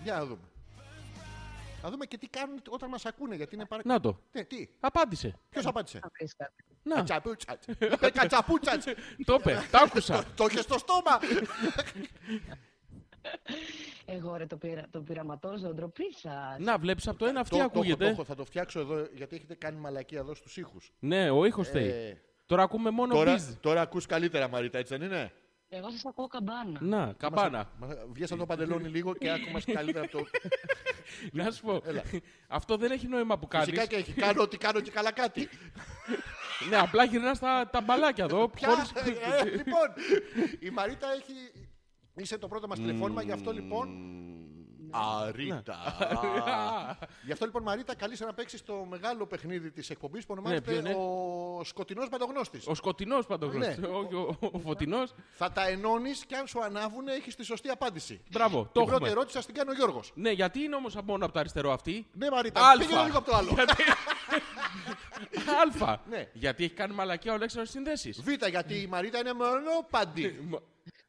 Για να δούμε. Να δούμε και τι κάνουν όταν μας ακούνε. Γιατί είναι πάρα. Να το. Ναι, τι. Απάντησε. Ποιος απάντησε. Να. Κατσαπούτσατ. Είπε κατσαπούτσατ. Το είπε. Τα άκουσα. Το είχε στο στόμα. Εγώ ρε το, πειρα, το πειραματόζω, ντροπή σα. Να βλέπεις από το ένα αυτή Το- το έχω, το ακούγεται. έχω. Θα το φτιάξω εδώ γιατί έχετε κάνει μαλακία εδώ στους ήχους. Ναι, ο ήχος θέλει. Ε, Τώρα ακούμε μόνο τώρα, biz. τώρα ακούς καλύτερα, Μαρίτα, έτσι δεν είναι. Εγώ σας ακούω καμπάνα. Να, καμπάνα. Βγες από το παντελόνι λίγο και άκουμας καλύτερα από το... Να σου πω. Αυτό δεν έχει νόημα που κάνεις. Φυσικά και έχει. Κάνω ό,τι κάνω και καλά κάτι. Ναι, απλά γυρνάς τα, τα μπαλάκια εδώ. Πια, χωρίς- ε, λοιπόν, η Μαρίτα έχει... Είσαι το πρώτο μας τηλεφώνημα, γι' αυτό λοιπόν... Ναι. Αρίτα. γι' αυτό λοιπόν, Μαρίτα, καλείσαι να παίξεις το μεγάλο παιχνίδι της εκπομπής που Ναι, ποιο ονομάζεται είναι? Ο Σκοτεινός Παντογνώστης. Ο σκοτεινός παντογνώστης. Ναι. Όχι, ο, ο, ο φωτεινός. Θα τα ενώνεις και αν σου ανάβουν έχεις τη σωστή απάντηση. Μπράβο, το Την πρώτη έχουμε. ερώτηση θα την κάνει ο Γιώργος. Ναι, γιατί είναι όμως μόνο από το αριστερό αυτή. Ναι, Μαρίτα, Αλφα. πήγαινε λίγο από το άλλο. Γιατί- Αλφα. Ναι. Γιατί έχει κάνει μαλακία ο λέξεων συνδέσεις. Β, γιατί η Μαρίτα είναι μονοπαντή. Μ-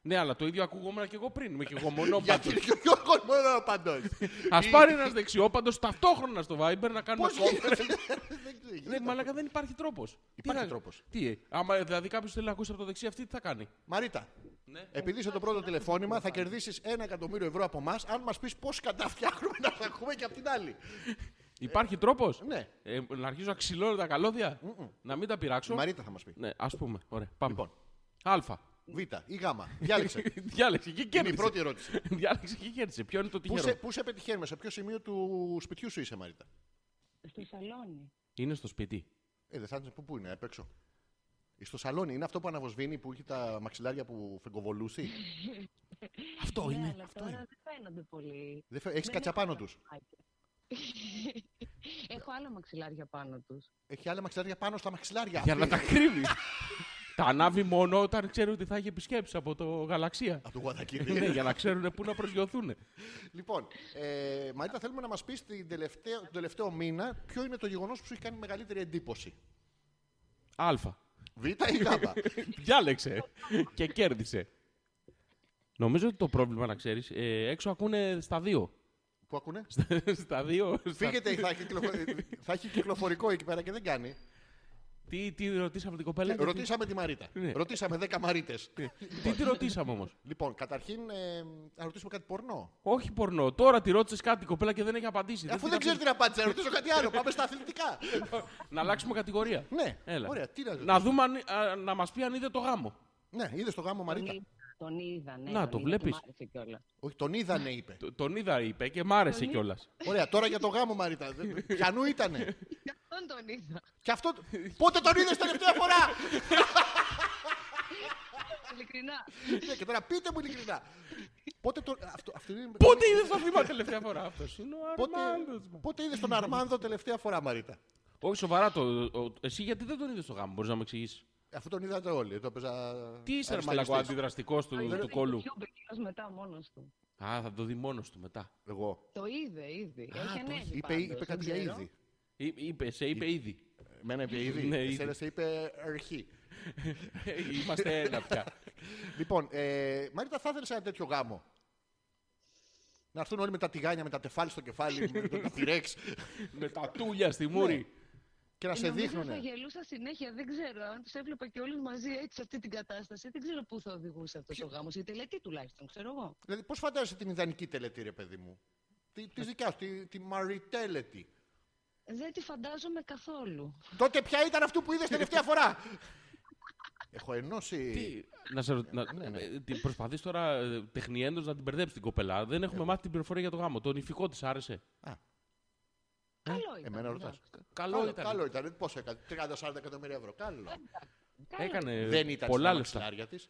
Ναι, αλλά το ίδιο ακούγόμουν και εγώ πριν. Είμαι και εγώ μόνο Γιατί είναι και ο Γιώργος μονοπαντός. Α πάρει ένας δεξιόπαντος ταυτόχρονα στο Viber να κάνουμε Πώς κόμμα. γίνεται. Δεν ξέρω, Ναι, γίνεται. μαλακά δεν υπάρχει τρόπος. Υπάρχει τρόπος. Ε, Τι, ε, άμα δηλαδή κάποιος θέλει να ακούσει από το δεξί, αυτή τι θα κάνει. Μαρίτα, επειδή είσαι το πρώτο τηλεφώνημα, θα κερδίσεις ένα εκατομμύριο ευρώ από εμάς αν μας πεις πώς κατά φτιάχνουμε να τα ακούμε και από την άλλη. Υπάρχει τρόπος. ναι. να αρχίζω να ξυλώνω τα καλώδια. Να μην τα πειράξω. Η Μαρίτα θα μας πει. Ναι, ας πούμε. Ωραία, πάμε. Λοιπόν. Αλφα. Β ή Γ. Διάλεξε. Διάλεξε και Είναι κέρδισε. η πρώτη ερώτηση. Διάλεξε και κέρδισε. Ποιο είναι το Πού τυχερό. σε, πού σε πετυχαίνουμε, σε ποιο σημείο του σπιτιού σου είσαι, Μαρίτα. Στο σαλόνι. Είναι στο σπίτι. Ε, δεν θα είναι, πού, πού είναι, απ' έξω. Ε, Στο σαλόνι, είναι αυτό που αναβοσβήνει που έχει τα μαξιλάρια που φεγκοβολούσει. Αυτό ναι, είναι. αλλά Αυτό τώρα είναι. δεν φαίνονται πολύ. Έχει Ναι, Δεν κάτσα έχω πάνω άλλα τους. μαξιλάρια. έχω άλλα μαξιλάρια πάνω τους. Έχει άλλα μαξιλάρια πάνω στα μαξιλάρια. Για να τα κρύβεις. τα ανάβει μόνο όταν ξέρει ότι θα έχει επισκέψει από το γαλαξία. Από το Γουαδακίδη. ναι, για να ξέρουν πού να προσγειωθούν. Λοιπόν, ε, Μαρίτα, θέλουμε να μας πεις τον τελευταίο, τον τελευταίο μήνα ποιο είναι το γεγονός που σου έχει κάνει μεγαλύτερη εντύπωση. Αλφα. Β ή Γ. Διάλεξε και κέρδισε. Νομίζω ότι το πρόβλημα να ξέρεις, έξω ακούνε στα δύο. Που ακούνε. στα δύο. στα- Φύγετε, θα, κυκλοφο- θα έχει κυκλοφορικό εκεί πέρα και δεν κάνει. Τι, τι ρωτήσαμε την κοπέλα. γιατί- Ρωτήσαμε τη Μαρίτα. Ναι. Ρωτήσαμε 10 Μαρίτες. Τι τη ρωτήσαμε όμως. Λοιπόν, καταρχήν ε, να ρωτήσουμε κάτι πορνό. Όχι πορνό. Τώρα τη ρώτησες κάτι η κοπέλα και Ε, δεν έχει απαντήσει. Αφού την δεν αφήνει. ξέρει την απάντηση, να ρωτήσω κάτι άλλο. Πάμε στα αθλητικά. Να αλλάξουμε κατηγορία. Ναι, Έλα. ωραία, τι να ρωτήσω. Να, δούμε αν, α, να μας πει αν είδε το γάμο. Ναι, είδες το γάμο Τον Μαρίτα. είδα, τον είδα, ναι. Να, τον το είδα και βλέπεις. Μ' άρεσε κιόλας. Όχι, τον είδανε, είπε. Το- Τον είδα, είπε και μ' άρεσε κιόλας. Ωραία, τώρα για το γάμο Μαρίτα. Δεν- Πιανού ήτανε. Γι' αυτόν τον είδα. Και αυτό. Πότε τον είδες τελευταία φορά! Ειλικρινά. Ναι, και τώρα πείτε μου ειλικρινά. Πότε τον. Αυτό, αυτή είναι... Πότε είδες το θύμα τελευταία φορά. Αυτός είναι ο Πότε, Αρμάνδος. πότε είδες τον Αρμάνδο τελευταία φορά, Μαρίτα. Όχι, σοβαρά το. ο- εσύ γιατί δεν τον είδες στο γάμο, μπορείς να με εξηγήσει. Αφού τον είδατε όλοι, το παίζα. Τι είσαι, ρε αριστεριστής. μαλακό, αντιδραστικός του, του κόλου. YouTube εκείνος μετά μόνος του. Α, θα το δει μόνος του μετά. Εγώ. Το είδε ήδη. Έχει ανέβει Είπε, είπε πάντως, κάτι δεν για ξέρω. είδη. Εί- Είπε, σε είπε ήδη. Μένα είπε ήδη. Ναι, Εσένα ήδη. σε είπε αρχή. Είμαστε ένα πια. Λοιπόν, ε, Μαρίτα, θα ήθελες ένα τέτοιο γάμο. Να έρθουν όλοι με τα τηγάνια, με τα τεφάλι στο κεφάλι, με τα τυρέξ Με τα τούλια στη Ναι. μούρη. και να σε Ε, Νομίζω δείχνουν. Θα γελούσα συνέχεια. Δεν ξέρω αν τους έβλεπα και όλους μαζί έτσι σε αυτή την κατάσταση. Δεν ξέρω πού θα οδηγούσε αυτός ο γάμος. Η τελετή τουλάχιστον, ξέρω εγώ. Δηλαδή, πώς φαντάζεσαι την ιδανική τελετή, ρε παιδί μου. Τη, Ε. της δικιά σου, τη, τη Μαριτέλετη. Δεν τη φαντάζομαι καθόλου. Τότε ποια ήταν αυτό που είδες τελευταία φορά. Έχω ενώσει. Τι, να σε ρω- να- ναι, ναι. ε, τι, Προσπαθείς τώρα ε, τεχνιέντος να την μπερδέψεις την κοπελά. Δεν έχουμε μάθει την πληροφορία για το γάμο. Το νηφικό της άρεσε. Καλό ήταν. Ε, Εμένα ρωτά. εντάξει. ναι. Καλό ήταν. Καλό ήταν. Πόσο έκανε, 30-40 εκατομμύρια ευρώ. Καλό. Καλό Έκανε δεν ήταν Ε, πολλά πολλά λεφτά. μαξιλάρια της.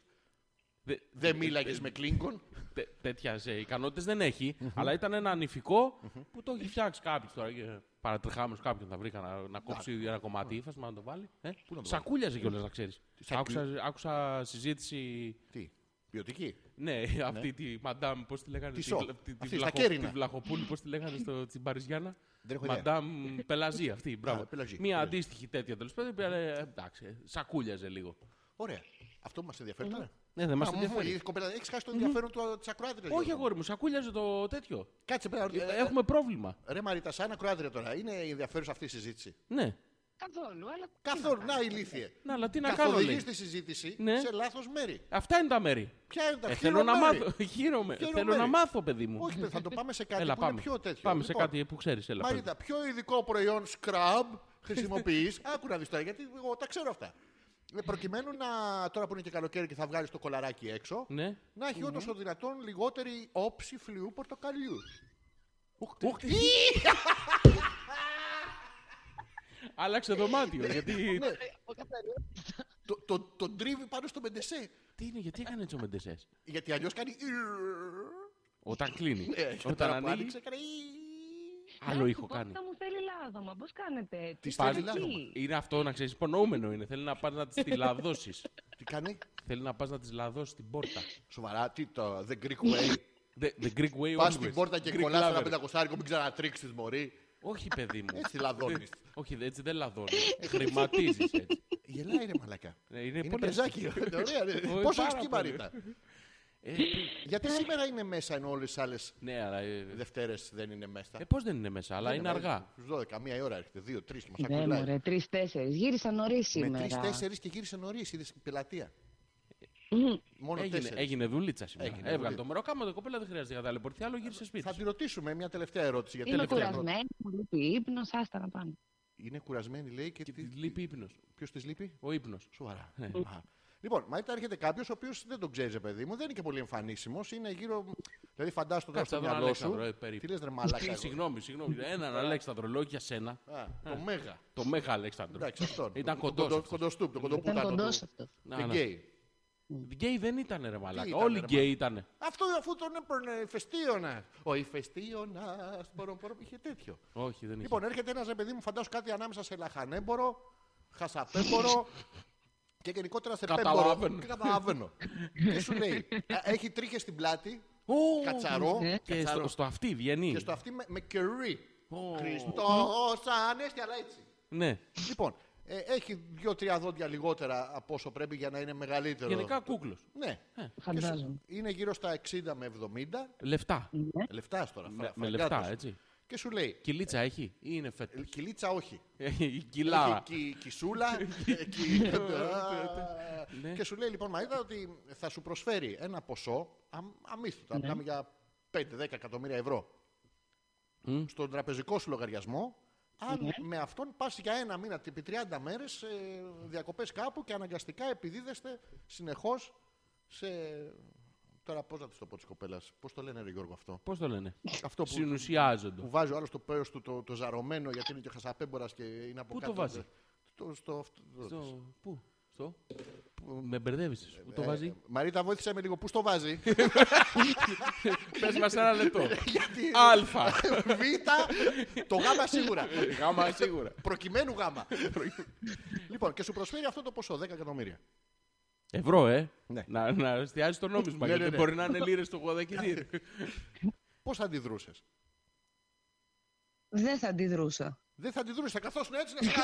Δε- Δεν μίλαγε με Κλίνκον. τε- τέτοια ικανότητες δεν έχει, αλλά ήταν ένα νηφικό που το έχει φτιάξει κάποιος τώρα. Και παρατριχάμενο κάποιον θα βρήκα να, να κόψει ένα κομμάτι ύφασμα να το βάλει. Ε? Πού να το Σακούλιαζε κιόλας, να ξέρεις. σακούλι- Άκουσα, άκουσα συζήτηση. Τι, ποιοτική. Ναι, αυτή τη μαντάμ, πώς τη λέγανε. Τη τη Σο. βλα- τη- Τη Αυτή, στα βλαχο- Κέρινα. τη Βλαχοπούλη, πώς τη λέγανε στο Τσιμπαριζιάννα. Δεν έχω ιδέα. Μαντάμ Πελαζή αυτή, Α, μπράβο. Πελαζή, Μία ωραία. αντίστοιχη τέτοια τέλος πάντων. η οποία, ε, Εντάξει, ε, σακούλιαζε λίγο. Ωραία. Αυτό που μας ενδιαφέρει τώρα. Ναι, δεν μα Α, μου- μου ενδιαφέρει. είδες, κοπέλα, έχεις χάσει το ενδιαφέρον της ακροάτριας. Όχι, αγόρι μου, σακούλιαζε το τέτοιο. λοιπόν. Κάτσε πέρα. Ε, Έχουμε πρόβλημα. Ρε Μαρίτα, σαν ακροάτρια τώρα. Είναι ενδιαφέρουσα αυτή η συζήτηση. Ναι. Καθόλου, αλλά. Καθόλου. Να ηλίθιε. Ναι, αλλά τι να κάνω, Καθοδηγεί λέει. τη συζήτηση Ναι. σε λάθος μέρη. Αυτά είναι τα μέρη. Ποια είναι τα Ε, πιο θέλω να μέρη? μάθω. Χαίρομαι. Χαίρομαι. Θέλω να μάθω, παιδί μου. Όχι, θα το πάμε σε κάτι Έλα, που πάμε. είναι πιο τέτοιο. Πάμε σε Λοιπόν, κάτι που ξέρεις. Έλα, πες. Μαρίτα, ποιο ειδικό προϊόν scrub χρησιμοποιείς. Άκου να δεις τώρα, γιατί εγώ τα ξέρω αυτά. Ε, προκειμένου να, τώρα που είναι και καλοκαίρι και θα βγάλεις το κολαράκι έξω, Ναι. να έχει όσο το δυνατόν λιγότερη όψη φλοιού πορτοκαλιού. Ουχ, ουχ, τι! Άλλαξε δωμάτιο. γιατί. Ναι. Το- το- Τον τρίβει πάνω στο μεντεσέ. Τι είναι, γιατί έκανε έτσι ο Μεντεσές. Γιατί αλλιώς κάνει. Όταν κλείνει. Ε, και Όταν τώρα που ανοίγει. άνοιξε, έκανε. Άλλο ήχο κάνει. Θα Ναι, μου θέλει λάδωμα. Πώς κάνετε έτσι. Της Πάλι θέλει εκεί. λάδωμα. Είναι αυτό να ξέρεις, υπονοούμενο είναι. Θέλει να πας να τη τη λαδώσεις. Τι κάνει, Θέλει να πας να τη λαδώσει την πόρτα. σοβαρά, τι το The Greek way. The, the Greek way Πας always. στην πόρτα και Greek κολλάς ένα lover. πεντακοσάρικο, μην ξανατρίξεις, Μωρή. Όχι, παιδί μου. Έτσι λαδώνεις. Δεν- Όχι, έτσι δεν λαδώνεις. Χρηματίζεις έτσι. Γελάει ρε μαλακά. Ε, Είναι, Είναι πολύ πεζάκι. Ναι, Ωραία, ρε. Ω, Πόσο πάρα έχει τη πολύ. Μαρίτα. Ε, Γιατί σήμερα είναι μέσα ενώ όλες τι άλλες ναι, αλλά. Ε, Δευτέρες δεν είναι μέσα. ε, πώς δεν είναι μέσα, αλλά Δεν είναι αργά. Στου 12, μία η ώρα έρχεται. Δύο-τρει μα Ναι, ακουμπάει. μωρέ, τρει-τέσσερι. Γύρισα νωρίς Με σήμερα. τρει-τέσσερι και γύρισε νωρίς, είδες στην πελατεία. Μόνο Έγινε, τέσσερις. έγινε δουλίτσα σήμερα. Έγινε Έβγαλε δουλίτσα. το μεροκάμα, το κοπέλα δεν χρειάζεται να ταλαιπωρηθεί, άλλο γύρισε σπίτι. Θα τη ρωτήσουμε μια τελευταία ερώτηση. Γιατί Είμαι τελευταία ερώτηση. κουρασμένη, μου λείπει ύπνος, άστα να πάμε. Είναι κουρασμένη, λέει, και, Και τη λείπει ύπνος. Ποιος της λείπει, Ο ύπνος. Σοβαρά. Ναι. Α. Λοιπόν, Μαρίτα έρχεται κάποιος ο οποίος δεν τον ξέρει, ρε παιδί μου, δεν είναι και πολύ εμφανίσιμος. Είναι γύρω. Δηλαδή, φαντάστο τώρα Κάτσε στο να δω τον μυαλό σου. Αλέξανδρο, ε, περίπου. Τι λες, ρε μαλακά. εγώ. Συγγνώμη, συγγνώμη. Έναν Αλέξανδρο, λέω για σένα. Α, Το μέγα. Το Μέγα Αλέξανδρο. Εντάξει, αυτόν. Ήταν Το- κοντός Το αυτός. κοντοστούπ, το Ήταν κοντοπουτάνο. κοντό του- αυτός. Να, και ναι. γκέι. Γκέι δεν ήταν ρε μαλάκα. ήταν, Όλοι ρε, γκέι ήταν. Αυτό αφού τον έπαιρνε φεστίωνα. Ο ηφαιστίωνα. Μπορώ, μπορώ, είχε τέτοιο. Όχι, δεν είχε. Λοιπόν, έρχεται ένας ρε παιδί μου, φαντάσου κάτι ανάμεσα σε λαχανέμπορο, χασαπέμπορο και γενικότερα σε Καταλαβαίνω. πέμπορο. Και Καταλαβαίνω. Και σου λέει, α, έχει τρίχες στην πλάτη, Ω, κατσαρό ναι. Και κατσαρό. στο, στο αυτή βγαίνει. και στο αυτή με, με κερί. Ω. Χριστός Ανέστη, αλλά έτσι. Ναι. Λοιπόν, ε, έχει δύο-τρία δόντια λιγότερα από όσο πρέπει για να είναι μεγαλύτερο. Γενικά Ε, κούκλος. Ναι. Φαντάζομαι. Και σου- Είναι γύρω στα 60 με 70. Λεφτά. Λεφτά τώρα. Με, φρα- με φραγκάτος. λεφτά, έτσι. Και σου λέει, Κυλίτσα έχει ή είναι Ε, φέτο. κυλίτσα όχι. Κιλά. Ε, Έχει κι- κισούλα. ε, κι- Ναι. Και σου λέει λοιπόν Μαρίτα ότι θα σου προσφέρει ένα ποσό αμ- αμύθιτο. Αν μιλάμε για 5-10 εκατομμύρια ευρώ. Στον τραπεζικό σου λογαριασμό. Αν με αυτόν πας για ένα μήνα, επί 30 μέρε, διακοπές κάπου και αναγκαστικά επιδίδεστε συνεχώς σε. Τώρα πώς να της το πω της κοπέλας, πώς το λένε, ρε Γιώργο, αυτό. Πώς το λένε. Αυτό που, Συνουσιάζονται. που βάζει ο άλλος το πέος του το, το ζαρωμένο γιατί είναι και χασαπέμπορα και είναι από Πού κάτω. το βάζει? Το, στο, αυτό- Στο. Πού. Στο. Με μπερδεύεις. Πού το Ε, βάζει. Μαρίτα, βοήθησε με λίγο. Πού στο βάζει. Πες μας ένα λεπτό. γιατί. Αλφα. Β. Το γάμα σίγουρα. Γάμα σίγουρα. Προκειμένου γάμα. λοιπόν, και σου προσφέρει αυτό το ποσό, 10 εκατομμύρια. Ευρώ, ε. Ναι. Να, να εστιάζει το νόμισμα. Ναι, γιατί ναι, ναι. μπορεί να είναι λίρες στο γοδακιδί. Πώ θα αντιδρούσες. Δεν θα αντιδρούσα. Δεν θα αντιδρούσες, θα καθόσουν έτσι να σε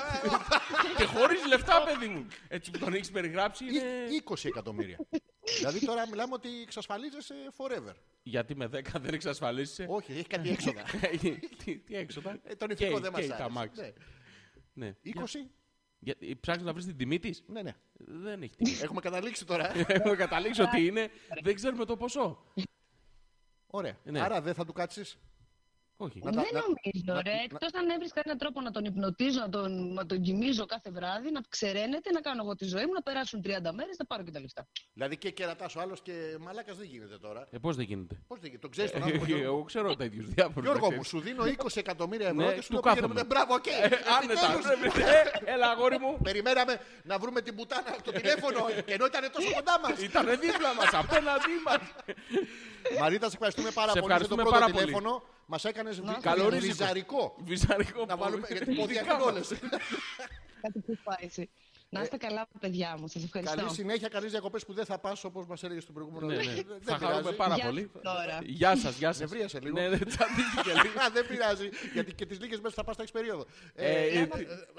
Και χωρίς λεφτά, παιδί μου. Έτσι που τον έχεις περιγράψει είναι. Ή- 20 εκατομμύρια. δηλαδή τώρα μιλάμε ότι εξασφαλίζεσαι forever. Γιατί με 10 δεν εξασφαλίσει. Όχι, έχει κάτι έξοδα. τι, τι έξοδα. Ε, το νηφικό Καίει- δεν καίει μα τα μάξι. άρεσε. Ναι. Ναι. 20, Γιατί ψάχνεις να βρεις την τιμή της. ναι, ναι. Δεν έχει τιμή. Έχουμε καταλήξει τώρα. Έχουμε καταλήξει ότι είναι. Δεν ξέρουμε το ποσό. Ωραία. Ναι. Άρα δεν θα του κάτσεις. Όχι. Να τα- Δεν να- νομίζω, να- ρε. να- Εκτός αν έβρισκα έναν τρόπο να τον υπνοτίζω, να τον, να τον κοιμίζω κάθε βράδυ, να ξεραίνεται, να κάνω εγώ τη ζωή μου, να περάσουν 30 μέρες, να πάρω και τα λεφτά. Δηλαδή και κερατάς ο άλλος και μαλάκας δεν γίνεται τώρα. Ε, πώς δεν γίνεται. Πώς δεν γίνεται, τον ξέρεις Ε, τον άνθρωπο. Γιώργο. Εγώ ξέρω τέτοιου διάφορους. Γιώργο μου, σου δίνω 20 εκατομμύρια ευρώ ε. Ναι, και σου του λέω πήγαινε κάθομαι. Ε, με μπράβο, οκ. Άνετα. Επιτέλους. Ε, Έλα, αγόρι μου. Περιμέναμε να βρούμε την πουτάνα από το τηλέφωνο και ενώ ήταν τόσο κοντά μας. Ήταν δίπλα μας, απέναντί μας. Μαρίτα, σε ευχαριστούμε πάρα Σε πολύ για το ευχαριστούμε πρώτο πάρα πολύ. τηλέφωνο. Μας έκανες Καλορίζικο. βυζαρικό. Βυζαρικό Να βάλουμε πόδι. γιατί πόδια έχουν όλε. Κάτι που πάει. έτσι. Να είστε καλά, παιδιά μου. Σας ευχαριστώ. Ε, Καλή συνέχεια, καλές διακοπές που δεν θα πας όπως μας έλεγε στον προηγούμενο. Ναι, ναι. Δεν Θα πειράζει. χαρούμε πάρα Γεια πολύ. σας τώρα. Γεια σας, γεια σας. Νευρίασε λίγο. Ναι, ναι, τσαντίστηκε λίγο. Α, δεν πειράζει, γιατί και τις λίγες μέρες θα πας τα έχεις περίοδο. Ε, Ε, ε,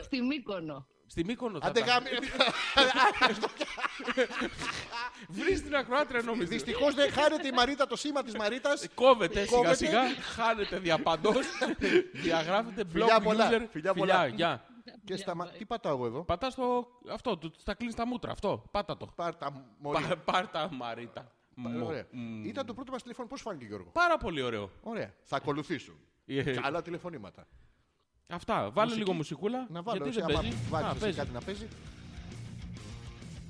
Στη Μύκονο. Στη Μύκονο θα Άντε τα... γάμι. Βρεις την ακροάτρια νομίζω. Δυστυχώς δεν χάνεται η Μαρίτα το σήμα της Μαρίτας. Κόβεται σιγά Κόβεται. σιγά, χάνεται διαπαντός, διαγράφεται Φιλιά blog πολλά, user. φιλιά πολλά. γεια. Και σταμα... Τι πατάω εγώ εδώ. Πατάς το αυτό, του- τα κλείνεις τα μούτρα, αυτό, πάτα το. Πάρτα μωρή. Πα- Πάρτα Μαρίτα. Μω. Ωραία. Ήταν το πρώτο μας τηλέφωνο. Πώς φάνηκε, Γιώργο. Πάρα πολύ ωραίο. Ωραία. Θα ακολουθήσουν. Ε, Καλά τηλεφωνήματα. Αυτά, βάλε Μουσική. λίγο μουσικούλα, Να βάλω γιατί εσύ, δεν άμα παίζεις. Α, βάλεις εσύ παίζει. κάτι να παίζει.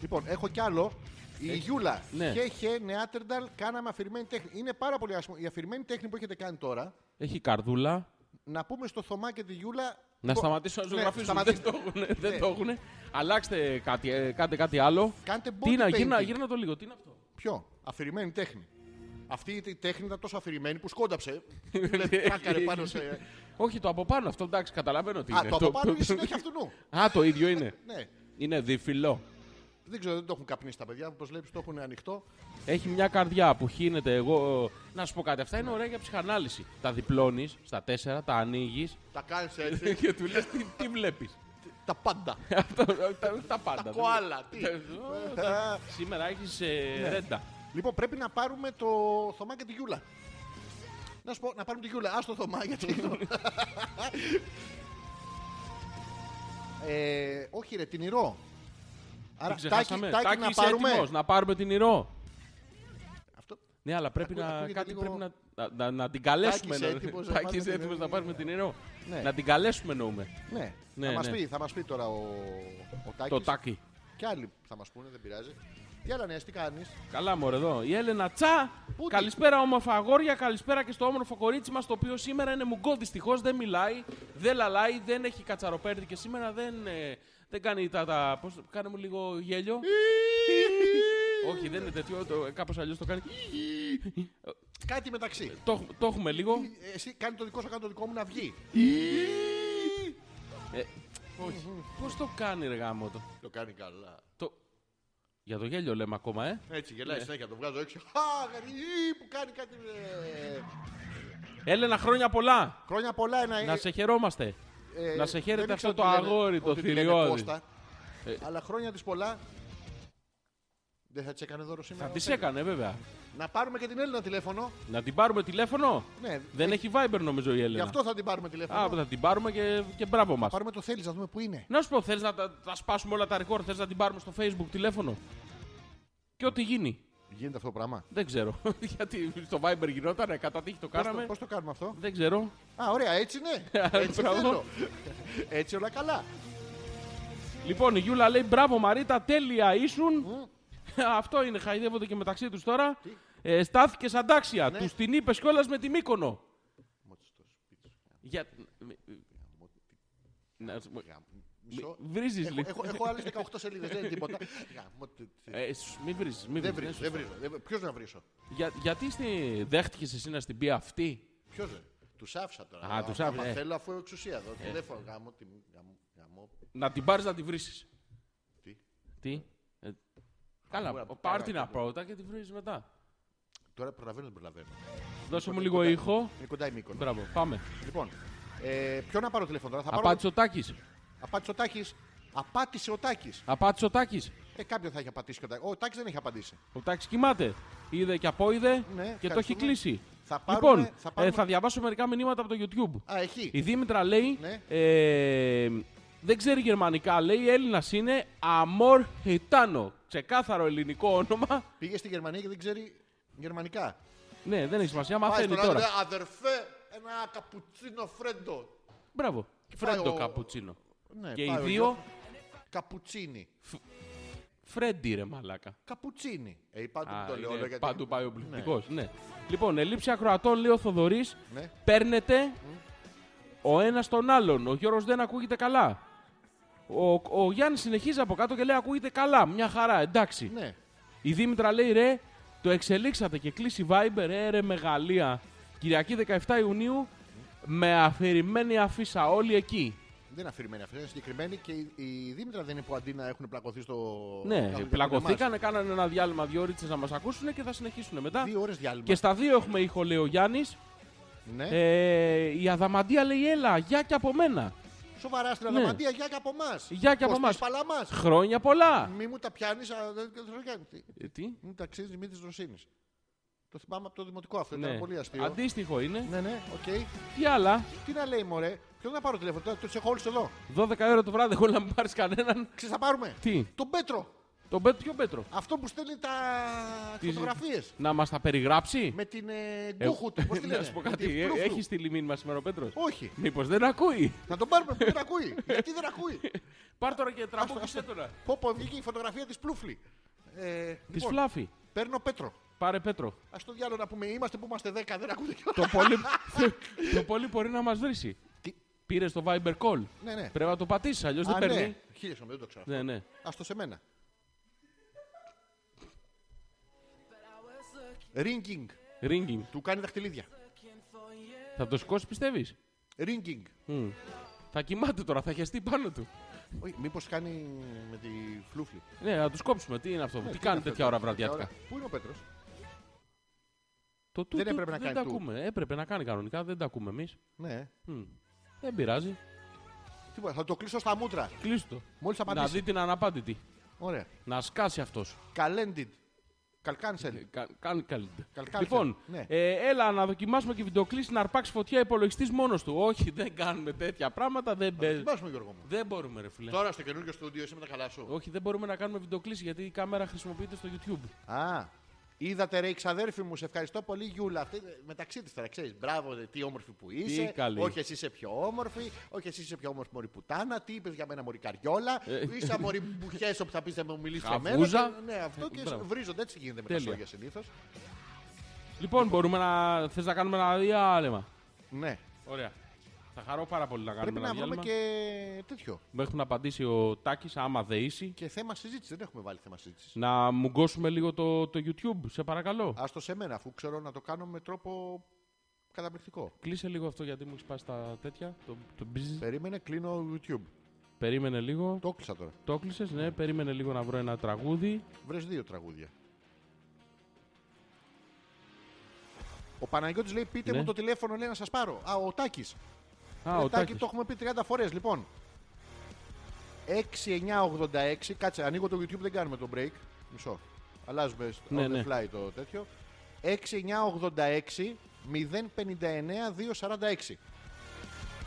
Λοιπόν, έχω κι άλλο. Η Γιούλα. ναι. Χέχε, Νεάτερνταλ, κάναμε αφηρημένη τέχνη. Είναι πάρα πολύ άσχημο. Η αφηρημένη τέχνη που έχετε κάνει τώρα, Έχει καρδούλα. να πούμε στο Θωμά και τη Γιούλα. Να το- σταματήσω να Ναι, ζωγραφίσω. σταματήστε. δεν το έχουν. Ναι. Δεν το έχουνε. Αλλάξτε κάτι, ε, κάντε κάτι άλλο. Κάντε body Τι είναι, γύρνα, painting. γύρνα το λίγο. Τι είναι αυτό. Ποιο, αφηρημένη τέχνη. Αυτή η τέχνη ήταν τόσο αφηρημένη που σκόνταψε. Λες, Ναι. Πλάκαρε Ναι, πάνω σε. Όχι, το από πάνω αυτό, εντάξει, καταλαβαίνω τι Α, είναι. το από πάνω είναι συνέχεια αυτού νου. Α, το ίδιο είναι. Ναι. Είναι διφυλό. Δεν ξέρω, δεν το έχουν καπνίσει τα παιδιά. Όπως βλέπεις, το έχουν ανοιχτό. Έχει μια καρδιά που χύνεται εγώ. Να σου πω κάτι, αυτά είναι ωραία για ψυχανάλυση. Τα διπλώνεις στα τέσσερα, τα ανοίγεις Τα κάνεις έτσι. και του λες τι, τι βλέπεις. τα πάντα. τα, τα πάντα. Τα κοάλα. Τι. Σήμερα έχεις ρέντα. Λοιπόν, πρέπει να πάρουμε το Θωμά και τη Γιούλα. Να σου πω, να πάρουμε τη Γιούλα. Ας το Θωμά γιατί... το- ε, όχι ρε, την Ηρώ. Άρα, Την ξεχάσαμε. Τάκη, Τάκη, να είσαι πάρουμε. έτοιμος να πάρουμε την Ηρώ. Αυτό. Ναι, αλλά πρέπει Ακούγεται- να, ακούγεται κάτι λίγο- πρέπει να, να, να, να την καλέσουμε. Τάκης έτοιμος να Τάκης πάρουμε την έτοιμος Ηρώ. να πάρουμε την Ηρώ. Ναι. Να την καλέσουμε εννοούμε. Ναι, Ναι, θα, μας ναι. πει, θα μας πει τώρα ο, ο Τάκης. Το τάκι. Και άλλοι θα μας πούνε, δεν πειράζει. Τι άλλα νέα, τι κάνεις. Καλά μωρέ εδώ. Η Έλενα Τσα. Πού τη- Καλησπέρα όμορφα αγόρια, καλησπέρα και στο όμορφο κορίτσι μας το οποίο σήμερα είναι μουγκό δυστυχώς. Δεν μιλάει, δεν λαλάει, δεν έχει κατσαροπέρδι και σήμερα δεν, ε, δεν κάνει τα... τα πώς, κάνε μου λίγο γέλιο. Όχι δεν είναι τέτοιο, το, κάπως αλλιώς το κάνει. Κάτι μεταξύ. το, έχ- το έχουμε λίγο. Ε, Εσύ κάνει το δικό σου, κάνει το δικό μου να βγει. Ε, Όχι. Πώς το κάνει ρε γάμο το. Το κάνει καλά. Το- Για το γέλιο λέμε ακόμα, ε. Έτσι, γελάει Ναι. συνέχεια, το βγάζω έξω. Χα, γρή, που κάνει κάτι. ε, Έλενα, χρόνια πολλά! Χρόνια πολλά ε, να Να σε χαιρόμαστε. να σε χαίρεται αυτό το αγόρι, το θηριώδη. Ε. Αλλά χρόνια της πολλά. Δεν θα της έκανε δώρο σήμερα. Θα ο τη Στέλιος. έκανε, βέβαια. Να πάρουμε και την Έλληνα τηλέφωνο. Να την πάρουμε τηλέφωνο. Ναι, Δεν έχει Viber νομίζω η γι' Έλενα. αυτό θα την πάρουμε τηλέφωνο. Α, θα την πάρουμε και, και μπράβο μας. Πάρουμε το θέλεις, να δούμε πού είναι. Να σου πω, θες να τα, τα σπάσουμε όλα τα ρεκόρ, θες να την πάρουμε στο Facebook τηλέφωνο. Και ό,τι γίνει. Γίνεται αυτό το πράγμα. Δεν ξέρω. Γιατί στο Viber γινότανε, κατά τύχη το κάναμε. Πώς το κάνουμε αυτό. Δεν ξέρω. Α, ωραία, έτσι ναι. έτσι, Μπράβο. θέλω. έτσι όλα καλά. Λοιπόν, η Γιούλα λέει μπράβο Μαρίτα, τέλεια ήσουν. Αυτό είναι, χαϊδεύονται και μεταξύ τους τώρα. Ε, στάθηκε σαν τάξια. Ναι. Τους την είπες κιόλας με τη μήκονο. Για... Να σου πω- Μισό. Βρίζεις Έχω- λίγο. Έχω, έχω άλλες 18 σελίδες, δεν είναι τίποτα. Γαμώ τη- τη- Ε, σ- Μην βρίζεις, μην Δεν βρίζεις, βρίζω, ναι, δεν βρίζω. δεν- Ποιος να βρίσω. σωστά. Για- γιατί στη... δέχτηκες εσύ να στην πει αυτή. Ποιος δεν. Τους άφησα τώρα. Α, τους άφησα, άμα ε. Θέλω αφού έχω εξουσία εδώ. Τηλέφωνο γάμο, τι- γαμώ, γαμώ. Να την πάρεις να τη βρίσεις. Τι. Τι. Ε, καλά, Μπορεί να πάρ πάρω την αυτό. πρώτα και τη βρίζεις μετά. Τώρα προλαβαίνω, δεν προλαβαίνω. Δώσε μου Είναι λίγο κοντά- ήχο. Είναι κοντά η Μύκονο. Μπράβο, πάμε. Λοιπόν, ε, ποιο να πάρω τηλέφωνο τώρα. Θα πάρω... Απάτησε ο Τάκης. Απάτησε ο Τάκης. Απάτησε ο Τάκης. Απάτησε ο Τάκης. Ε, κάποιον θα έχει απατήσει και ο Τάκης. Ο Τάκης δεν έχει απαντήσει. Ο Τάκης κοιμάται. Είδε και από είδε Ναι, και το έχει ευχαριστούμε. κλείσει. Θα πάρουμε- λοιπόν, ε, θα θα, πάρουμε- διαβάσω μερικά μηνύματα από το YouTube. Α, έχει. Η Δήμητρα λέει, Ναι. ε, δεν ξέρει γερμανικά, λέει Έλληνας είναι Αμόρ Χιτάνο. Ξεκάθαρο ελληνικό όνομα. Πήγε στη Γερμανία και δεν ξέρει γερμανικά. Ναι, δεν έχει σημασία, Πάει μαθαίνει στον άλλο, τώρα. λέει, αδερφέ. ένα καπουτσίνο φρέντο. Μπράβο. Πάει Φρέντο ο- καπουτσίνο. Ναι, Και οι πάει ο δύο Γιώργος. Καπουτσίνι. Φρέντι ρε μαλάκα. Καπουτσίνι. Ε, πάντου Α, που το λέω. είναι- λέω γιατί... Παντού πάει ο πληθυντικό. Ναι. Λοιπόν, ελλείψη ακροατών, λέει ο Θοδωρής. Ναι. Παίρνετε ο ένας τον άλλον. Ο Γιώργο δεν ακούγεται καλά. Ο, ο Γιάννης συνεχίζει από κάτω και λέει: Ακούγεται καλά, μια χαρά, εντάξει. Ναι. Η Δήμητρα λέει: Ρε, το εξελίξατε και κλείσει Viber, ε, ρε, ρε, μεγαλεία. Κυριακή 17 Ιουνίου με αφηρημένη αφίσα όλοι εκεί. Δεν είναι αφηρημένη αυτή, είναι συγκεκριμένη και η, η Δήμητρα δεν είναι που αντί να έχουν πλακωθεί στο. κάτω ναι, για πλακωθήκανε, κάνανε ένα διάλειμμα δύο ώρες να μας ακούσουν και θα συνεχίσουν μετά. εμάς. Δύο ώρες διάλειμμα. Και στα δύο έχουμε ήχο, λέει ο Γιάννης. Ναι. Ε, η Αδαμαντία λέει: Έλα, γεια και από μένα. Σοβαρά στην ναι. Αδαμαντία, γεια και από εμάς. Γεια και από εμάς. Παλαμά. Χρόνια πολλά. Μη μου τα πιάνεις, δεν δεν θα το κάνει. Ε, τι? Μην τα ξέρει Δημήτρη Ρωσίνη. Το θυμάμαι από το δημοτικό αυτό, Ναι. ήταν πολύ αστείο. Αντίστοιχο είναι. Ναι, ναι, οκ. Τι άλλα. Τι να λέει, μωρέ, ποιον να πάρω τηλέφωνο, τώρα τους έχω όλους εδώ. 12 ώρα το βράδυ, εγώ να μην πάρεις κανέναν. Ξέρεις, θα πάρουμε. Τι. Τον Πέτρο. Τον Πέτρο, ποιο Πέτρο. Αυτό που στέλνει τα Τις- φωτογραφίες. Να μας τα περιγράψει. Με την ε, Ε, ντούχου του, πώς τη λένε. Να σου πω με κάτι. τη ε, φλούφλου. Έχει στείλει μήνυμα σήμερα ο Πέτρος. Όχι. Μήπως δεν ακούει. Να τον πάρουμε που δεν ακούει. Γιατί δεν ακούει. Πάρ τώρα και τραμπούκισε Άστο, τώρα. Πω, πω, βγήκε η φωτογραφία της Πλούφλη. Ε, Της λοιπόν, φλάφη. Παίρνω Πέτρο. Πάρε Πέτρο. Ας το διάλογο να πούμε. Είμαστε που είμαστε 10, δεν ακούτε κιόλα. το, πολύ... το πολύ μπορεί να μας βρει. Τι? Πήρε το Viber call. Ναι, ναι. Πρέπει να το πατήσεις, αλλιώς δεν Α, ναι. παίρνει. Χίλιες όμως, δεν το ξέρω. Ναι, ναι. Ας το σε μένα. Ringing. Ringing. Του κάνει δαχτυλίδια. Θα το σηκώσει, πιστεύεις. Ringing. Θα κοιμάται τώρα, θα χεστεί πάνω του. Όχι, μήπως κάνει με τη φλούφλη. Ναι, να του κόψουμε. Τι είναι αυτό, Ναι, τι είναι κάνει αυτό, τέτοια ώρα τέτοια βραδιάτικα. ώρα. Πού είναι ο Πέτρος. Το του, Δεν του, έπρεπε να δεν κάνει τα του. ακούμε. Έπρεπε να κάνει κανονικά, δεν τα ακούμε εμείς. Ναι. Δεν πειράζει. Τίποτα, θα το κλείσω στα μούτρα. Κλείστο. το. Μόλις Να απαντήσει. δει την αναπάντητη. Ωραία. Να σκάσει αυτός. Καλέντιντ. Καλκάνσελ. Κάνει καλύτερα. Καλκάλτερα. Λοιπόν, Ναι. ε, έλα να δοκιμάσουμε και βιντεοκλήση να αρπάξει φωτιά υπολογιστής μόνος του. Όχι, δεν κάνουμε τέτοια πράγματα. Δεν, παίζει. Θυμάσαι, Γιώργο μου. δεν μπορούμε, ρε φιλέ. Ναι. Τώρα στο καινούργιο στούντιο είσαι με τα καλά σου. Όχι, δεν μπορούμε να κάνουμε βιντεοκλήση γιατί η κάμερα χρησιμοποιείται στο YouTube. Α, είδατε ρε ξαδέρφη μου, σε ευχαριστώ πολύ Γιούλα. Αυτή, ε, μεταξύ της τώρα ξέρεις. Μπράβο, ρε, τι όμορφη που είσαι. καλή. Όχι, εσύ είσαι πιο όμορφη. Όχι, εσύ είσαι πιο όμορφη μωρή πουτάνα. Τι είπες για μένα μωρή καριόλα. Είσαι μωρή μπουχέσο που θα πεις να μου μιλήσεις σε μένα. Χαβούζα. Και- Ναι, αυτό και Μπράβο. βρίζονται. Έτσι γίνεται με τα Τέλεια. σόγια συνήθως. Λοιπόν, μπορούμε να. Θες να κάνουμε ένα διάλεμα. Ναι. Ωραία. Θα χαρώ πάρα πολύ να κάνουμε Πρέπει να ένα βρούμε διάλειμμα. και τέτοιο. Μέχρι να απαντήσει ο Τάκης, άμα δεήσει. Και θέμα συζήτησης. Δεν έχουμε βάλει θέμα συζήτησης. Να μου γκώσουμε λίγο το, το YouTube, σε παρακαλώ. Ας το σε μένα, αφού ξέρω να το κάνω με τρόπο καταπληκτικό. Κλείσε λίγο αυτό γιατί μου έχεις πάει τα τέτοια. Το, το μπιζ. Περίμενε, κλείνω YouTube. Περίμενε λίγο. Το, Το κλείσα τώρα. κλείσες, ναι. Περίμενε λίγο να βρω ένα τραγούδι. Βρες δύο τραγούδια. Ο Παναγιώτης λέει: Πείτε Ναι. μου το τηλέφωνο, λέει να σας πάρω. Α, ο Ε, Τάκης. Α, ο Τάκης. το έχουμε πει 30 φορές, λοιπόν. 6986, κάτσε, ανοίγω το YouTube, δεν κάνουμε το break. Μισό. Αλλάζουμε στο Ναι, on ναι. the fly το τέτοιο. 6986 059 246.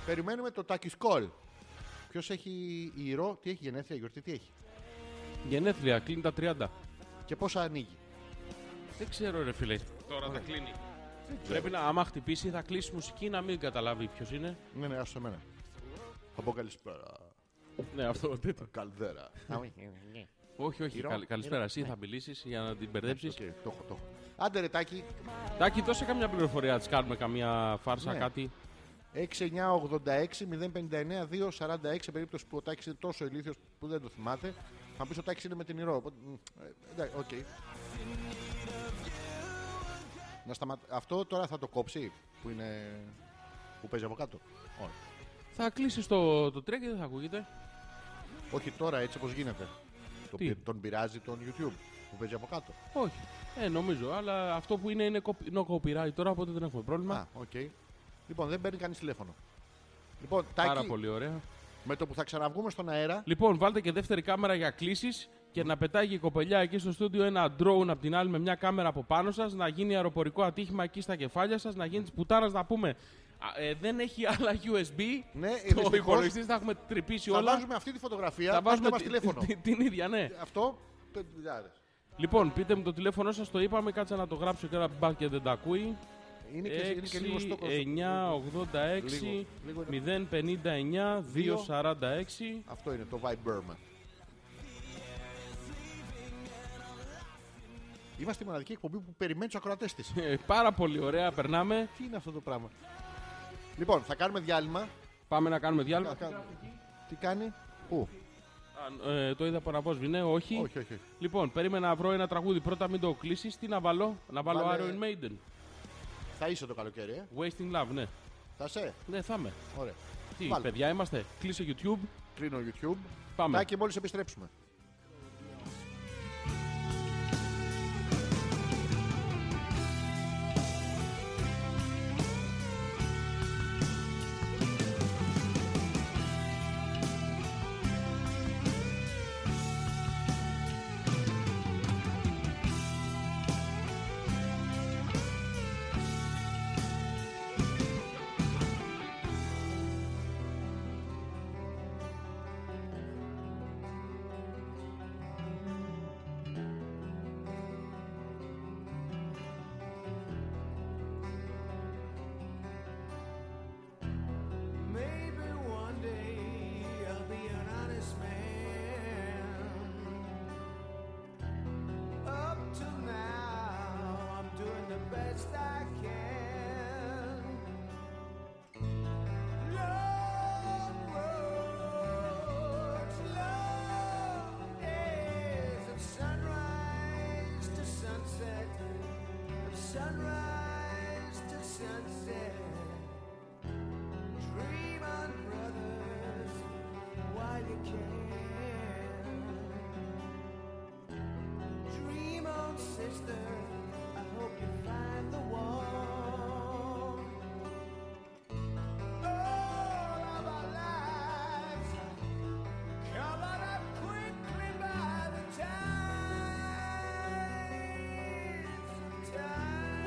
Περιμένουμε το Τάκης Call. Ποιος έχει ηρώ, τι έχει γενέθλια, γιορτή, τι έχει. Γενέθλια, κλείνει τα 30. Και πόσα ανοίγει. Δεν ξέρω, ρε φίλε. Τώρα θα κλείνει. Πρέπει να, άμα χτυπήσει, θα κλείσει μουσική να μην καταλάβει ποιος είναι. Ναι, ναι, άστο εμένα. Θα πω καλησπέρα. Ναι, αυτό τέτοιο. Καλδέρα. Όχι, όχι. Ηρώ, καλ- καλησπέρα. Εσύ Ναι. θα μιλήσεις για να την μπερδέψεις. Οκ, το έχω, το έχω. Άντε ρε Τάκη, Τάκη, δώσε καμιά πληροφορία. Της κάνουμε καμιά φάρσα, Ναι. κάτι. 6986-059-246 σε περίπτωση που ο Τάκης είναι τόσο ηλίθιος που δεν το θυμάται. Θα πεις ο Τάκης είναι με την Ηρώ. οπότε, μ, ε, εντάξει, οκ. Να σταμα- Αυτό τώρα θα το κόψει που είναι... που παίζει από κάτω. Όχι. Θα κλείσει το, το τρία και δεν θα ακούγεται. Όχι τώρα έτσι όπως γίνεται. Το Τι? πει- Τον πειράζει τον YouTube που παίζει από κάτω. Όχι. Ε, νομίζω, αλλά αυτό που είναι είναι κοπ- no copyright τώρα, οπότε δεν έχουμε πρόβλημα. Α, οκ. Λοιπόν, δεν παίρνει κανείς τηλέφωνο. Λοιπόν, Πάρα Τάκη, πολύ ωραία. με το που θα ξαναβγούμε στον αέρα, Λοιπόν, βάλτε και δεύτερη κάμερα για κλήσεις και να πετάει και η κοπελιά εκεί στο στούντιο ένα drone από την άλλη με μια κάμερα από πάνω σας, να γίνει αεροπορικό ατύχημα εκεί στα κεφάλια σας, να γίνει τη πουτάρας να πούμε. «Α, ε, δεν έχει άλλα USB. Ναι, το δυστυχώς. υπολογιστή θα έχουμε τρυπήσει θα όλα. βάζουμε αυτή τη φωτογραφία, θα βάζουμε μας τη- τηλέφωνο. τη- την ίδια, ναι. Αυτό, πεντουλιάδες. Λοιπόν, πείτε μου το τηλέφωνό σας, το είπαμε, κάτσα να το γράψω και ένα μπαρ και δεν τα ακούει. Είναι και, είναι και λίγο στόχο. 9, 86, Λίγο, λίγο. 059, 246. Αυτό είναι το Vibe Burma. Είμαστε η μοναδική εκπομπή που περιμένει τους ακροατές της. Ε, Πάρα πολύ ωραία, περνάμε. Τι είναι αυτό το πράγμα. Λοιπόν, θα κάνουμε διάλειμμα. Πάμε να κάνουμε διάλειμμα. Κα- κα- Τι κάνει, Πού, Α, ε, το είδα από να πω σβηνέ, όχι. Όχι, όχι. όχι. Λοιπόν, περίμενα να βρω ένα τραγούδι. Πρώτα μην το κλείσεις. Τι να βάλω, να βάλω Βάλε- Iron Maiden. Θα είσαι το καλοκαίρι, ε. Wasting Love, ναι. Θα σε. Ναι, θα είμαι. Ωραία. Τι, Βάλε. παιδιά είμαστε. Κλείσε YouTube. Κλείνω YouTube. Πάμε. Τα και μόλις επιστρέψουμε. Maybe one day I'll be an honest man. Up till now, I'm doing the best I can. Long roads, long days of sunrise to sunset, of sunrise to sunset. Dream on, brothers, while you can. Dream on, sister. I hope you find the one. All of our lives come on up quickly by the time. Time.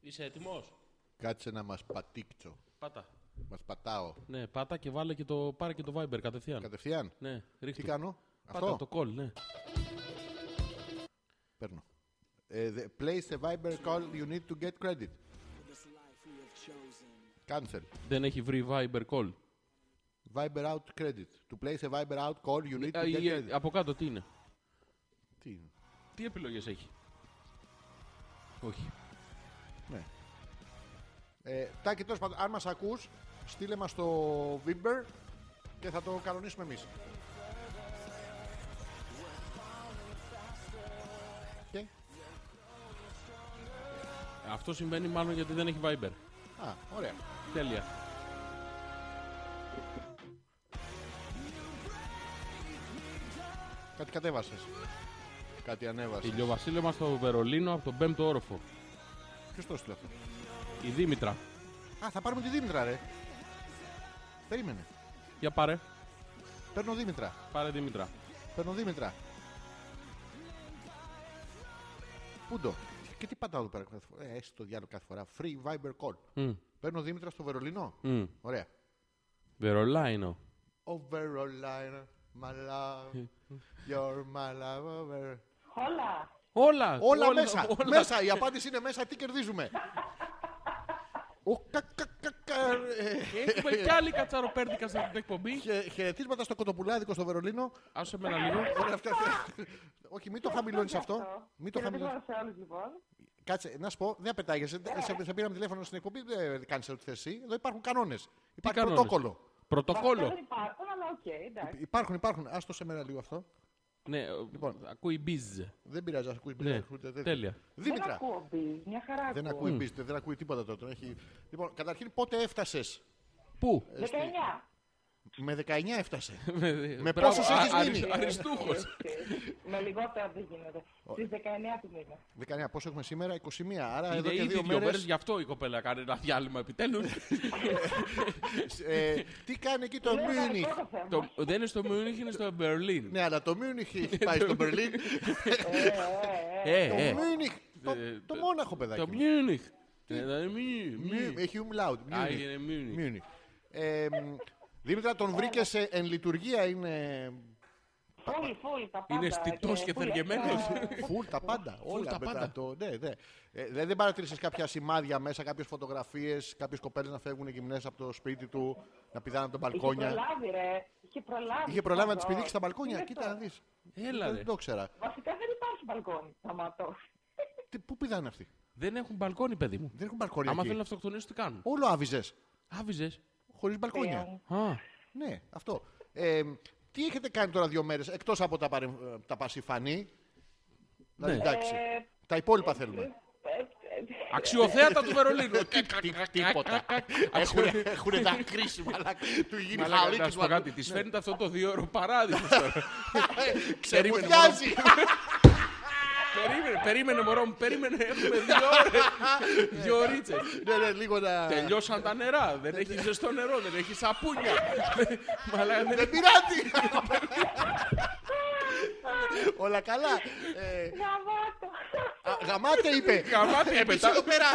Είσαι έτοιμος. Κάτσε να μας πατήξω. Πάτα. Μας πατάω. Ναι, πάτα και βάλε και το, πάρε και το Viber κατευθείαν. Κατευθείαν. Ναι, ρίχτε. Τι κάνω. Πάτα Αυτό. το call, ναι. Παίρνω. Ε, the- place a Viber call you need to get credit. Cancel. Δεν έχει βρει Viber call. Viber out credit. To place a Viber out call you need to Ε, get ε, credit. από κάτω τι είναι. Τι είναι. Τι επιλογές έχει. Όχι. Ναι. Ε, Τάκη, τέλος πάντων, αν μας ακούς, στείλε μας το Viber και θα το κανονίσουμε εμείς. Και. Αυτό συμβαίνει μάλλον γιατί δεν έχει Viber. Α, ωραία. Τέλεια. Κάτι κατέβασες. Κάτι ανέβασες. Ηλιοβασίλεμα στο Βερολίνο από τον 5ο όροφο. Ποιος το έστειλε αυτό. Η Δήμητρα. Α, θα πάρουμε τη Δήμητρα, ρε. Περίμενε. Για πάρε. Παίρνω Δήμητρα. Πάρε Δήμητρα. Παίρνω Δήμητρα. Πού το. Και τι πατάω εδώ πέρα. κάθε φορά. Ε, έστω το διάλογο κάθε φορά. Free Viber call. Μμ, Παίρνω Δήμητρα στο Βερολίνο. μμ. Ωραία. Βερολάινο. Overolina, my love. You're my love over. Όλα, Όλας μέσα. Μέσα. Η απάντηση είναι μέσα. Τι κερδίζουμε. Ο κα, κα, κα, κα, ε, Έχουμε κι άλλη κατσαροπέρδικα σε αυτή την εκπομπή. χε- Χαιρετίσματα στο κοτοπουλάδικο στο Βερολίνο. Άσε με ένα λίγο. Ωραία, αυτά- Όχι, μην το χαμηλώνει αυτό. Μην το χαμηλώνεις. σε όλους λοιπόν. Ναι. Κάτσε, να σου πω, δεν πετάγεσαι. Σε, σε πήραμε τηλέφωνο στην εκπομπή, δεν κάνεις ό,τι θες εσύ. Εδώ υπάρχουν κανόνες. Υπάρχει κανόνες? πρωτόκολλο. Δεν Λοιπόν. Πρωτοκόλλο. υπάρχουν, αλλά οκ, εντάξει. Υπάρχουν, υπάρχουν. Άστο σε μένα λίγο αυτό. Ναι, Λοιπόν. ακούει μπιζ. Δεν πειράζει, ακούει. Ναι, ούτε- δεν- τέλεια. Δεν Δήμητρα. ακούω μπιζ, μια χαρά Δεν ακούω. ακούει mm. δεν ακούει τίποτα τώρα. Τον έχει... Λοιπόν, καταρχήν πότε έφτασες. Πού? 19. Με 19 έφτασε. Με πόσους έχεις μείνει? Αριστούχος. Με λιγότερα δεν γίνεται. Στις 19 του μήνα. 19, πόσο έχουμε σήμερα, 21. Άρα εδώ Είναι και ήδη δύο δύο μέρες, μέρες γι' αυτό η κοπέλα κάνει ένα διάλειμμα επιτέλους. ε, τι κάνει εκεί το Μιούνιχ. Το θέμα. Το- Δεν είναι στο Μιούνιχ, είναι στο Μπερλίν. Ναι, αλλά το Μιούνιχ έχει πάει στο Μπερλίν. Ε, το ε, Μιούνιχ. το, Ε, το το- μόναχο Το παιδάκι. μου. Μιούνιχ. Ε, δηλαδή, μι- μι- Μιου- Έχει umlaut. Α, Μιούνιχ. είναι Μιούνιχ. Μιούνιχ. Ε, μ, Δήμητρα, τον βρήκες σε εν λειτουργία, είναι Φούλη, φούλη, τα πάντα. Είναι στιτός και φούλη, θεργεμένος. ε, Φουλ τα πάντα. όλα τα μετά πάντα. Το, ναι, ναι. Ε, δηλαδή δεν παρατήρησε κάποια σημάδια μέσα, κάποιες φωτογραφίες, κάποιες κοπέλες να φεύγουν γυμνές από το σπίτι του, να πηδάνε από τα Είχε μπαλκόνια. προλάβει, ρε. Είχε προλάβει. Είχε προλάβει να τι τις πηδήξει στα μπαλκόνια. Είναι Κοίτα αυτό. να δεις. Έλα ρε. Δεν το ξέρα. Βασικά δεν υπάρχει μπαλκόνι. Σταματώ. Τι, πού πηδάνε αυτοί. Δεν έχουν μπαλκόνι, παιδί μου. Δεν έχουν μπαλκόνια. Άμα εκεί. θέλουν να αυτοκτονήσουν, τι κάνουν. Όλο άβυζες. Άβυζες. Χωρίς μπαλκόνια. Θεέ Α, Ναι, αυτό. Ε, τι έχετε κάνει τώρα δύο μέρες εκτός από τα, παρε... τα πασιφανή. Δηλαδή, Ναι. εντάξει. Ε, Τα υπόλοιπα θέλουμε. ε, ε, Αξιοθέατα του Βερολίνου. Ε, Τίποτα. Έχουν, έχουν τα κρίσιμα, αλλά του γίνει χαλίκι Να σου πω μαλάκα. κάτι, της φαίνεται αυτό το δύο ώρο παράδειγμα. τώρα. Ξεμουδιάζει. Περίμενε, περίμενε μωρό μου, περίμενε. Έχουμε δύο ώρες, δύο ωρίτσες. Ναι, ναι, λίγο να. Τελειώσαν τα νερά, δεν έχει ζεστό νερό, δεν έχει σαπούνια. Μαλάκα, δεν Δεν πειράζει. Όλα καλά. Ε, Σταμάτω. α, Γαμάτε είπε. Γαμάτε, Εμείς πετά- Ε, εδώ Ε, πέρα.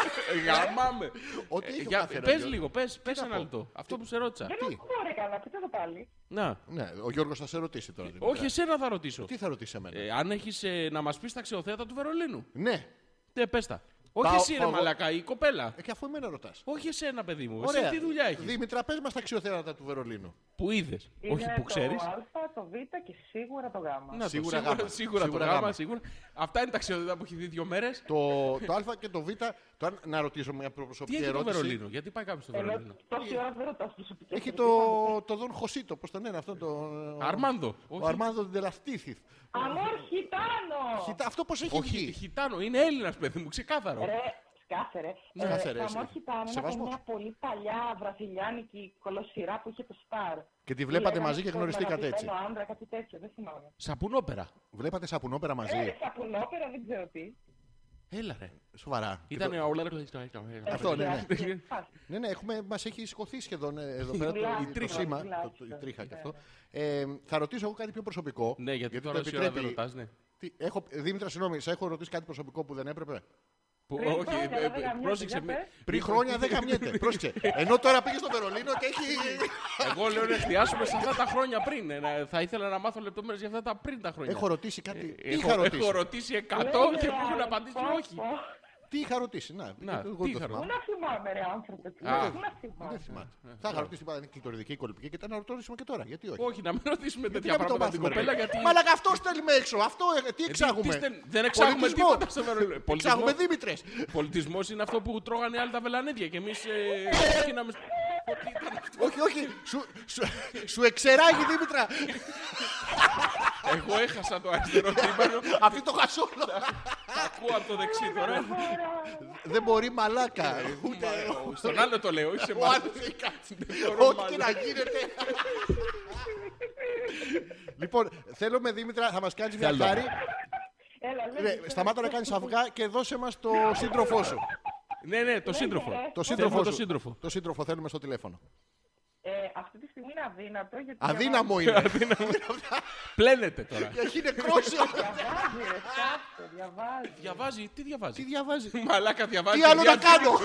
Γαμάμε. Ό,τι Ε, έχει ο για- καθένας, Πες Γιώργο. λίγο, πες, πες να ένα πω. Ε, λεπτό. Αυτό που σε ρώτησα. Δεν ακούω ρε καλά, πείτε το πάλι. Να. Ναι, ο Γιώργος θα σε ρωτήσει τώρα. Δημήτρη. Όχι, εσένα θα ρωτήσω. ε, Τι θα ρωτήσει εμένα. Ε, αν έχεις να μας πεις τα αξιοθέατα του Βερολίνου. Ναι, Ναι, πες τα. Όχι Πάω- εσύ, ρε πάω- Μαλακά, η κοπέλα. ε, και αφού εμένα ρωτάς. Όχι εσένα, παιδί μου. Εσύ τι δουλειά έχεις. Δήμητρα, πες μας τα αξιοθέατα του Βερολίνου. Που είδες. Όχι Είναι που ξέρει. Το Α, το Β και σίγουρα το Γ. Να, το, Σίγουρα γάμα. Σίγουρα, το Σίγουρα γάμα, γάμα. σίγουρα. Αυτά είναι τα αξιοθέατα που έχει δει δύο μέρες. Το, το Α και το Β. Τώρα να ρωτήσω μια Τι προσωπική έχει το ερώτηση. Βερολίνο, γιατί πάει κάποιος στο Ενώ Βερολίνο. τόση ώρα δεν ρωτάω στους οπτικούς. Έχει το, το Δον Χωσίτο, πώς τον λένε αυτόν τον. Αρμάνδο. Ο Όχι. Αρμάνδο Ντελαστήθιθ. Αμόρ χιτάνο! Χιτά- Αυτό πώς έχει Όχι, βγει. χιτάνο, είναι Έλληνας, παιδί μου, ξεκάθαρο. Ε. Ρε, σκάσε ρε. Ε, Ναι. Σκάσε, ρε, Τα εσύ. Αμόρ χιτάνο είναι από Σεβασμός. μια πολύ παλιά βραζιλιάνικη κολοσσυρά που είχε το Σταρ. Και τη βλέπατε Λέγανε μαζί και στο γνωριστήκατε έτσι. Μεγαπημένο άντρα, κάτι τέτοιο, δεν θυμάμαι. Σαπουνόπερα. Βλέπατε σαπουνόπερα μαζί. Ε, σαπουνόπερα, δεν ξέρω τι. Έλα ρε. Σοβαρά. Ήταν Και το- όλα. Αυτό, ναι, ναι. Εντάξει, φάση. Ναι, ναι, έχουμε, μας έχει σηκωθεί σχεδόν ε, εδώ πέρα Μιλάω, το, η τρίχα. σήμα, Μιλάω, το- το- η ξέρω. τρίχα κι Ναι, αυτό. Ε, θα ρωτήσω εγώ κάτι πιο προσωπικό. Ναι, γιατί τώρα τόση ώρα δεν ρωτάς, ναι. Τι, έχω, Δήμητρα, συγγνώμη, σε έχω ρωτήσει κάτι προσωπικό που δεν έπρεπε. Που- Πριν όχι, χρόνια, ε, δεν ε, γαμιέται, πρόσεξε για με. πες. Πριν χρόνια δεν γαμιέται. Πρόσεχε. Ενώ τώρα πήγες στο Βερολίνο και έχει. Εγώ λέω να εστιάσουμε σε αυτά τα χρόνια πριν. Ε, να- Θα ήθελα να μάθω λεπτομέρειες για αυτά τα πριν τα χρόνια. Έχω ρωτήσει κάτι. Ε, Τι έχω- είχα Έχω ρωτήσει. ρωτήσει 100 και μου έχουν απαντήσει όχι. Τι είχα ρωτήσει. Να, Να, εγώ τι το είχα Πού θυμάμαι. να θυμάμαι, ρε άνθρωπο. Πού Α. να Δεν θυμάμαι. θυμάμαι. Θα είχα ρωτήσει πάντα είναι κλειτοριδική, κολυπική και τα να ρωτήσουμε και τώρα. Γιατί όχι. Όχι, να μην ρωτήσουμε Γιατί τέτοια να μην το πράγματα την μάθουμε, ρε. κοπέλα γιατί. Μαλάκα αυτό στέλνουμε έξω. Αυτό ε, τι γιατί εξάγουμε. τι στεν- Δεν εξάγουμε Πολιτισμός. τίποτα στο Βερολίνο. Εξάγουμε Δήμητρε. Πολιτισμός είναι αυτό που τρώγανε άλλοι τα βελανίδια και ε, εμείς Ε, ξεκινάμε. στο- Ότι ήταν αυτό. Όχι, όχι. Σου, σου, σου εξεράγει Δήμητρα. Εγώ έχασα το αριστερό τρίμερο. Αυτή το χασόλο. Τα ακούω από το δεξί τώρα. Δεν μπορεί μαλάκα. Ούτε. Στον άλλο το λέω, είσαι Ο μάλλον. άλλος έχει κάτσει. μπορώ Ό,τι και να γίνεται. Λοιπόν, θέλουμε Δήμητρα, θα μας κάνεις μια Θέλω. χάρη. Έλα, λέγε, Ρε, τώρα. Σταμάτα να κάνεις αυγά και δώσε μας το σύντροφό σου. Ναι, ναι, το σύντροφο. Το Θέλω σύντροφό το σου. σύντροφο. Το σύντροφο θέλουμε στο τηλέφωνο. Ε, αυτή τη στιγμή είναι αδύνατο γιατί. Αδύναμο Ε, είναι. Πλένεται τώρα. Έχει νεκρόσιο. Διαβάζει, ρε, σκάφτε, διαβάζει. Διαβάζει, τι Τι διαβάζει. διαβάζει. Μαλάκα διαβάζει. Τι τη άλλο να διαθήκη- κάνω.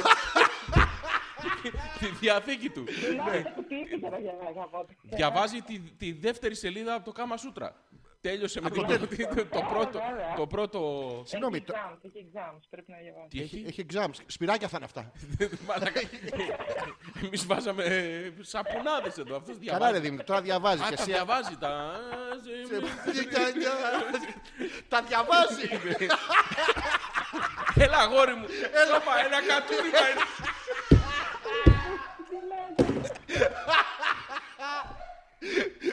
Τη διαθήκη του. Ναι. Μιλάω για το κουτί για να διαβάζει. Διαβάζει τη, τη δεύτερη σελίδα από το Κάμα Σούτρα. Τέλειωσε με την πρώτη, το πρώτο. Το πρώτο. Συγγνώμη, Έχει το- exams, έχει exams, πρέπει να διαβάζει. Τι έχει. Έχει exams. Σπυράκια θα είναι αυτά. Εμείς βάζαμε σαπουνάδες εδώ. Αυτός Καλά ρε διαβάζει. Δήμητρα, τώρα διαβάζει Α, και τα εσύ. διαβάζει τα. Τα διαβάζει. Έλα, αγόρι μου. Έλα, μα, ένα κατούριμα. είναι.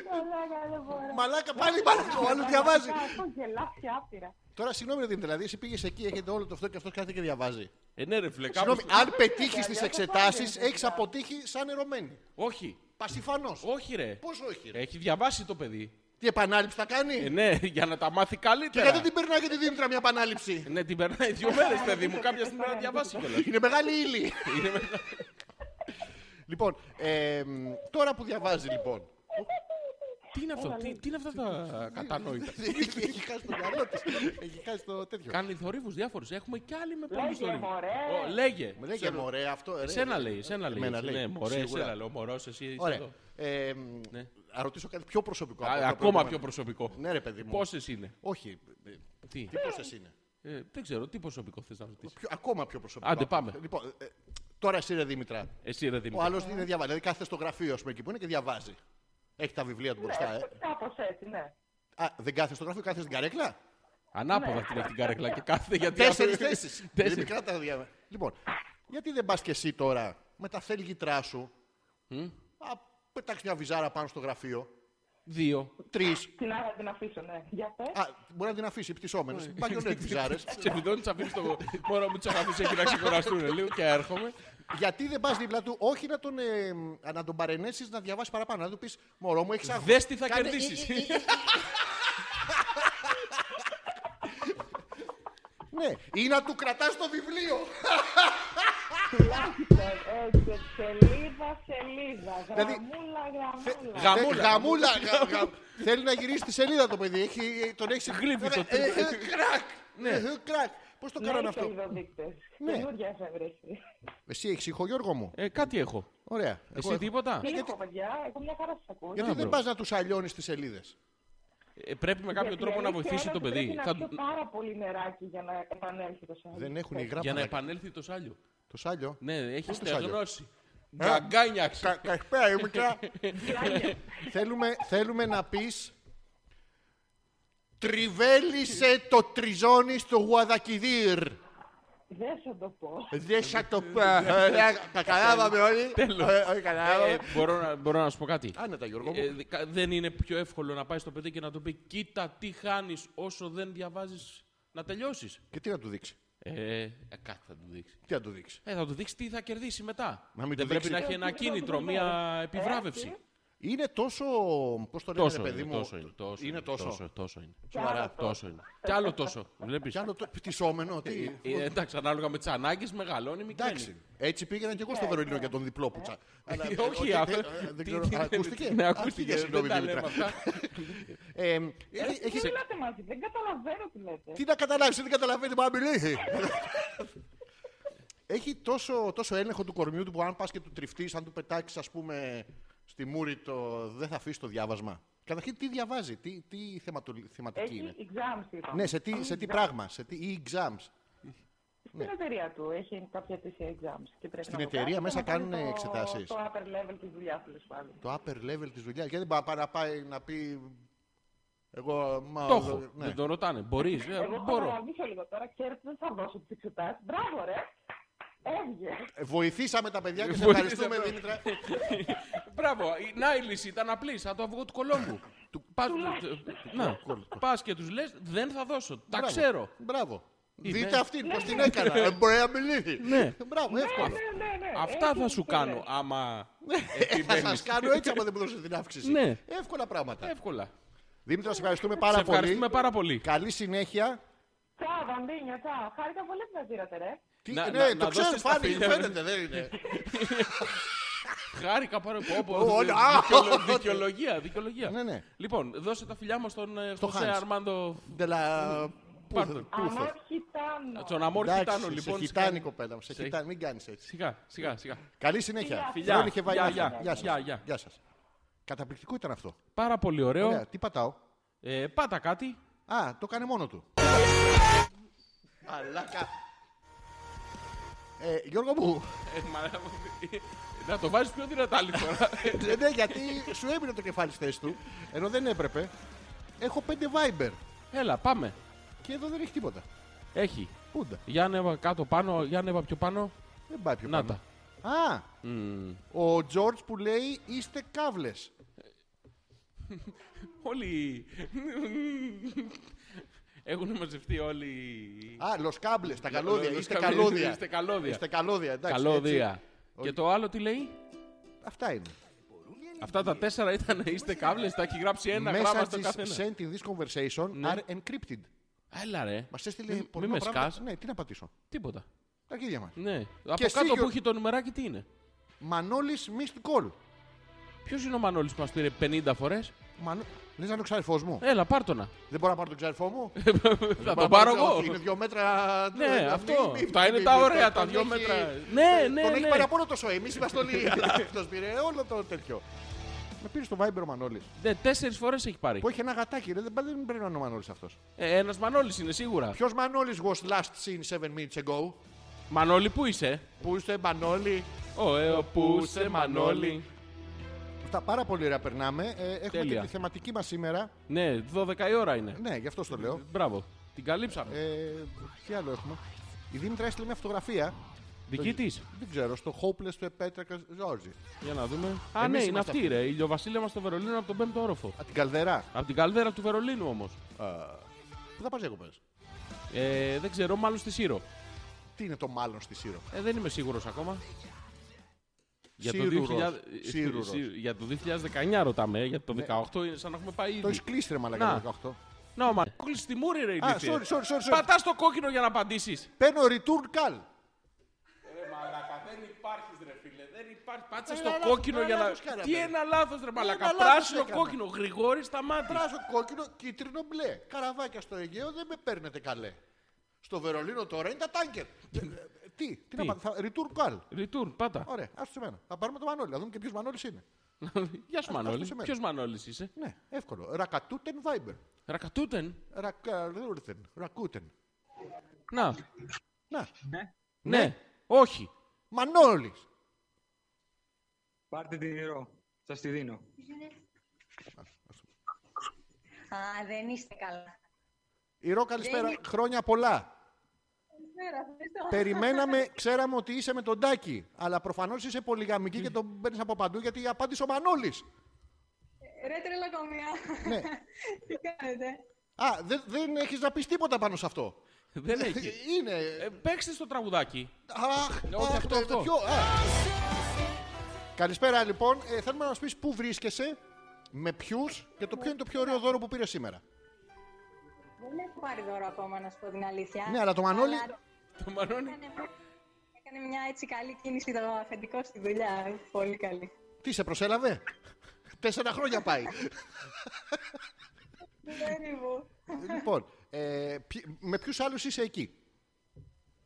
Καλά, δεν μπορώ. Μαλάκα πάλι μαλάκα. Ο άλλος διαβάζει. Έχω γελάσει άπειρα. Τώρα συγγνώμη ρε Δήμητρα, δηλαδή εσύ πήγες εκεί, έχετε όλο το αυτό και αυτός κάθεται και διαβάζει. Ε, ναι, ρε, φλε, κάπως- Συγγνώμη, αν πετύχεις τις εξετάσει, έχεις αποτύχει σαν ερωμένη. Όχι, Πασιφανώ. όχι, ρε. Πώς όχι. ρε. Έχει διαβάσει το παιδί. Τι επανάληψη θα κάνει. Ε, ναι, για να τα μάθει Και καλύτερα. γιατί την περνάει και τη Δήμητρα μια επανάληψη. Ναι, την περνάει δύο μέρες, παιδί μου. Κάποια στιγμή να διαβάσει κιόλας. Είναι μεγάλη ύλη. Λοιπόν, ε, μ, τώρα που διαβάζει λοιπόν. Τι είναι αυτό, τι, τι είναι αυτά τα κατανόητα. έχει έχει χάσει το μυαλό της. Έχει χάσει το τέτοιο. Κάνει θορύβους διάφορους. Έχουμε κι άλλοι με πολλού Λέγε, θορύβους. μωρέ. Ω, Λέγε. Μου λέει και μωρέ αυτό. ε, ρε. Σένα λέει, σένα λέει. Εμένα λέει, Ναι, μωρέ, σίγουρα. εσένα λέει. Ο μωρό, εσύ είσαι Ωραία. εδώ. Ναι. Ε, μ, Να ρωτήσω κάτι πιο προσωπικό. από Α, τα Ακόμα προηγούμενα. πιο προσωπικό. Ναι, ρε παιδί μου. Πόσες είναι. Όχι. ε, Τι. Τι πόσες είναι. Ε, δεν ξέρω, τι προσωπικό θες να ρωτήσεις. Πιο- ακόμα πιο προσωπικό. Άντε, πάμε. Λοιπόν, ε, τώρα εσύ ρε Δήμητρα. Εσύ ρε Ο Δημήτρη. άλλο είναι διαβάζει. Δηλαδή κάθεται στο γραφείο, ας πούμε, εκεί που είναι και διαβάζει. Έχει τα βιβλία του μπροστά, ε. Κάπως έτσι, ναι. Α, δεν κάθεται στο γραφείο, κάθεται στην καρέκλα. Ανάποδα Ναι. την έχει την καρέκλα και κάθεται γιατί. Τέσσερις θέσεις. Τέσσερις. Μικρά τα διαβάζει. Λοιπόν, γιατί δεν πας και εσύ τώρα με τα θέλγητρά σου. Α, πετάξεις μια βυζάρα πάνω στο γραφείο. Δύο. Τρεις. Την άρα την αφήσω, ναι. Για πες. Α, μπορεί να την αφήσει υπτυσσόμενε. Μπαγιονέτ βυζάρε. Σε βιδώνει, τι αφήνει το μωρό μου, τι αφήνει εκεί να ξεκουραστούν λίγο και έρχομαι. γιατί δεν πας δίπλα του, όχι να τον, ε, μ, να τον παρενέσεις να διαβάσεις παραπάνω. Να του πεις Μωρό μου, έχεις άγχος. Δες τι θα Κάνε- ε, κερδίσει. Ναι, ή να του κρατά το βιβλίο. Έτσι, Ε, σελίδα, σελίδα. Δηλαδή, Γραμμούλα, γραμμούλα. Γα- Γαμούλα. Θε- Γαμούλα. Ε, γα- γα- Θέλει να γυρίσει τη σελίδα το παιδί. Έχει, τον έχει Γλύφει το Ναι. Ε, ε, ε, Κρακ. Ε, ε, Κρακ. Πώς το Ναι, κάνανε και οι αυτό. δοδείκτες. Ναι. Καινούργια έχω βρει. Εσύ έχεις ήχο, Γιώργο μου. Ε, κάτι έχω. Ωραία. Εγώ Εσύ έχω. τίποτα. Τι έχω, παιδιά, εγώ μια χαρά σας ακούω. Γιατί δεν μπρο. πας να τους αλλιώνεις τις σελίδες. Ε, πρέπει με κάποιο Γιατί τρόπο να αλήθεια βοηθήσει είναι το ότι παιδί. Πρέπει Θα- να πιω πάρα πολύ νεράκι για να επανέλθει το σάλιο. Δεν έχουν υγρά Για να μαλάκα. επανέλθει το σάλιο. Το σάλιο. Ναι, έχει Πού το σάλιο? Ε? στεγνώσει. Γκαγκάνιαξε. Κα- Καλησπέρα, η μικρά. Θέλουμε- Θέλουμε να πεις. Τριβέλισε το τριζόνι στο Γουαδακιδίρ. Δεν θα το πω. Δεν σα το πω. Ωραία, τα Καταλάβαμε όλοι. Τέλος. Ε, όλοι καταλάβαμε. Ε, μπορώ, να, μπορώ να σου πω κάτι. Άνετα, Γιώργο μου. Ε, δε- κα- δεν είναι πιο εύκολο να πάει στο παιδί και να του πει Κοίτα τι χάνεις όσο δεν διαβάζεις να τελειώσεις. Και τι να του δείξει. Ε, ε, κάτι θα του δείξει. Τι να του δείξει. Ε, θα του δείξει τι θα κερδίσει μετά. Μα μην δεν του πρέπει δείξει. Ε, να έχει ένα κίνητρο, μια επιβράβευση. Ε, Είναι τόσο. Πώς το λένε, Τόσο ρε είναι, Ε, παιδί μου. τόσο είναι, τόσο Είναι τόσο. τόσο, τόσο είναι. Σοβαρά, τόσο είναι. Κι άλλο τόσο, βλέπεις. Κι άλλο το πτυσσόμενο. τι. Ε, εντάξει, ανάλογα με τις ανάγκες μεγαλώνει, μικραίνει. Εντάξει. Έτσι πήγαινα και εγώ στο Βερολίνο για τον διπλό πουτσα. Αλλά, Ε, ε, όχι, ε, αυτό- ε, τι- Δεν ξέρω. τι- α, Ακούστηκε. Ναι, ακούστηκε. Ακούστηκε, συγγνώμη, Δεν τα λέμε Δημήτρα. αυτά. Ε, ε, Τι έχεις- μιλάτε μαζί, δεν καταλαβαίνω τι λέτε. Τι να καταλάβεις, δεν καταλαβαίνει, μα μιλήσει. Έχει τόσο, τόσο έλεγχο του κορμιού του που αν πας και του τριφτείς, αν του πετάξεις, ας πούμε, στη μούρη, το, δεν θα αφήσει το διάβασμα. Καταρχήν, τι διαβάζει, τι, τι θεματολ- θεματική είναι. Έχει exams, είπαμε. Ναι, σε τι, σε τι πράγμα, σε τι ή exams. Στην εταιρεία του έχει κάποια τέτοια exams. Και πρέπει Στην να το εταιρεία κάνει μέσα και να κάνουν κάνει το- εξετάσεις. Το upper level της δουλειάς τους, τέλο πάντων. Το upper level της δουλειάς. Γιατί δεν μπορεί να πάει- να πάει να πει. Εγώ. Μα, Το έχω. ναι. Δεν το ρωτάνε. Μπορείς. Εγώ θα Ε, Μπορώ. παραγωγήσω λίγο τώρα. Ξέρετε, δεν θα δώσω τις εξετάσεις. Μπράβο, ρε! Έβγε. Ε, Βοηθήσαμε τα παιδιά και σε Βοηθήσαμε. ευχαριστούμε, Δήμητρα. Μπράβο. η- Να η λύση ήταν απλή. Σαν το αυγό του Κολόμπου. Πας- Να. Πας και τους λες, δεν θα δώσω. Τα Μπράβο. ξέρω. Μπράβο. Είδε. Δείτε αυτήν πώς την έκανα. Ε, Μπορεί να μιλήσει. Ναι. Μπράβο, εύκολο. Ναι, ναι, ναι. Αυτά Έχει θα σου δίκιο, ρε. κάνω άμα Ε, Θα επιμένεις. σα κάνω έτσι άμα δεν μου δώσετε την αύξηση. Ναι. Εύκολα πράγματα. Εύκολα. Δήμητρα, σε ευχαριστούμε Σε πάρα πολύ. ευχαριστούμε πάρα πολύ. Καλή συνέχεια. Τσά, βαμπίνια, τσά. Χάρηκα πολύ που με πήρατε, ρε. Τι, Να- ναι, να- το να ξέρω, δώσεις τα φάνηκε, φιλιά, φαίνεται, δεν είναι. Χάρηκα πάρα Ω, πολύ. όλα. Δικαιολογία, δικαιολογία. Ναι, ναι. Λοιπόν, δώσε τα φιλιά μου στον ε, Στο Χωσέ Hans. Αρμάντο. Ντε λα- πού- Πάρτον. πού ήρθε. Ανάρχιτάνο. Τον Αμόρ Εντάξει, Χιτάνο, σε λοιπόν. χιτάνει, σε- κοπέλα μου. Σε Σε- χιτάνει, μην κάνεις έτσι. Σιγά, σιγά, σιγά. Καλή συνέχεια. Φιλιά. Φρόνη και Γεια, Βαϊνάχη. γεια. Γεια σας. Γεια, γεια. Γεια σας. Καταπληκτικό ήταν αυτό. Πάρα πολύ ωραίο. Ωραία, τι πατάω. Ε, πάτα κάτι. Α, το κάνει μόνο του. Αλάκα. Ε, Γιώργο μου, Ε, μα- Να το βάζεις πιο δυνατά λοιπόν. άλλη φορά. ε, ναι, γιατί σου έμεινε το κεφάλι στη θέση του, ενώ δεν έπρεπε. Έχω πέντε Viber Έλα, πάμε. και εδώ δεν έχει τίποτα. Έχει. Πούντα. Για ανέβα κάτω πάνω, για ανέβα πιο πάνω. Δεν πάει πιο Να πάνω. τα. Α, ο Τζόρτζ που λέει είστε κάβλες. Όλοι. Έχουν μαζευτεί όλοι. Α, λοσκάμπλες, τα καλώδια. Los Είστε Cables, καλώδια. είστε καλώδια. Είστε καλώδια, εντάξει. Καλώδια. έτσι. Και το άλλο τι λέει. Αυτά είναι. Αυτά τα τέσσερα ήταν είστε κάβλες, τα έχει γράψει ένα γράμμα στο Messages καθένα. sent in this conversation are encrypted. Έλα ρε. Μας έστειλε Μη- πορνό μη με πράγματα. σκάς. Ναι, τι να πατήσω. Τίποτα. Τα αρχίδια μας. Ναι. Από εσύ, κάτω που Γιώργο. έχει το νούμεράκι τι είναι. Μανώλης missed call. Ποιος είναι ο Μανώλης που μας πήρε 50 φορέ. Μανώ... Λες να είναι ο ξαριφός μου. Έλα, πάρτονα. Δεν μπορώ να πάρω τον ξαριφό μου. Θα τον Ε, πάρω Είναι εγώ. δύο μέτρα. Ναι, μη- αυτό. μη- Αυτά μη- είναι μη- τα μη- ωραία, τον- τα τον δύο έχει- μέτρα. ε, Ναι, ναι, Τον έχει ναι. πάρει από όλο το σοϊ. Εμείς είμαστε όλοι. Αλλά αυτό πήρε όλο το τέτοιο. Με πήρε στο Viber ο Μανώλης. Ναι, τέσσερις φορές έχει πάρει. Που έχει ένα γατάκι. ρε, Δεν δεν πρέπει να είναι ο Μανώλης αυτός. Ένας Μανώλης είναι σίγουρα. Ποιος Μανώλης was last seen seven minutes ago. Μανώλη, πού είσαι. Πού είστε, Μανώλη. Ω, ε, ο, πού είσαι, Μανώλη. Αυτά πάρα πολύ ωραία περνάμε. Ε, Έχουμε Τέλεια. και τη θεματική μας σήμερα. Ναι, 12 η ώρα είναι. Ναι, γι' αυτό το λέω. Μπράβο. Την καλύψαμε. Ε, τι άλλο έχουμε. Η Δήμητρα έστειλε μια φωτογραφία. Δική τη. Δεν ξέρω, στο Hopeless του Επέτρακα Ζόρζη. Για να δούμε. Α, Εμείς ναι, είναι είμαστε αυτή αυτοί. ρε. Η Ηλιοβασίλευμα στο Βερολίνο από τον 5ο όροφο. Από την Καλδερά. Από την καλδέρα του Βερολίνου όμως. Πού θα πας διακοπέ. Ε, δεν ξέρω, μάλλον στη Σύρο. Τι είναι το μάλλον στη Σύρο. Ε, δεν είμαι σίγουρος ακόμα. Σύρουρος. 2000 Σύρουρος. Σύρου- για το 2019 ρωτάμε, ε, για το 18 είναι σαν να έχουμε πάει Ναι. Το ήδη. έχεις κλείσει ρε Να. μαλακά το 18. Να, μα κλείσει τη μούρη, ρε. ηλίθιε. sorry, sorry, sorry, sorry. Πατάς το κόκκινο για να απαντήσεις. Παίρνω return call. Ρε μαλάκα, δεν υπάρχεις ρε φίλε. Δεν υπάρχεις. Πάτσε Ένα στο λάθος, κόκκινο ένα για να. λάθος κάναμε. Τι ένα λάθος ρε μαλάκα. λάθος Πράσινο έκανα. κόκκινο. Γρηγόρη σταμάτη. Πράσο, κόκκινο, κίτρινο, μπλε. Καραβάκια στο Αιγαίο δεν με παίρνετε καλέ. Στο Βερολίνο τώρα είναι τα τάγκερ. Ε, ε, Τι, τι να Τι. πάρω. θα- Return call. Ριτούρν, πάτα. Ωραία, άστο σε μένα. Θα πάρουμε το Μανώλη, να δούμε και ποιος Μανώλης είναι. Γεια σου Μανώλη. σε μένα. Ποιος Μανώλης είσαι. Ναι, εύκολο. Ρακατούτεν Viber. Ρακατούτεν. Ρακαλούρθεν. Ρακούτεν. Να. Να. Ναι. Όχι. Μανώλης. Πάρτε τη νερό. Σας τη δίνω. Α, δεν είστε καλά. Ηρώ, καλησπέρα. Χρόνια πολλά. Περιμέναμε, ξέραμε ότι είσαι με τον Τάκη. Αλλά προφανώς είσαι πολυγαμική και τον παίρνεις από παντού γιατί απάντησε ο Μανώλης. Ε, Ρε τρελακομία. Ναι. Τι κάνετε. Α, δεν, δεν έχεις να πεις τίποτα πάνω σε αυτό. Δεν έχει. Είναι. Ναι, Ε, Παίξτε στο τραγουδάκι. Αχ, όχι, αχ, αυτό, το αυτό. τέτοιο, α. Καλησπέρα λοιπόν. Ε, θέλουμε να μας πεις πού βρίσκεσαι, με ποιους και το ποιο είναι το πιο ωραίο δώρο που πήρες σήμερα. Δεν έχω πάρει δώρο ακόμα, να σου πω την αλήθεια. Ναι, αλλά το Μανώλη. Αλλά Το Μανώλη. έκανε- Έκανε μια έτσι καλή κίνηση το αφεντικό στη δουλειά. Πολύ καλή. Τι σε προσέλαβε. Τέσσερα χρόνια πάει. Περίπου. λοιπόν, ε, ποι- με ποιους άλλους είσαι εκεί.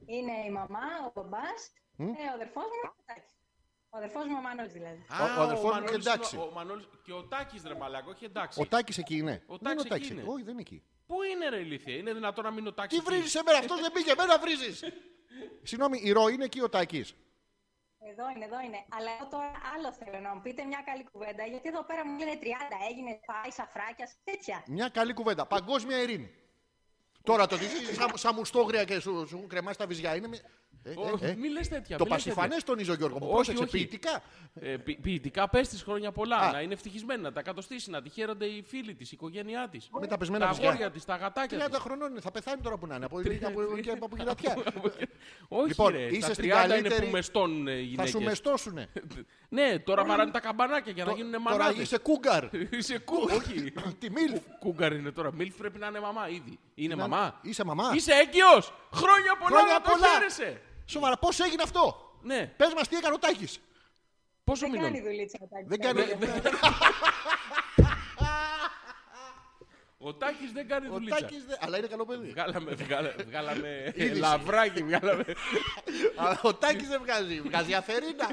Είναι η μαμά, ο μπαμπάς, Μμ. ε, ο αδερφός μου και ο Τάκης. Ο αδερφός μου ο Μανώλης δηλαδή. Α, ο αδερφός μου είναι Μανώλης εντάξει. ο Μανώλης- και ο Τάκης ρε μαλάκα, όχι εντάξει. Ο Τάκης εκεί είναι. Ο Δεν είναι Τάκης ο Τάκης εκεί εκεί. είναι. Όχι, δεν είναι εκεί. Πού είναι ρε ηλίθεια, είναι δυνατόν να μην ο Τι Τάκης. εκεί? βρίζεις εμένα, αυτός δεν πήγε, εμένα βρίζεις. Συγγνώμη, η ροή είναι εκεί ο Τάκης. Εδώ είναι, εδώ είναι. Αλλά εγώ τώρα άλλο θέλω να μου πείτε μια καλή κουβέντα, γιατί εδώ πέρα μου λένε 30, έγινε πάει, σαφράκιας, τέτοια. Μια καλή κουβέντα. Παγκόσμια ειρήνη. Τώρα το ότι ζεις σαν, σαν μουστόγρια και σου, σου έχουν κρεμάσει τα βυζιά είναι. μη- Ε, Ω, ε, ε. Μη λες τέτοια. Το μη λες τέτοια. πασιφανέ τονίζει ο Γιώργο μου. Όχι, Πρόσεξε, όχι. ποιητικά. Ε, ποι- ποιητικά πες τη χρόνια πολλά. Α. Να είναι ευτυχισμένη, να τα κατοστήσει, να τη χαίρονται οι φίλοι της, η οικογένειά της. Με τα πεσμένα βυζιά. αγόρια της, τα γατάκια 30 της. χρονών είναι, θα πεθάνει τώρα που να είναι. Από, από, και από κυρατιά. Όχι, Λοιπόν, ρε, είσαι τα 30 στην είναι καλύτερη- που μεστών οι θα σου γυναίκες. μεστώσουνε. Ναι, τώρα βαράνε τα καμπανάκια για να γίνουν Τώρα μανάδες. είσαι κούγκαρ. Είσαι κου... Όχι. Τι μιλφ. Κου- Κούγκαρ είναι τώρα. Μιλφ πρέπει να είναι μαμά ήδη. Είναι Να- μαμά. Είσαι μαμά. Είσαι έγκυος! Χρόνια πολλά Χρόνια να το πολλά. χαίρεσαι! Σοβαρά, πώς έγινε αυτό. Ναι, Πες μας τι έκανε ο Τάκης. πόσο Δεν κάνει μήνων. δουλίτσα ο Τάκης. Δεν κάνει. Ε, Δεν- δεν- Ο Τάκης δεν κάνει Ο δουλίτσα. Τάκης δεν- Αλλά είναι καλό παιδί. Βγάλαμε, βγάλα- βγάλαμε Είδηση. λαβράκι, βγάλαμε. Αλλά ο Τάκης δεν βγάζει. Βγάζει αφαιρίνα.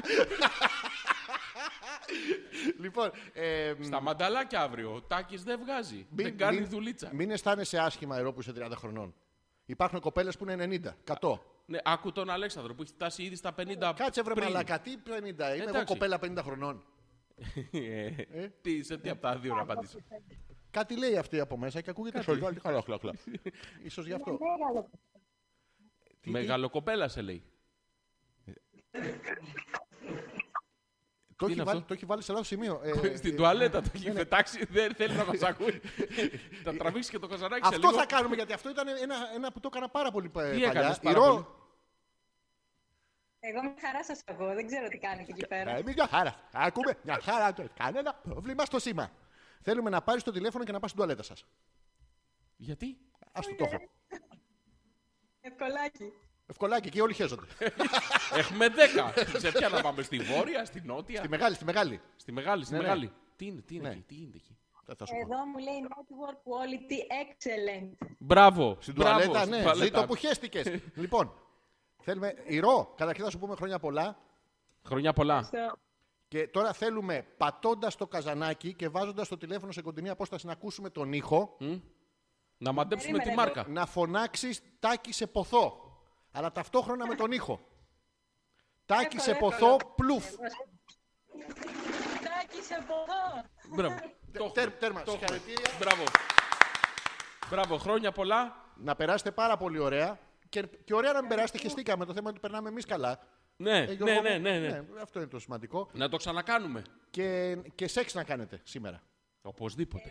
λοιπόν. ε, μ, Στα μανταλάκια αύριο. Ο Τάκης δεν βγάζει. μην- δεν κάνει μην- δουλίτσα. Μην αισθάνεσαι άσχημα εδώ που είσαι 30 χρονών. Υπάρχουν κοπέλες που είναι 90, 100. Ναι, άκου τον Αλέξανδρο που έχει φτάσει ήδη στα 50. Κάτσε βρε πριν. μαλακά, τι 50. Είμαι εγώ Εντάξει. κοπέλα 50 χρονών. Ε, Τι, σε τι από τα δύο να απαντήσω. Κάτι λέει αυτή από μέσα και ακούγεται σε όλη χαλά, χλα, χλα. Ίσως γι' αυτό. Μεγάλο. Τι- Μεγαλοκοπέλα σε λέει. Το έχει είναι βάλει- αυτό? το έχει βάλει σε λάθος σημείο. Ε, Στην ε, ε, τουαλέτα το έχει πετάξει, δεν θέλει να μας ακούει. Θα τραβήξει και το καζανάκι σε Αυτό λίγο. θα κάνουμε γιατί αυτό ήταν ένα, ένα που το έκανα πάρα πολύ πα- Τι παλιά. έκανες Η πάρα Ρο- πολύ? Εγώ μια χαρά σας ακούω, δεν ξέρω τι κάνετε εκεί πέρα. Ε, Εμείς μια χαρά. Ακούμε μια χαρά. το- Κανένα πρόβλημα στο σήμα. Θέλουμε να πάρεις το τηλέφωνο και να πας στην τουαλέτα σας. Γιατί? Ας το το έχω. Ευκολάκι. Ευκολάκι και όλοι χέζονται. Ε. Έχουμε 10. Σε ποια να πάμε, στη βόρεια, στη νότια, στη μεγάλη, στη μεγάλη. στη μεγάλη, στη Ναι, ναι. μεγάλη. Τι είναι, τι είναι Ναι. εκεί, τι γίνεται εκεί. Θα- θα σου πω. Εδώ μου λέει Network Quality Excellent. Μπράβο. Στην μπράβο, τουαλέτα, στην ναι. τουαλέτα. Ζήτω που χέστηκες. λοιπόν, θέλουμε. Η Ρο, καταρχήν θα σου πούμε χρόνια πολλά. Χρονιά πολλά. Στο- Και τώρα θέλουμε πατώντας το καζανάκι και βάζοντας το τηλέφωνο σε κοντινή απόσταση να ακούσουμε τον ήχο, Να μαντέψουμε τη Περίμενε, ρε. μάρκα. να φωνάξεις τάκι σε ποθό. Αλλά ταυτόχρονα με τον ήχο. Τάκι Ε, Εύκολο, σε εύκολο. ποθό, πλουφ. Τάκη σε ποδό. Μπράβο. Το έχουμε. Τέρ- Τέρμα, Το έχουμε. συγχαρητήρια. Μπράβο. Μπράβο, χρόνια πολλά. Να περάσετε πάρα πολύ ωραία. Και, και ωραία να μην περάσετε, χεστήκαμε. Το θέμα είναι ότι περνάμε εμείς καλά. Ναι, Ε, Γιώργο ναι, μου, ναι, ναι, ναι. Αυτό είναι το σημαντικό. Να το ξανακάνουμε. Και, και σεξ να κάνετε σήμερα. Οπωσδήποτε.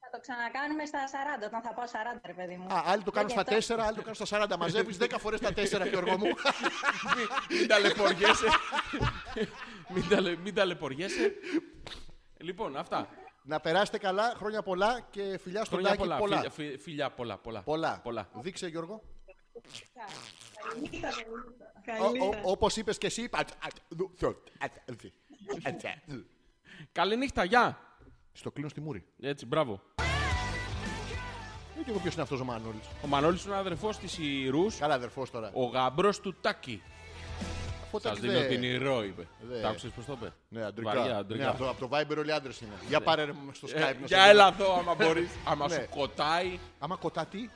Θα το ξανακάνουμε στα 40, όταν θα πάω 40, ρε παιδί μου. Α, άλλοι Ε, το κάνουν στα Γιατί αυτό- 4, άλλοι το κάνουν στα 40. Μαζεύει 10 φορές τα 4, Γιώργο μου. Μην ταλαιπωριέσαι. Μην ταλαι- Μην ταλαιπωριέσαι. Λοιπόν, αυτά. να περάσετε καλά, χρόνια πολλά και φιλιά στον Χρόνια Τάκη. πολλά. πολλά. Φιλιά- φι- Φιλιά, πολλά, πολλά. Πολλά. Πολλά. Δείξε, Γιώργο. Καληνύχτα, καληνύχτα. Καληνύχτα. Όπως είπες και εσύ. είπα, «Ατ, ατ, δου, θω, ατ, ατ, ατ, ατ». Καληνύχτα, γεια. Στο κλείνω στη μούρη. Έτσι, μπράβο. Δεν ξέρω ποιος είναι αυτός ο Μανώλης. Ο Μανώλης είναι ο αδερφός της Ιρούς, Καλά, αδερφός τώρα. ο γαμπρός του Τάκη. Αφού Σας Τάκης δίνω δεν- την Ιρώ, είπε. Δε. Τα άκουσες πώς το είπε. Ναι, Βαριά, αντρικά. αντρικά. Ναι, από, το, από το Viber όλοι άντρες είναι. Για πάρε ρε, στο Skype. Ε, να σε για δω. έλα εδώ, άμα μπορείς. άμα Ναι. σου κοτάει. Άμα κοτά τι.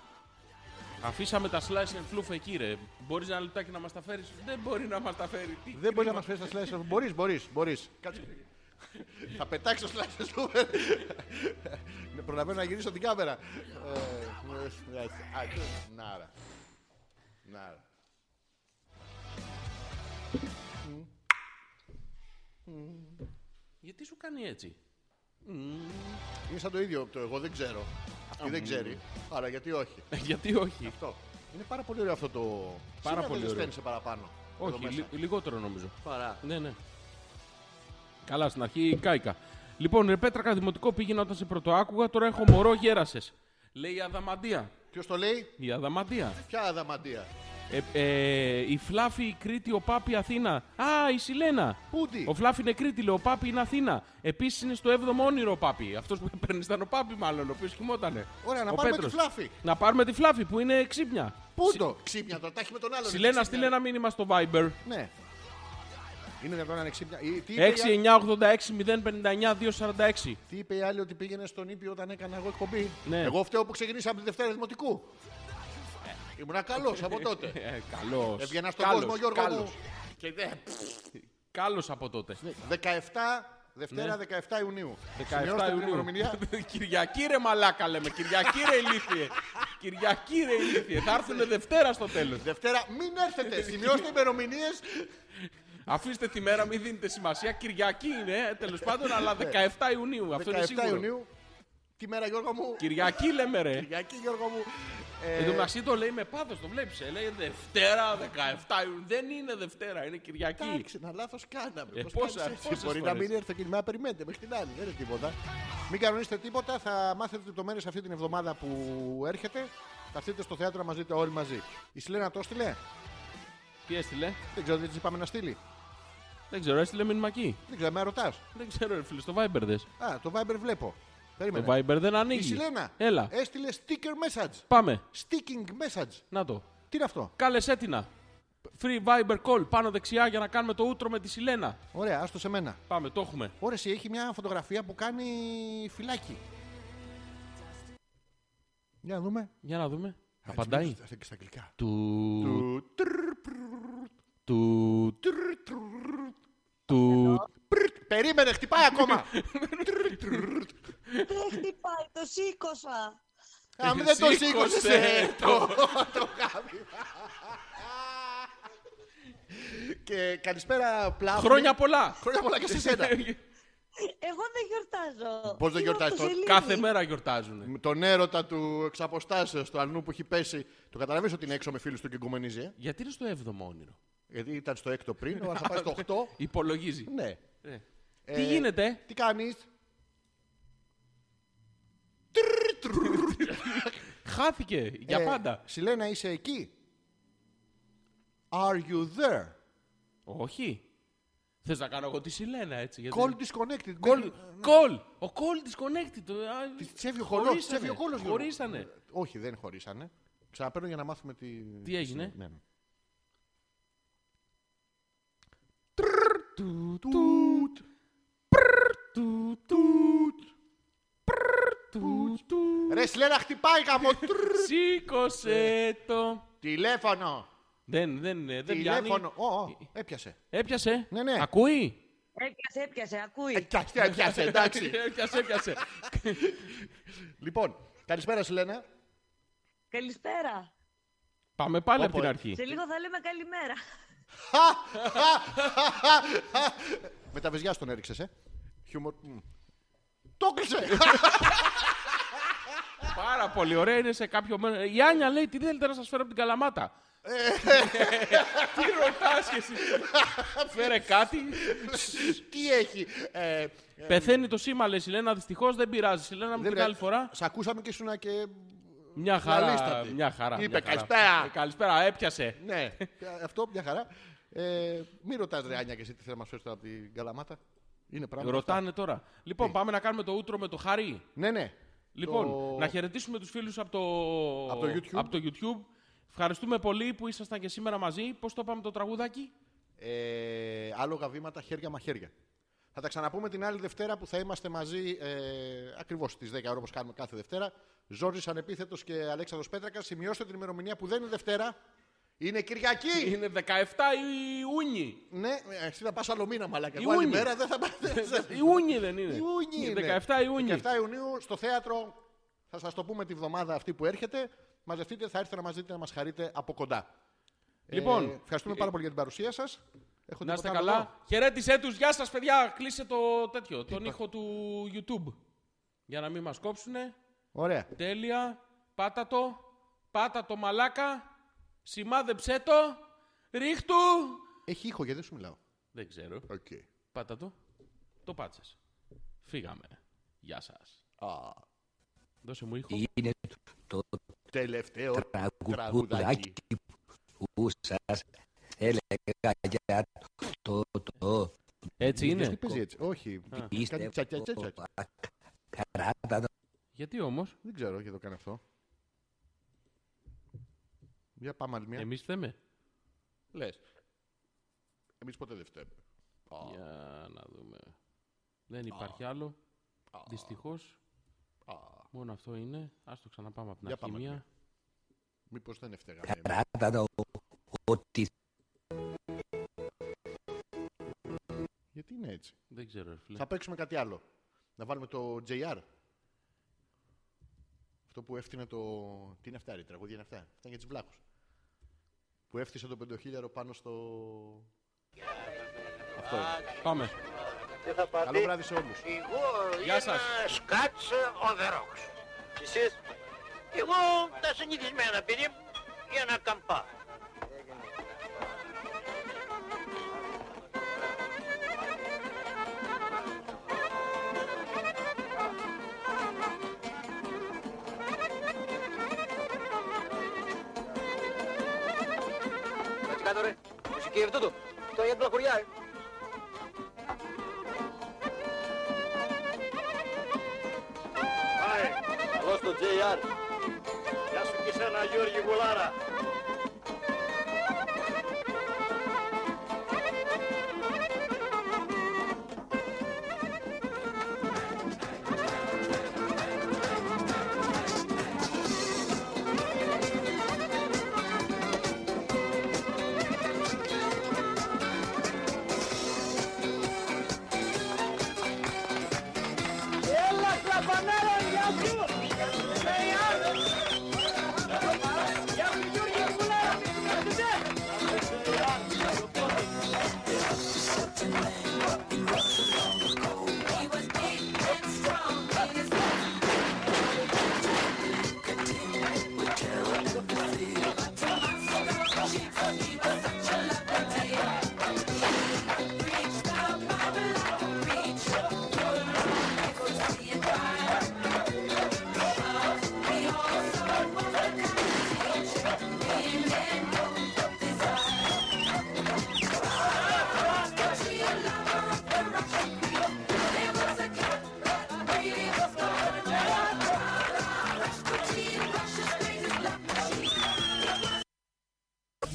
Αφήσαμε τα slice and fluff εκεί, ρε. Μπορείς ένα λεπτάκι να μας τα φέρεις. Δεν μπορεί να μας τα φέρει. Τι Δεν μπορεί να κρίμα. μας φέρει τα σλάσια. Μπορείς, μπορείς, μπορείς. Κάτσε. Θα πετάξεις το σλάσια σου. Ναι, Προλαβαίνω να γυρίσω την κάμερα. Ε, ε, α, Νάρα. Νάρα. Γιατί σου κάνει έτσι. Είναι σαν το ίδιο το εγώ δεν ξέρω. Αυτή δεν ξέρει. Άρα γιατί όχι. Ε, Γιατί όχι. Αυτό. Είναι πάρα πολύ ωραίο αυτό το. Σήμερα πολύ δεν ωραίο. ζεσταίνεσαι παραπάνω. Όχι, Εδώ μέσα. λι- λιγότερο νομίζω. Παρά. Ναι, ναι. Καλά, στην αρχή κάηκα. Λοιπόν, ρε Πέτρακα, δημοτικό πήγαινα όταν σε πρωτοάκουγα, τώρα έχω μωρό, γέρασες. Λέει η Αδαμαντία. Ποιος το λέει, Η Αδαμαντία. ποια αδαμαντία. Ε, ε, η Φλάφη η Κρήτη, ο Πάπη Αθήνα. Α, η Σιλένα. Πούντι. Ο Φλάφη είναι Κρήτη, λέει, ο Πάπη είναι Αθήνα. Επίσης είναι στο 7ο όνειρο ο Πάπη. Αυτός που έπαιρνε ήταν ο Πάπη, μάλλον, ο οποίος χυμότανε. Ωραία, να Ο πάρουμε Πέτρος. τη Φλάφη. Να πάρουμε τη Φλάφη που είναι ξύπνια. Πού το ξύπνια τώρα, τα έχει με τον άλλον. Σιλένα, στείλε ένα μήνυμα στο Viber. Ναι. Είναι δυνατόν να είναι ξύπνια. Ή, Τι είπε, η άλλη- 6986-059-246. τι είπε η άλλη ότι πήγαινε στον Ήπιο όταν έκανα εγώ εκπομπή. Ναι. Εγώ φταίω που ξεκινήσαμε τη Δευτέρα Δημοτικού. Ε, Ήμουνα καλός από τότε. Καλός. Έβγαινα στον κόσμο, Γιώργο. μου. Και δεν. Καλός από τότε. 17, Δευτέρα Ναι. 17 Ιουνίου. 17 Σημειώστε την Ιουνίου. ημερομηνία. Κυριακή ρε μαλάκα λέμε. Κυριακή ρε ηλίθιε. Κυριακή ρε ηλίθιε. Θα έρθουν Δευτέρα στο τέλος. Δευτέρα, μην έρθετε. Σημειώστε ημερομηνίες. Αφήστε τη μέρα, μην δίνετε σημασία. Κυριακή είναι τέλος πάντων, αλλά 17 Ιουνίου. Αυτό είναι 17 σίγουρο. Ναι. Ιουνίου. Τι μέρα, Γιώργο μου. Κυριακή λέμε ρε. Κυριακή, Γιώργο μου. Ε, Εν τω μεταξύ το λέει με πάθος, το βλέπεις. Λέει Δευτέρα 17 Ιουνίου. Δεν είναι Δευτέρα, είναι Κυριακή. Εντάξει, ένα λάθος κάναμε. Ε, Πώς πόσα- κάνεις έτσι. πόσες Μπορεί να φορές. μην έρθει και να περιμένετε μέχρι την άλλη. Δεν είναι τίποτα. Μην κανονίσετε τίποτα. Θα μάθετε λεπτομέρειες αυτή την εβδομάδα που έρχεται. Θα φτιάξετε στο θέατρο να μας δείτε όλοι μαζί. Η Σιλένα το στείλε. Τι έστειλε. Δεν ξέρω, δεν της είπαμε να στείλει. Δεν ξέρω, έστειλε μήνυμα εκεί. Δεν ξέρω, με ρωτάς. Δεν ξέρω, ρε φίλε, στο Viber δες. Α, το Viber βλέπω. Περίμενε. Το Viber δεν Ε. Η ανοίγει. Σιλένα Ε. Έλα, έστειλε sticker message. πάμε. Sticking message. Να το. Τι είναι αυτό. Κάλεσέ την. να. Free Viber call πάνω δεξιά για να κάνουμε το ούτρο με τη Σιλένα. Ωραία, άστο σε μένα. Πάμε, το έχουμε. Ωραία, εσύ, έχει μια φωτογραφία που κάνει φυλάκι. Για να δούμε. Για να δούμε. Απαντάει. Στα- Στα αγγλικά. Του. Του- τρρ, Του. τρρ, τρρ. Του. Πρρτ. Περίμενε, χτυπάει ακόμα. Δεν χτυπάει, το σήκωσα. Αν δεν το Ε, ε. Σήκωσε σήκωσε το. το το γάμι. Και καλησπέρα πλάφη. Χρόνια πολλά. Χρόνια πολλά και σε σένα. Εγώ δεν γιορτάζω. Πώς δεν Είμαι γιορτάζεις από το το- Σελήνη. Κάθε μέρα γιορτάζουν. Τον έρωτα του εξαποστάσεως, του αλνού που έχει πέσει. Το καταλαβαίνεις ότι είναι έξω με φίλους του και γκουμενίζει. ε? Γιατί είναι στο 7ο όνειρο. Γιατί ήταν στο έκτο πριν, Ε, αλλά θα πάει στο 8. Υπολογίζει. Ναι. Ε. Ε, Τι γίνεται. Τι κάνεις. Χάθηκε για Ε, πάντα. Σιλένα είσαι εκεί. Are you there? Όχι. Θες να κάνω εγώ τη Σιλένα έτσι. γιατί- Call disconnected. Ε, Call. Call. Ο call disconnected. Α, Τη τσέβει ο κολός, της τσέβει ο κόλος, Γιώργο. Χωρίσανε. Όχι, δεν χωρίσανε. Ξαναπαίρνω για να μάθουμε τι. Τι έγινε? Ναι, ναι. Του, του, Τούτ. του, του, του, του. Ρε Σιλένα, χτυπάει καμό. Σήκωσε το. Τηλέφωνο. Δεν, δεν, ε, δεν πιάνει. Ε, Τηλέφωνο. Ω, ω, έπιασε. Έπιασε. Ναι, ναι. Ακούει. Έπιασε, έπιασε, ακούει. Εντάξει, έπιασε, Ε, εντάξει. έπιασε, έπιασε. Λοιπόν, καλησπέρα Σιλένα. Καλησπέρα. Πάμε πάλι από Όπου, την ε. αρχή. Σε λίγο θα λέμε καλημέρα. Με τα βυζιά τον έριξες, ε. Χιούμορ. μ. Το κλείσε. Πάρα πολύ ωραία είναι σε κάποιο μέρο. Η Άνια λέει: Τι θέλετε να σας φέρω από την Καλαμάτα. Ε. Τι ρωτάς και εσύ. Φέρε κάτι. Τι έχει. Ε, Πεθαίνει το σήμα, λέει Σιλένα. Δυστυχώς δεν πειράζει. Σιλένα μου δεν την πειρά- άλλη φορά. Σ' ακούσαμε και ήσουν και. Μια χαρά. Λαλίστατη. Μια χαρά. Είπε, μια χαρά. «Καλησπέρα». Ε, Καλησπέρα, έπιασε. Ναι, αυτό μια χαρά. Ε, μην ρωτάς ρε Άνια και εσύ τι θέλεις να μας φέρεις τώρα από την Καλαμάτα. Είναι πράγμα. Ε, Ρωτάνε τώρα. Λοιπόν, πάμε να κάνουμε το ούτρο με το χαρί. Ναι, ναι. Λοιπόν, Το- να χαιρετήσουμε τους φίλους από το... Απ' το YouTube. απ' το YouTube. Ευχαριστούμε πολύ που ήσασταν και σήμερα μαζί. Πώς το πάμε το τραγούδακι? Ε, άλογα βήματα, χέρια μαχαίρια. Θα τα ξαναπούμε την άλλη Δευτέρα που θα είμαστε μαζί ε, ακριβώς στις 10 ώρα όπως κάνουμε κάθε Δευτέρα. Ζόρζης Ανεπίθετος και Αλέξανδρος Πέτρακας. Σημειώστε την ημερομηνία που δεν είναι Δευτέρα. Είναι Κυριακή! Είναι 17 Ιούνιου. Ναι, ε, εσύ θα πας άλλο μήνα, μαλάκα. Εγώ Ιούνι. άλλη μέρα δεν θα πας. Ιούνιου δεν είναι. Ιούνι Είναι είναι. 17 Ιούνιου. 17 Ιουνίου στο θέατρο. Θα σας το πούμε τη βδομάδα αυτή που έρχεται. Μαζευτείτε, θα έρθετε να μας δείτε να μας χαρείτε από κοντά. Λοιπόν, ε, ευχαριστούμε πάρα πολύ για την παρουσία σας. Να είστε καλά. Χαιρέτησέ τους. Γεια σας παιδιά. Κλείσε το τέτοιο. τον ήχο του YouTube. Για να μην μας κόψουνε. Ωραία. Τέλεια. Πάτα το. Πάτα το μαλάκα. Σημάδεψέ το. Ρίχτου. Έχει ήχο γιατί δεν σου μιλάω. Δεν ξέρω. Okay. Πάτα το. Το πάτσες. Φύγαμε. Γεια σας. Α, Δώσε μου ήχο. Είναι το τελευταίο τραγουδάκι τραγουδάκι ούσας έλεγα για το το Έτσι είναι. Τι παίζει έτσι. Όχι. Α. Κάτι τσακιά τσακιά. Καράτα Γιατί όμως. Δεν ξέρω γιατί το κάνει αυτό. Για πάμε άλλη μια. Εμείς θέμε. Λες. Εμείς ποτέ δεν φταίμε. Για να δούμε. Δεν υπάρχει άλλο. Δυστυχώς. Μόνο αυτό είναι. Ας το ξαναπάμε από την Για αρχή πάμε ναι. απ' την μία. Μήπως δεν έφταιγα. καράτα το ότι Γιατί είναι έτσι. Δεν ξέρω, ρε φίλε. Θα παίξουμε κάτι άλλο. Να βάλουμε το JR. Αυτό που έφτιανε το. Τι είναι αυτά, ρε, η τραγωδία είναι αυτά. Αυτά είναι για τις βλάχους. Που έφτιασε το 5.000 πάνω στο. Αυτό είναι. Πάμε. Καλό βράδυ σε όλους. Εγώ Γεια σας. ένας Κατς ο Δερόξ. Εσείς. Εγώ τα συνηθισμένα παιδί μου για να καμπά. Κάτσε κάτω ρε. Μουσική αυτό το. Το για την πλαχωριά. ε. Άι, καλό στο JR. Γεια σου και σένα Γιώργη Γουλάρα. Έλα, κλαπανάρα, γεια σου! JR. Γεια σου Γιώργη Γουλάρα, μη του κρατήσετε.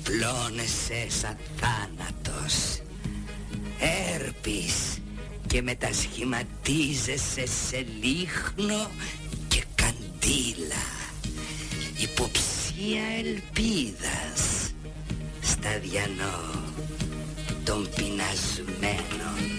Πλώνεσαι σαν θάνατος Έρπης Και μετασχηματίζεσαι σε λίχνο και καντήλα Υποψία ελπίδας Σταδιανό των πεινασμένων